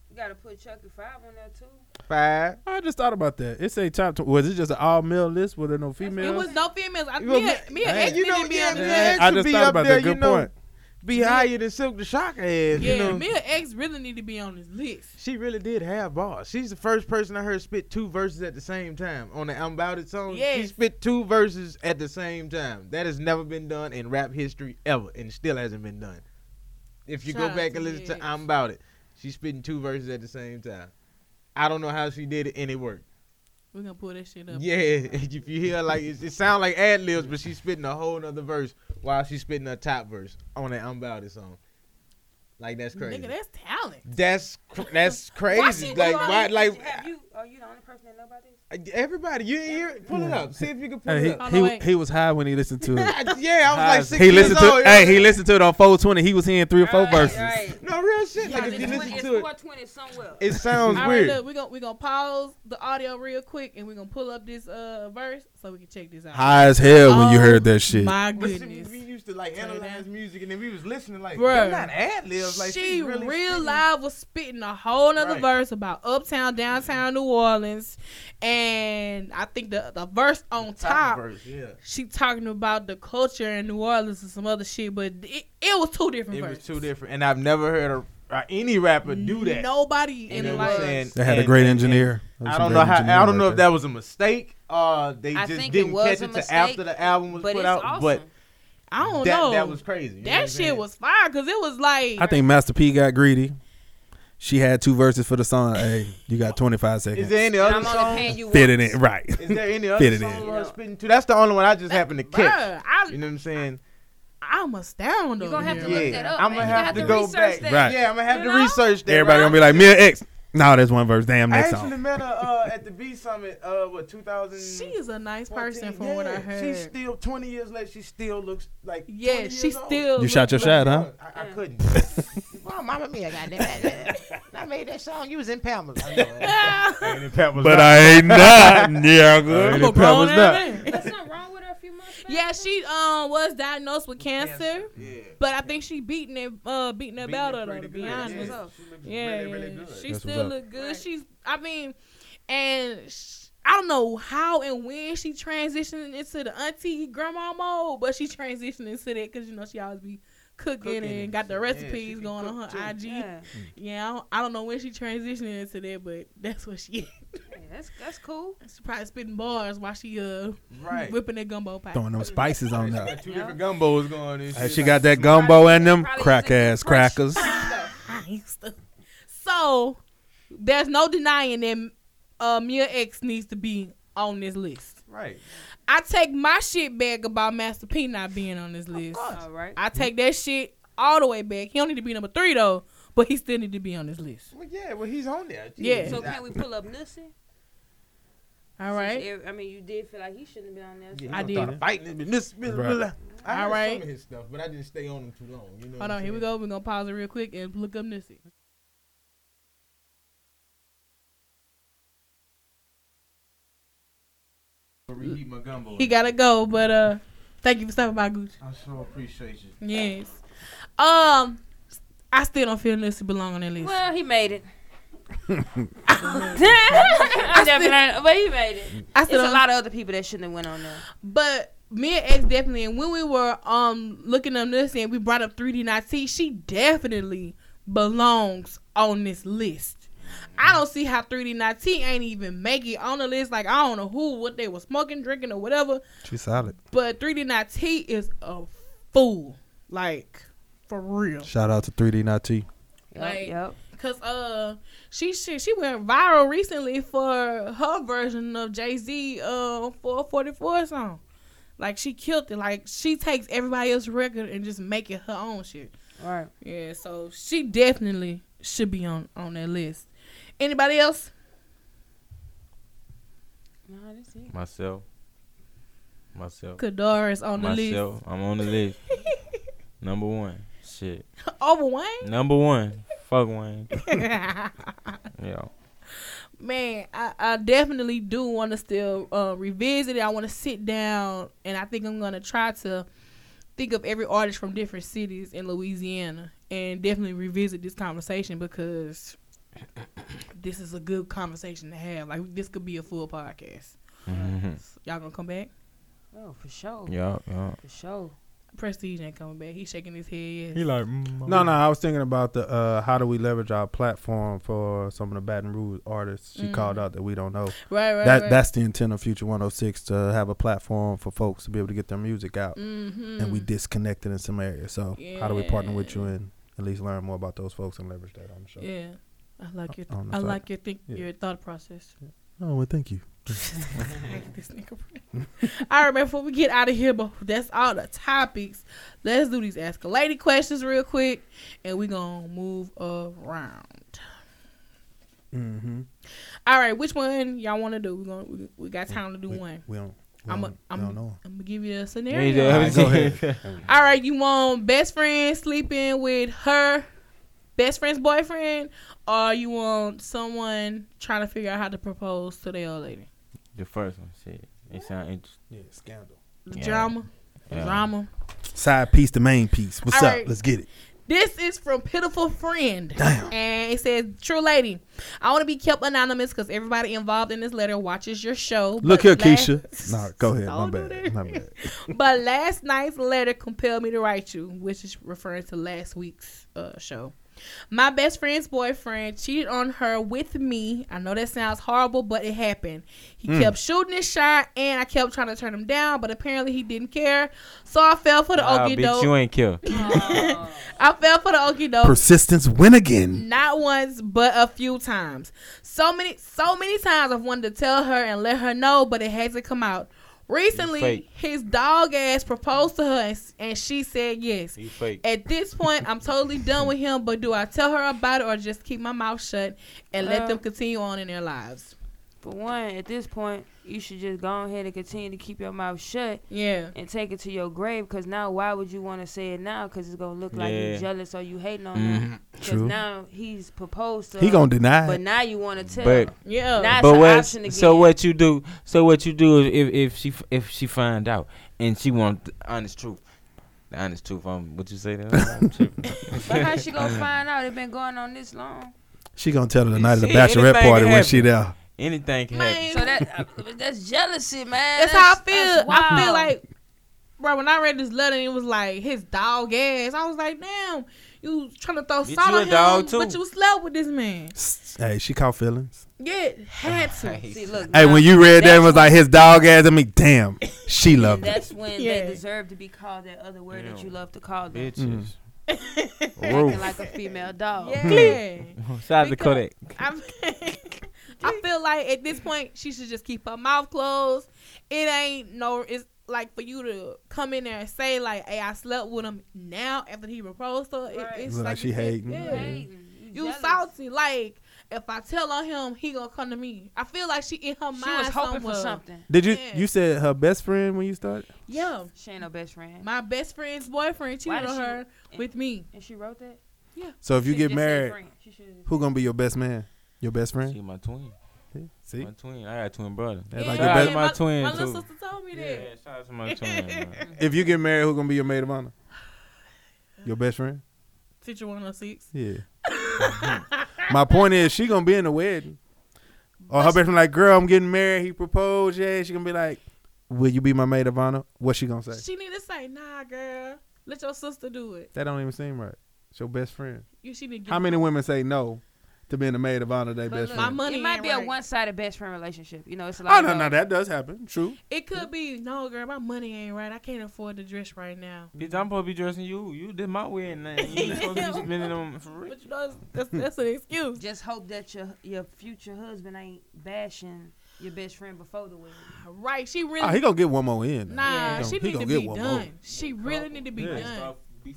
you gotta put Chucky Five on there too
Five.
I just thought about that. It say top. Tw- was it just an all male list? with there no
It
females?
was no females. I,
You
me,
know,
and- me and
hey,
X
you know,
didn't be
yeah,
on this
man,
list.
X
I
should
just
be
thought
up
about
there,
that.
you
Good
know.
point.
Be higher than Silk the Shock ass.
Yeah,
you know?
me and X really need to be on this list.
She really did have bars. She's the first person I heard spit two verses at the same time on the Unbounded song. She
Yes.
spit two verses at the same time. That has never been done in rap history ever, and still hasn't been done. If you
Shout out
go back
to
and listen
Nipsey.
to I'm About It, she's spitting two verses at the same time. I don't know how she did it, and it worked.
We're gonna pull that shit up.
Yeah, [laughs] if you hear like it, it sounds like ad libs, but she's spitting a whole nother verse while she's spitting a top verse on that I'm about it song. Like that's crazy.
Nigga, that's talent.
that's cr-
[laughs]
that's crazy.
Why
like
she-
why? Like
have you? Are you the only person that know about this?
everybody, you didn't hear it? Pull it up. See if you can pull
Hey,
it up.
Oh,
he,
no,
he,
wait.
he was high when he listened to [laughs] it.
yeah, I was like six
he
years
listened
old.
to
you know?
hey he listened to it on 420. He was hearing three or four
Right,
verses.
right.
[laughs] No real shit.
Yeah,
like if you
it's
listen
20
to it,
it's 420 somewhere.
it sounds
All right,
weird.
look, we're gonna we're gonna pause the audio real quick and we're gonna pull up this uh verse so we can check this out.
High as hell when you
Oh,
heard that shit.
My
But see,
goodness.
we used to like
Turn it
analyze
down.
music and then we was listening like,
Bruh.
they're not ad libs. Like
she
she's
real
really
live was spitting a whole nother
Right.
verse about uptown, downtown New Orleans, and I think the the verse on
spitting top
top,
verse, yeah.
she talking about the culture in New Orleans and some other shit, but it, it was two different
It was
verses.
too different, and I've never heard a, uh, any rapper do that.
Nobody
You
in
know
the
what I'm
life.
saying?
They had a
And-
great
and-
engineer.
I don't know how. I don't know if that was a mistake. Uh, they
I
just
think it
didn't
was
catch
a
it to
mistake,
after the album was
But
put
it's
out.
awesome.
But
I don't know.
that that was crazy. You know what I'm
that shit
saying?
was fire because it was like
I think Master P got greedy. She had two verses for the song. Hey, you got 25
Is
seconds.
there any
And
other
I'm only paying
song?
you
Fit it
once.
in, right?
Is there any
Fit
other
it
song
in.
we're spitting to? That's the only one I just happened to catch.
Bruh, I,
You know what I'm saying?
I'm astowned.
You gonna
over
have to
here.
look
Yeah.
that up.
I'ma
man. You
have
have
to
to
go
research
back.
that.
Right.
Yeah, I'm gonna have
You
to
know?
research
[laughs]
that.
Everybody
right?
gonna be like, Mia X. No, that's one verse. Damn,
I
next
actually
song.
met her uh, at the B Summit. Uh, what 2000?
She is a nice person, from what I heard.
She's still 20 years later. She still looks like. 20
yeah,
years
she
old.
still.
You
[laughs]
shot your
Look,
shot, huh?
look, I, I
Yeah.
couldn't. [laughs] well, Mama Mia, goddamn. [laughs] I made that song. You was in Pamela.
But I
[laughs]
ain't not. Yeah,
I'm
good.
a grown ass man.
That's not wrong with her a few months
[laughs]
back.
Yeah, she um was diagnosed with cancer,
Yeah.
but I think she beating it, uh, beating the belt out of her. To be honest,
That's what's
yeah, yeah,
up.
she
That's what's
still
up.
look good.
Right.
She's, I mean, and sh I don't know how and when she transitioned into the auntie grandma mode, but she transitioned into that because you know she always be cooking,
Cooking
and
and
got the
shit. Yeah, she
recipes
can
going on her
cook too.
IG. Yeah,
Yeah.
I, don't, I don't know when she transitioned into that, but that's what she. [laughs]
Yeah, that's that's cool.
she probably spitting bars while she uh
Right.
whipping that gumbo pie.
Throwing them spices on
She
there.
got two different gumbos going. And
Hey,
shit,
she
like-
got that gumbo and them
Probably
crack ass
using fresh-
crackers.
[laughs]
So there's no denying that uh, Mia X needs to be on this list.
Right.
I take my shit back about Master P not being on this list.
All right.
I take that shit all the way back. He don't need to be number three though, but he still need to be on this list.
Well, yeah. Well, he's on there.
Yeah.
So can we pull up Nussie?
All right.
I mean, you did feel like he shouldn't have been on there. so-
Yeah, he
I
gonna start
did.
Fighting it, and this. blah, blah,
Right.
blah. I heard
All
Some
right.
of his stuff, but I didn't stay on him too long. You know.
Hold on. Here we go. We're gonna pause it real quick and look up Nipsey.
Reheat my gumbo.
He gotta go, but uh, thank you for stopping by, Gucci.
I sure appreciate you.
Yes. Um, I still don't feel Nipsey belong on that list.
Well, he made [laughs] it. I never learned, but he made it.
I
There's
still
a
don't-
lot of other people that shouldn't have went on there.
But me and X definitely, and when we were um looking up this and we brought up 3D Nati, she definitely belongs on this list. I don't see how 3D Nati ain't even make it on the list. Like I don't know who, what they were smoking, drinking, or whatever.
She's solid.
But 3D Nati is a fool, like for real.
Shout out to 3D Nati.
Like-
yep.
Cause uh, she she, she went viral recently for her version of Jay Z uh 444 song. Like she killed it. Like she takes everybody else's record and just make it her own shit.
All right.
Yeah, so she definitely should be on on that list. Anybody else?
No, that's it.
Myself. Myself.
Kadar is on the
Myself. I'm
[laughs]
on the list. Number one. Shit.
list. Over Wayne.
Number one. Fuck Wayne. Yeah.
Man, I, I definitely do want to still uh, revisit it. I want to sit down, and I think I'm gonna try to think of every artist from different cities in Louisiana, and definitely revisit this conversation because [coughs] this is a good conversation to have. Like this could be a full podcast.
[laughs]
Y'all gonna come back?
Oh, for sure.
Yeah. Yeah.
For sure.
Prestige ain't coming back. He's shaking his head. Yes.
like.
No, no, I was thinking about the uh, how do we leverage our platform for some of the Baton Rouge artists she
Mm.
called out that we don't know.
right, right,
that
right.
that's the intent of Future 106 to have a platform for folks to be able to get their music out,
mm-hmm.
and we disconnected in some areas. So how do we partner with you and at least learn more about those folks and leverage that on the show?
Yeah. I like your,
Oh, no,
I
sorry.
like your think,
Yeah.
your thought process.
Oh well, thank you.
Like this nigga. all right, man. Before we get out of here, but that's all the topics. Let's do these ask a lady questions real quick, and we gonna move around.
Mm-hmm.
All right, which one y'all want to do? We gonna we, we got time to do one.
We don't. We
I'm a,
don't,
I'm,
we don't know.
I'm gonna give you a
Yeah,
scenario.
you [laughs]
Alright,
do.
go ahead.
All right, you want best friend sleeping with her best friend's boyfriend, or you want someone trying to figure out how to propose to the old lady?
The first one, shit. It sound interesting.
Yeah, scandal.
The
Yeah.
drama, the
Yeah.
drama.
Side piece to main piece. What's
All
up?
right.
Let's get it.
This is from Pitiful Friend.
Damn.
And it says, True lady, I want to be kept anonymous because everybody involved in this letter watches your show.
Look
but
here,
last-
Keisha. No, go ahead. My
Don't do that.
bad. My bad.
But last night's letter compelled me to write you, which is referring to last week's uh, show. My best friend's boyfriend cheated on her with me. I know that sounds horrible, but it happened. He
Hmm.
kept shooting his shot, and I kept trying to turn him down, but apparently he didn't care. So I fell for the
Ah,
okey
bitch, you
doke.
ain't kill.
I fell for the okey doke.
Persistence win again.
Not once, but a few times. So many, so many times I've wanted to tell her and let her know, but it hasn't come out. Recently,
fake.
his dog ass proposed to her, and, s- and she said yes.
You fake.
At this point, I'm totally done with him. But do I tell her about it or just keep my mouth shut and let
Uh,
them continue on in their lives?
For one, at this point, you should just go ahead and continue to keep your mouth shut
Yeah,
and take it to your grave. Cause now, why would you want to say it now? Cause it's gonna look like
Yeah.
you jealous or you hating on him. Cause
Mm-hmm. True.
now he's proposed to.
He
her,
gonna deny.
But
it.
now you want to tell.
But
her.
yeah.
Not- That's
but
an
what?
option to
So
get.
what you do? So what you do is if if she f- if she find out and she want the honest truth, the honest truth. Um, what you say? That I'm tripping.
but how
[laughs]
she gonna find out? It been going on
[laughs]
this long.
She gonna tell her the night of the
Shit,
bachelorette
anything
party
can
when she there.
[laughs] Anything can happen.
Man,
So that uh, that's jealousy, man.
that's how I feel.
that's
I feel
wild.
like, bro, when I read this letter, it was like his dog ass. I was like, damn, you trying to throw
Bitch,
salt
you a
on him,
dog too.
but you slept with this man.
Hey, she caught feelings.
Yeah, had to.
Right.
See, look,
Hey,
now,
when you read that, it
that's
was like his dog ass. I mean, damn, she loved it.
That's when
Yeah.
they deserve to be called that other word that
Yeah.
you love to call them.
Bitches.
[laughs] Acting
Roof.
like a female dog.
Yeah.
Mm. [laughs] Shout out to
Because-
Kodak.
I'm, [laughs] I feel like at this point she should just keep her mouth closed. It ain't no. It's like for you to come in there and say like, "Hey, I slept with him." Now after he proposed to her, it-
Right.
it's
Look
like,
like she
you said,
hating.
Yeah.
Right.
You
jealous.
salty. Like if I tell on him, he gonna come to me. I feel like she in her
She
mind
was hoping
somewhere.
for something.
Did you?
Yeah.
You said her best friend when you started.
Yeah,
She ain't no best friend.
my best friend's boyfriend
Why
cheated
did
on
she-
her with me.
and she wrote that.
So if you
She
get
just said
married,
friend. She should've-
who gonna be your best man? Your best
She
friend?
my twin.
See,
My twin. I got a twin brother.
that's like
Yeah.
your
Shout out
best.
to my twin,
My little
too.
sister told me
Yeah,
that.
shout out to my twin.
[laughs]
man.
If you get married, who gonna be your maid of honor? Your best friend?
Teacher 106.
Yeah.
[laughs]
My point is, she gonna be in the wedding, or her best friend like, girl, I'm getting married. He proposed. Yeah, she gonna be like, will you be my maid of honor? What she gonna say?
She need to say, nah, girl. Let your sister do it.
That don't even seem right. It's your best friend.
You she need to get
How many women say no to being a maid of honor? They
But
best
look,
My
friend.
money
it might
ain't
be
right.
a one-sided best friend relationship. You know, it's um, a lot.
Oh
of
no, no,
those.
that does happen. True.
It could be no, girl. My money ain't right. I can't afford the dress right now.
Bitch, I'm supposed to be dressing you. You did my wedding. Man. You ain't supposed to be spending them for real.
But you know, that's-
Mm.
that's, that's an excuse.
Just hope that your your future husband ain't bashing your best friend before the wedding.
Right? She really.
Oh, he gonna get one more in.
nah,
He gonna-
she
he
need
gonna
to
get
be
one
done.
more.
She really need to be
Yeah.
done.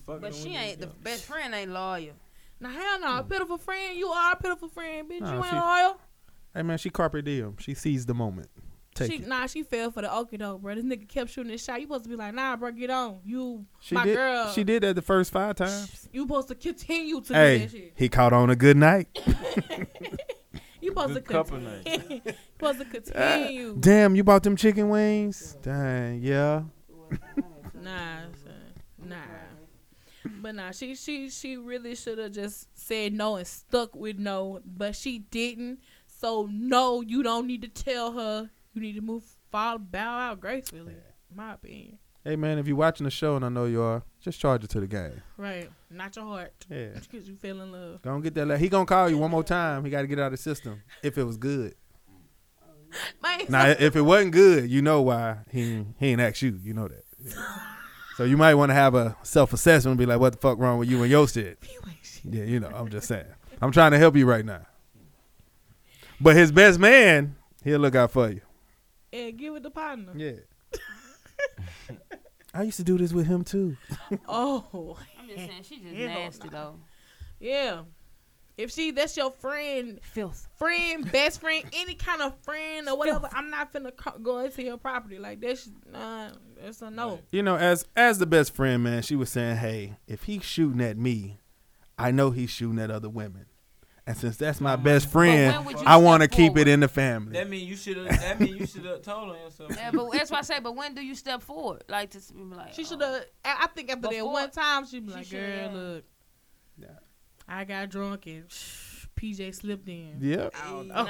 But she ain't the best friend ain't loyal.
Now, hell no, a pitiful friend. You are a pitiful friend, bitch.
Mm. Nah,
you ain't
she-
loyal.
Hey man, she carpe diem. She sees the moment. Take
She,
it.
nah, she fell for the okie doke, bro. This nigga kept shooting his shot. You supposed to be like, nah, bro, get on. You,
She
my
did.
girl.
She did that the first five times.
You supposed to continue to do
Hey,
that shit.
he caught on a good night.
You supposed to
Good couple
continue. [laughs] you supposed
[laughs]
to continue.
Damn, you bought them chicken wings. Dang, yeah.
Nah, son. nah. But nah, she she she really should have just said no and stuck with no, but she didn't. So no, you don't need to tell her. You need to move, fall, bow out gracefully. My opinion,
Hey man, if you're watching the show and I know you are, just charge it to the game.
right? Not your heart,
Yeah.
because you fell in love.
Don't get that. Le- he gonna call you one more time. He got to get out of the system. If it was good.
Man,
Now, if it wasn't good, you know why he he ain't asked you. You know that. Yeah. so you might want to have a self
[laughs]
assessment and be like, "What the fuck wrong with you and your shit?"
you ain't shit.
Yeah, you know. I'm just saying. I'm trying to help you right now. But his best man, he'll look out for you.
and give it to partner.
Yeah. [laughs] I used to do this with him too.
Oh,
I'm just saying,
[laughs]
she just
Hell
nasty though.
yeah. If she, that's your friend,
Filth.
friend, best friend, any kind of friend or whatever, I'm not finna co- go into your property like that's nah, that's a no.
You know, as as the best friend, man, she was saying, "Hey, if he's shooting at me, I know he's shooting at other women, and since that's my best
when
friend,
would you
I want to
step
keep it
forward?
in the family."
That mean you should have. That mean you should have [laughs] told on yourself.
Yeah, but that's why I say. But when do you step forward? Like to s- be like
She
oh.
should have. I I think after that
Before-
one time, she'd be like,
shoulda,
"Girl,
yeah.
look,
Yeah.
I got drunk and [laughs] PJ slipped in."
Yep.
Nah, nah,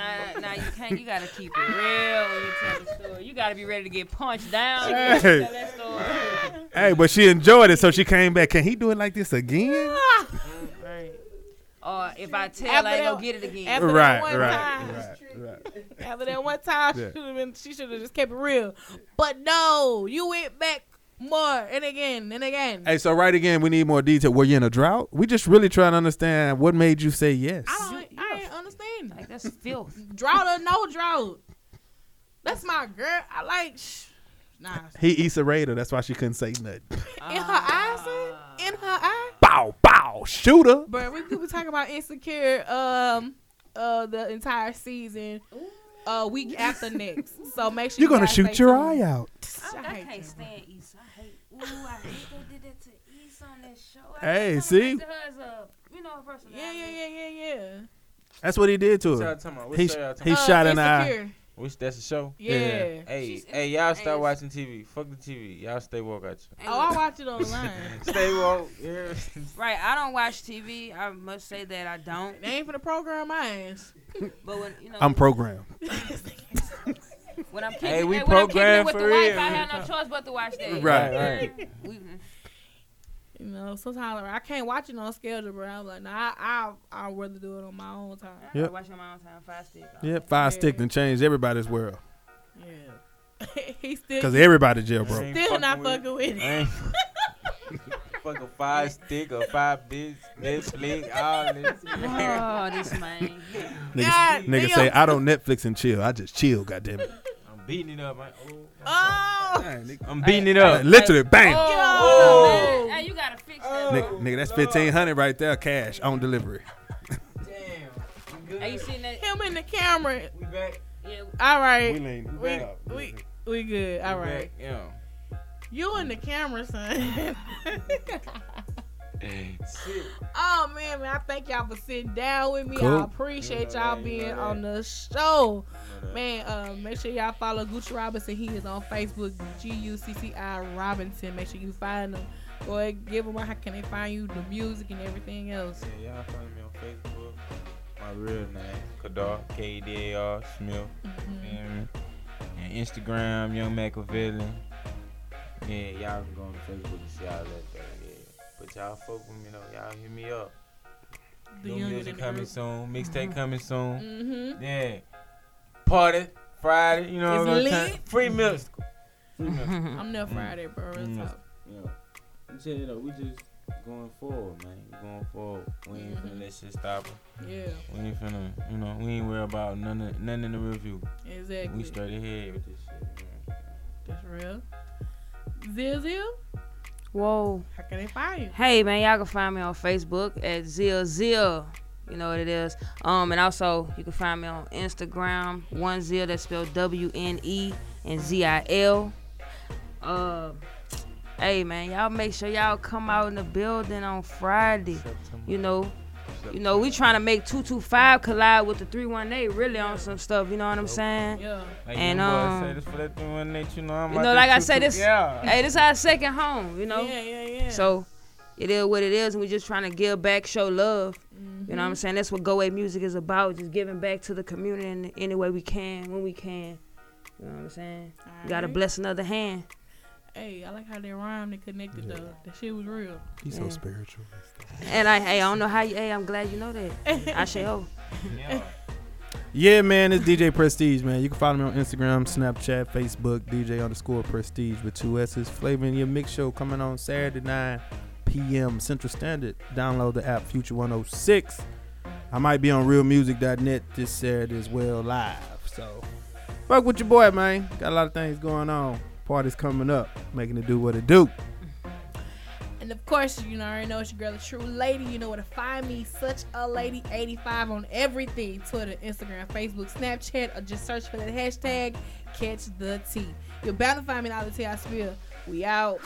you can't. You gotta keep it real when you tell the story. You gotta be ready to get punched down. when you
Hey.
tell that story.
Hey, but she enjoyed it, so she came back. Can he do it like this again?
Or if I
After
tell, I ain't
that-
gonna get it again.
after- that one time.
right.
After that one time,
Yeah.
she should have been. She should have just kept it real. But no, you went back more and again and again.
Hey, so right again, we need more detail. Were you in a drought? We just really trying to understand what made you say yes.
I don't.
You-
I
you
ain't
a-
understand.
like that's filth.
Drought or no drought, that's my girl. I like. Shh. Nah,
He eats a raider. That's why she couldn't say nothing.
in her eyes, son? in her eye.
Bow, bow, shooter.
But we people talking about insecure um uh the entire season. Uh, week after next, so make sure
You're gonna
guys
shoot
stay
your eye
tuned.
out.
Oh,
I
I,
hate
can't
you.
stand Issa. I hate. Ooh, I hate they did that to Issa on that show. I
Hey,
just
see?
kinda looked at her as a, you know, her personality.
Yeah, yeah, yeah, yeah, yeah.
That's what he did to
What y'all
her.
talking about?
He-
What show y'all talking
he-
uh,
shot in the eye.
Insecure.
about? Which that's a show.
Yeah.
Yeah.
Hey,
She's
hey, y'all start
ass.
watching TV. Fuck the TV. Y'all stay woke out. you.
Oh, I
[laughs]
watch it online.
[laughs] Stay woke. Yeah.
Right, I don't watch TV. I must say that I don't.
they ain't for the program mine.
But when you know,
I'm programmed.
when I'm kicking,
Hey, we
hey, when I'm kicking
programmed
it with
for
the wife,
real.
I have no choice but to watch that.
Right,
right.
We,
You know, sometimes like, I can't watch it on schedule, bro. I'm like, nah, I I I'd rather do it on my own time.
I
Yep.
watch on my own time. Five stick.
Yeah, five stick and change everybody's world.
Yeah, [laughs] he still
Cause everybody jailbroke.
Ain't
still not
with
fucking with
it.
it. [laughs]
I ain't fuck a five stick or five bitch Netflix all this.
Oh, this man.
Niggas,
God
niggas
damn.
say I don't Netflix and chill. I just chill. Goddamn it.
I'm beating it up. man. Oh,
Oh,
I'm beating it up.
Literally, bam.
Oh, man. Hey, you gotta fix that.
Nigga, nigga, that's fifteen hundred right there, cash on delivery.
Damn. We good.
Are you seen that?
him in the camera.
We back.
Yeah,
All right,
lean.
we we we good. All
We back.
right,
Yeah.
you in the camera, son. [laughs]
Shit.
Oh man, man, I thank y'all for sitting down with me.
Cool.
I appreciate
You know
y'all
that, you
being
know that.
on the show.
that.
Man, uh, make sure y'all follow Gucci Robinson. He is on Facebook, G U C C I Robinson. Make sure you find him. Go ahead, give him a how can they find you, the music and everything else.
Yeah, y'all find me on Facebook. My real name, Kadar, K D A R Smith.
Mhm.
feel me? And Instagram, Young Machiavelli. Yeah, y'all can go on Facebook and see all that. There, yeah. But y'all fuck with me though. Y'all hit me up.
The
New music coming soon. Mixtape coming soon.
Mm-hmm.
Yeah. Party Friday. You know
It's
what I'm saying?
lit.
Free musical. Free musical.
Mm-hmm. [laughs] I'm there Friday, bro. It's
Mm.
up.
Yeah. I'm telling you though, we just going forward, man. We going forward. We ain't finna let shit stop us.
Yeah,
We ain't finna, you know, we ain't worry about none of, none in the review. We
exactly.
straight ahead with this shit. Man.
That's real. Zil Zil,
Whoa.
how can they find you?
Hey man, y'all can find me on Facebook at Zill Zill. You know what it is. Um, and also you can find me on Instagram, one Zill that's spelled W N E and Z I L. Uh, hey man, y'all make sure y'all come out in the building on Friday. You know, you know we trying to make two two five collide with the three one eight really on some stuff. You know what I'm saying?
Yeah.
Like
and,
your boy
um,
say this for that thing one that you know I'm
you
out
know,
there
like I
too,
say,
too.
this-
Yeah.
Hey, this our second home. You know.
Yeah, yeah, yeah.
So it is what it is, and we're just trying to give back, show love. You
Mm-hmm.
know what I'm saying? That's what Go Away Music is about, just giving back to the community in any way we can, when we can. You know what I'm saying? You gotta
Alright.
bless another hand.
Hey, I like how they rhymed and connected though. That shit was real.
He's
Yeah.
so spiritual.
And I, hey, I don't know how you, hey, I'm glad you know that. I say, oh,
Yeah.
Yeah, man, it's DJ Prestige, man. You can follow me on Instagram, Snapchat, Facebook, DJ underscore Prestige with two S's. Flavoring your mix show coming on Saturday 9 p.m. Central Standard. Download the app Future 106. I might be on realmusic.net this Saturday as well, live. So, fuck with your boy, man. Got a lot of things going on. Party's coming up, making it do what it do.
And of course, you know, I already know it's your girl, the true lady. You know where to find me, such a lady 85 on everything Twitter, Instagram, Facebook, Snapchat, or just search for the hashtag catch the tea. You're bound to find me in all the tea I spill. We out.